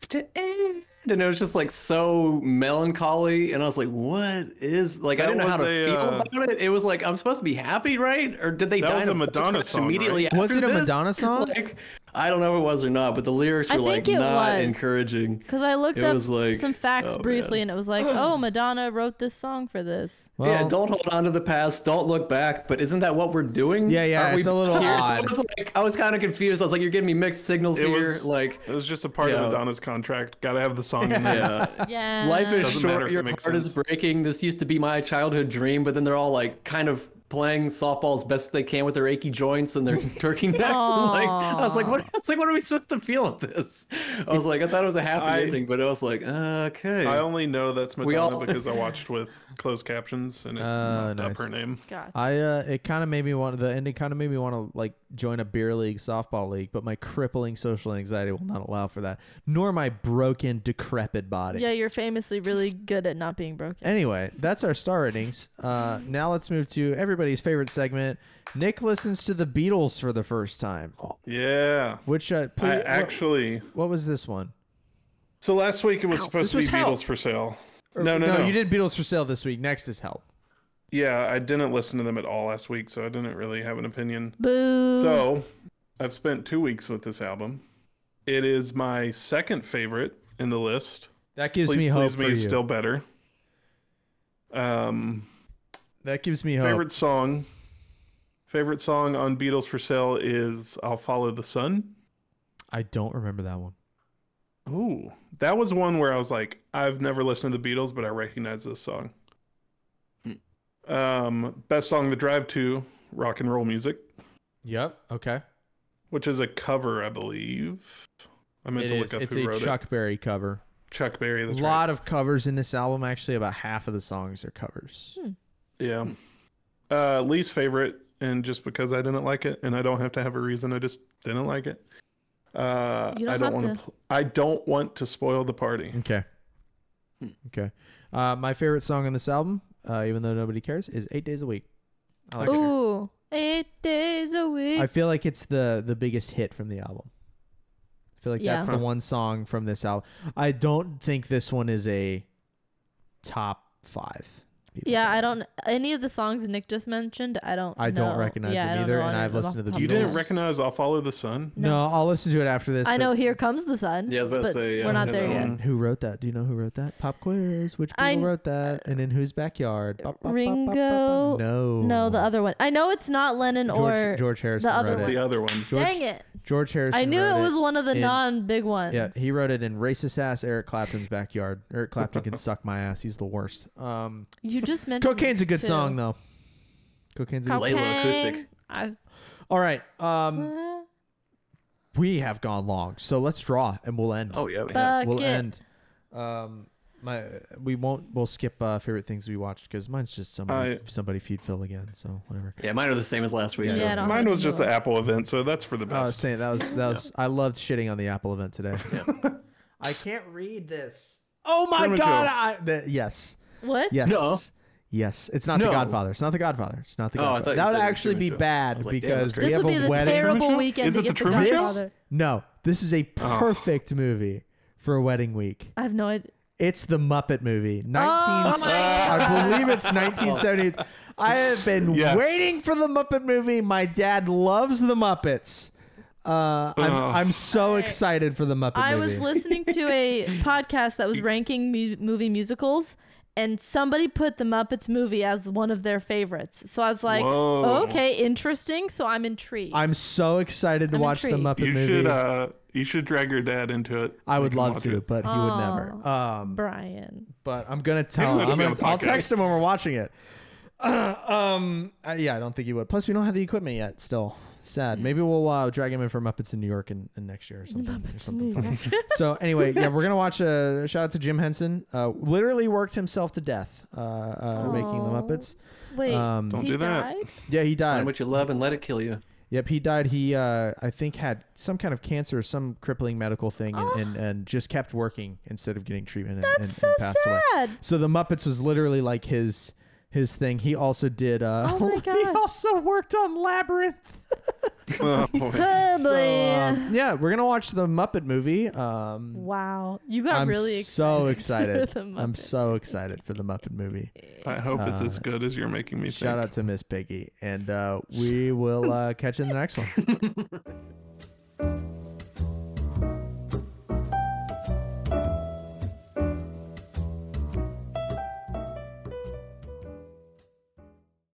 Speaker 1: to end and it was just like so melancholy and I was like, what is like I
Speaker 2: That
Speaker 1: didn't know how to
Speaker 2: was a,
Speaker 1: feel
Speaker 2: uh,
Speaker 1: about it. It was like I'm supposed to be happy, right? Or did they
Speaker 2: That
Speaker 1: die
Speaker 2: was
Speaker 1: in
Speaker 2: a
Speaker 1: bus
Speaker 2: Madonna
Speaker 1: crash
Speaker 2: song,
Speaker 1: immediately?
Speaker 2: right?
Speaker 1: After
Speaker 3: Was it a
Speaker 1: this?
Speaker 3: Madonna song?
Speaker 1: <laughs> Like, I don't know if it was or not, but the lyrics
Speaker 4: I
Speaker 1: were like
Speaker 4: think it
Speaker 1: not
Speaker 4: was.
Speaker 1: encouraging.
Speaker 4: Because I looked
Speaker 1: It
Speaker 4: up
Speaker 1: was like-
Speaker 4: some facts
Speaker 1: oh,
Speaker 4: briefly,
Speaker 1: man.
Speaker 4: and it was like, oh, Madonna wrote this song
Speaker 3: <laughs>
Speaker 4: for this.
Speaker 3: well,
Speaker 1: yeah, don't hold on to the past. Don't look back. But isn't that what we're doing?
Speaker 3: Yeah, yeah,
Speaker 1: Aren't
Speaker 3: it's
Speaker 1: we
Speaker 3: a little
Speaker 1: here? So I
Speaker 3: odd.
Speaker 1: was, like, I was kind of confused. I was like, you're giving me mixed signals
Speaker 2: It
Speaker 1: here.
Speaker 2: was-
Speaker 1: like,
Speaker 2: It was just a part
Speaker 1: Yeah.
Speaker 2: of Madonna's contract. Gotta have the song
Speaker 3: <laughs>
Speaker 2: in there.
Speaker 1: yeah.
Speaker 4: Yeah.
Speaker 1: <laughs> Life is
Speaker 2: Doesn't matter
Speaker 1: short.
Speaker 2: if
Speaker 1: Your
Speaker 2: it
Speaker 1: heart
Speaker 2: makes
Speaker 1: is
Speaker 2: sense.
Speaker 1: breaking. This used to be my childhood dream, but then they're all like kind of playing softball as best they can with their achy joints
Speaker 3: <laughs>
Speaker 1: and their turkey necks. and like, I was like, what? I was like, what are we supposed to feel at this? I was like, I thought it was a happy
Speaker 2: I-
Speaker 1: ending, but I was like, uh, okay.
Speaker 2: I only know that's
Speaker 1: We
Speaker 2: Madonna
Speaker 1: all-
Speaker 3: <laughs>
Speaker 2: because I watched with closed captions and it
Speaker 3: Ah,
Speaker 2: popped up
Speaker 3: nice.
Speaker 2: her name.
Speaker 4: Gotcha.
Speaker 3: I uh, it kind of made me want the ending kind of made me want to like join a beer league, softball league, but my crippling social anxiety will not allow for that, nor my broken, decrepit body.
Speaker 4: yeah, you're famously really good at not being broken.
Speaker 3: Anyway, that's our star ratings. Uh, now let's move to everybody's favorite segment. Nick listens to the Beatles for the first time.
Speaker 2: Yeah.
Speaker 3: Which uh, please,
Speaker 2: Oh. I
Speaker 3: what-
Speaker 2: actually.
Speaker 3: what, was this one?
Speaker 2: So last week it was supposed to be
Speaker 3: This was hell.
Speaker 2: Beatles for sale. No, no, no,
Speaker 3: you did Beatles for sale this week. Next is help.
Speaker 2: Yeah, I didn't listen to them at all last week, so I didn't really have an opinion.
Speaker 3: Uh.
Speaker 4: Boo.
Speaker 2: So I've spent two weeks with this album. It is my second favorite in the list.
Speaker 3: That gives
Speaker 2: Please
Speaker 3: me hope
Speaker 2: Please Me
Speaker 3: for you.
Speaker 2: is still better. Um,
Speaker 3: that gives me hope.
Speaker 2: favorite song. Favorite song on Beatles for Sale is "I'll Follow the Sun."
Speaker 3: I don't remember that one.
Speaker 2: Ooh, that was one where I was like, I've never listened to the Beatles, but I recognize this song.
Speaker 3: Hmm.
Speaker 2: Um, best song to drive to, rock and roll music,
Speaker 3: Yep. Okay.
Speaker 2: which is a cover, I believe. I meant
Speaker 3: It
Speaker 2: to look
Speaker 3: is.
Speaker 2: up
Speaker 3: It's
Speaker 2: who
Speaker 3: a
Speaker 2: wrote
Speaker 3: Chuck Berry cover.
Speaker 2: it. Chuck Berry.
Speaker 3: A
Speaker 2: That's
Speaker 3: lot of covers in this album. Actually, about half of the songs are covers.
Speaker 2: Right. Yeah.
Speaker 4: Hmm.
Speaker 2: Uh, least favorite, and just because I didn't like it, and I don't have to have a reason, I just didn't like it. Uh,
Speaker 4: You don't
Speaker 2: I
Speaker 4: have
Speaker 2: don't want
Speaker 4: to.
Speaker 2: to. Pl- I don't want to spoil the party.
Speaker 3: Okay. Okay. Uh, my favorite song on this album, uh, even though nobody cares, is Eight Days a Week. I like it.
Speaker 4: Ooh. Eight days a week.
Speaker 3: I feel like it's the the biggest hit from the album. I feel like that's
Speaker 4: Yeah.
Speaker 3: the one song from this album. I don't think this one is a top five. people
Speaker 4: Yeah,
Speaker 3: say.
Speaker 4: I don't any of the songs Nick just mentioned. I don't.
Speaker 3: I don't
Speaker 4: know.
Speaker 3: recognize
Speaker 4: yeah,
Speaker 3: them
Speaker 4: I don't
Speaker 3: either,
Speaker 4: know
Speaker 3: and
Speaker 4: any
Speaker 3: I've
Speaker 4: of them
Speaker 3: listened to
Speaker 4: off
Speaker 3: the
Speaker 4: top
Speaker 2: You
Speaker 4: of my
Speaker 2: didn't
Speaker 4: head.
Speaker 2: recognize I'll Follow the Sun?
Speaker 3: No. I'll listen to it after this.
Speaker 4: I
Speaker 3: but-
Speaker 4: know. Here comes the sun.
Speaker 1: Yeah, I was about to
Speaker 4: but
Speaker 1: say, yeah,
Speaker 4: we're not
Speaker 1: I
Speaker 4: there
Speaker 1: know.
Speaker 4: yet.
Speaker 3: And who wrote that? Do you know who wrote that? Pop quiz. Which people
Speaker 4: I-
Speaker 3: wrote that? And in whose backyard? Ba, ba, ba, ba, ba, ba.
Speaker 4: Ringo-
Speaker 3: No.
Speaker 4: No, the other one. I know it's not Lennon
Speaker 3: George,
Speaker 4: or.
Speaker 3: George Harrison
Speaker 4: other
Speaker 3: wrote
Speaker 4: one.
Speaker 2: The
Speaker 3: it.
Speaker 2: other one.
Speaker 3: George,
Speaker 4: Dang it!
Speaker 3: George Harrison.
Speaker 4: I knew
Speaker 3: wrote
Speaker 4: it was one of the
Speaker 3: in-
Speaker 4: non-big ones.
Speaker 3: Yeah, he wrote it in racist ass Eric Clapton's backyard. Eric Clapton can suck my ass. He's the worst. Um,
Speaker 4: You just mentioned.
Speaker 3: Cocaine's a good
Speaker 4: two.
Speaker 3: song though. Cocaine's a good
Speaker 1: Cocaine.
Speaker 3: song.
Speaker 1: Layla acoustic.
Speaker 4: I was-
Speaker 3: All right. Um, we have gone long, so let's draw and we'll end.
Speaker 2: Oh, yeah. we have.
Speaker 4: Bucket.
Speaker 3: we'll end. Um, my we won't. We'll skip uh, favorite things we watched because mine's just somebody
Speaker 2: I-
Speaker 3: somebody feud Phil again. So whatever.
Speaker 1: Yeah, mine are the same as last week.
Speaker 4: Yeah,
Speaker 1: so-
Speaker 4: I don't
Speaker 2: Mine
Speaker 4: have
Speaker 2: was
Speaker 4: any Oh,
Speaker 2: just the
Speaker 4: ones.
Speaker 2: Apple event, so that's for the
Speaker 3: I was
Speaker 2: best.
Speaker 3: saying Uh, that
Speaker 1: <laughs>
Speaker 3: was that was. I loved shitting on the Apple event today. I can't read this. Oh my
Speaker 2: Truman
Speaker 3: god!
Speaker 2: Show.
Speaker 3: I, the, yes,
Speaker 4: What?
Speaker 3: yes,
Speaker 1: No.
Speaker 3: yes. It's not the
Speaker 1: No.
Speaker 3: Godfather. It's not the Godfather. It's not the
Speaker 1: Oh, I
Speaker 3: Godfather.
Speaker 1: thought you
Speaker 3: that
Speaker 1: said
Speaker 3: would
Speaker 1: it was
Speaker 3: actually
Speaker 1: Truman
Speaker 3: be
Speaker 1: Show. I
Speaker 3: bad
Speaker 1: was like, damn,
Speaker 3: because
Speaker 1: that's crazy.
Speaker 3: we
Speaker 4: This
Speaker 3: have
Speaker 4: would be
Speaker 3: a
Speaker 4: the
Speaker 3: wedding.
Speaker 4: terrible
Speaker 2: Show?
Speaker 4: weekend
Speaker 2: Is
Speaker 4: to
Speaker 2: it
Speaker 4: get
Speaker 2: The
Speaker 4: the
Speaker 2: Truman Show?
Speaker 4: Godfather.
Speaker 3: No, this is a
Speaker 1: Oh.
Speaker 3: perfect movie for a wedding week.
Speaker 4: I have no idea.
Speaker 3: It's the Muppet movie. 19
Speaker 4: Oh my
Speaker 3: <laughs> I believe it's
Speaker 4: <laughs>
Speaker 3: 1978. I have
Speaker 2: <laughs>
Speaker 3: been
Speaker 2: Yes.
Speaker 3: waiting for the Muppet movie. My dad loves the Muppets. Uh, I'm,
Speaker 2: Ugh.
Speaker 3: I'm so
Speaker 4: I-
Speaker 3: excited for the Muppet
Speaker 4: I
Speaker 3: movie.
Speaker 4: was listening
Speaker 3: <laughs>
Speaker 4: to a podcast that was ranking mu- movie musicals, and somebody put the Muppets movie as one of their favorites. So I was like,
Speaker 2: Whoa.
Speaker 4: okay, interesting. So I'm intrigued.
Speaker 3: I'm so excited to
Speaker 4: I'm
Speaker 3: watch
Speaker 4: intrigued.
Speaker 3: the Muppet
Speaker 2: You
Speaker 3: movie.
Speaker 2: should uh you should drag your dad into it.
Speaker 3: I
Speaker 2: Make
Speaker 3: would
Speaker 2: him
Speaker 3: love
Speaker 2: watch
Speaker 3: to,
Speaker 2: it.
Speaker 3: but he would never.
Speaker 4: Oh.
Speaker 3: Um,
Speaker 4: Brian.
Speaker 3: but
Speaker 2: <laughs>
Speaker 3: I'm gonna tell
Speaker 2: Maybe
Speaker 3: him.
Speaker 2: we can
Speaker 3: I'm gonna,
Speaker 2: do a
Speaker 3: I'll
Speaker 2: podcast.
Speaker 3: text him when we're watching it. <clears throat> um, I- yeah, I don't think he would. Plus, we don't have the equipment yet. Still
Speaker 4: Mm.
Speaker 3: sad. Maybe we'll uh, drag him in for Muppets in New York and, and next year or something. or
Speaker 4: Muppets
Speaker 3: something
Speaker 4: New
Speaker 3: fun.
Speaker 4: York.
Speaker 3: so anyway, yeah, we're gonna watch a shout out to Jim Henson. Uh, literally worked himself to death uh, uh, making the
Speaker 4: Aw.
Speaker 3: Muppets.
Speaker 4: <laughs> Wait.
Speaker 3: Um,
Speaker 2: Don't
Speaker 4: he
Speaker 2: do that.
Speaker 4: died?
Speaker 3: yeah, he
Speaker 1: Find
Speaker 3: died.
Speaker 1: what you love and let it kill you.
Speaker 3: Yep, he died. He, uh, I think, had some kind of cancer, or some crippling medical thing, and, and, and just kept working instead of getting treatment. And, and,
Speaker 4: That's so
Speaker 3: and passed away.
Speaker 4: sad.
Speaker 3: So the Muppets was literally like his his thing. He also did. Uh,
Speaker 4: Oh
Speaker 3: <laughs>
Speaker 4: my
Speaker 3: he
Speaker 4: gosh.
Speaker 3: also worked on Labyrinth. <laughs>
Speaker 2: <laughs> Oh, boy.
Speaker 3: So,
Speaker 4: Probably.
Speaker 3: um, yeah, we're gonna watch the Muppet movie. Um,
Speaker 4: wow. You got
Speaker 3: I'm
Speaker 4: really
Speaker 3: so
Speaker 4: excited. <laughs>
Speaker 3: excited.
Speaker 4: for the
Speaker 3: I'm
Speaker 4: Muppet.
Speaker 3: so excited for the Muppet movie.
Speaker 2: I hope it's
Speaker 3: Uh,
Speaker 2: as good as you're making me
Speaker 3: Shout
Speaker 2: think.
Speaker 4: <laughs>
Speaker 3: out to Miss Piggy, and uh, we will uh, catch you in the next one.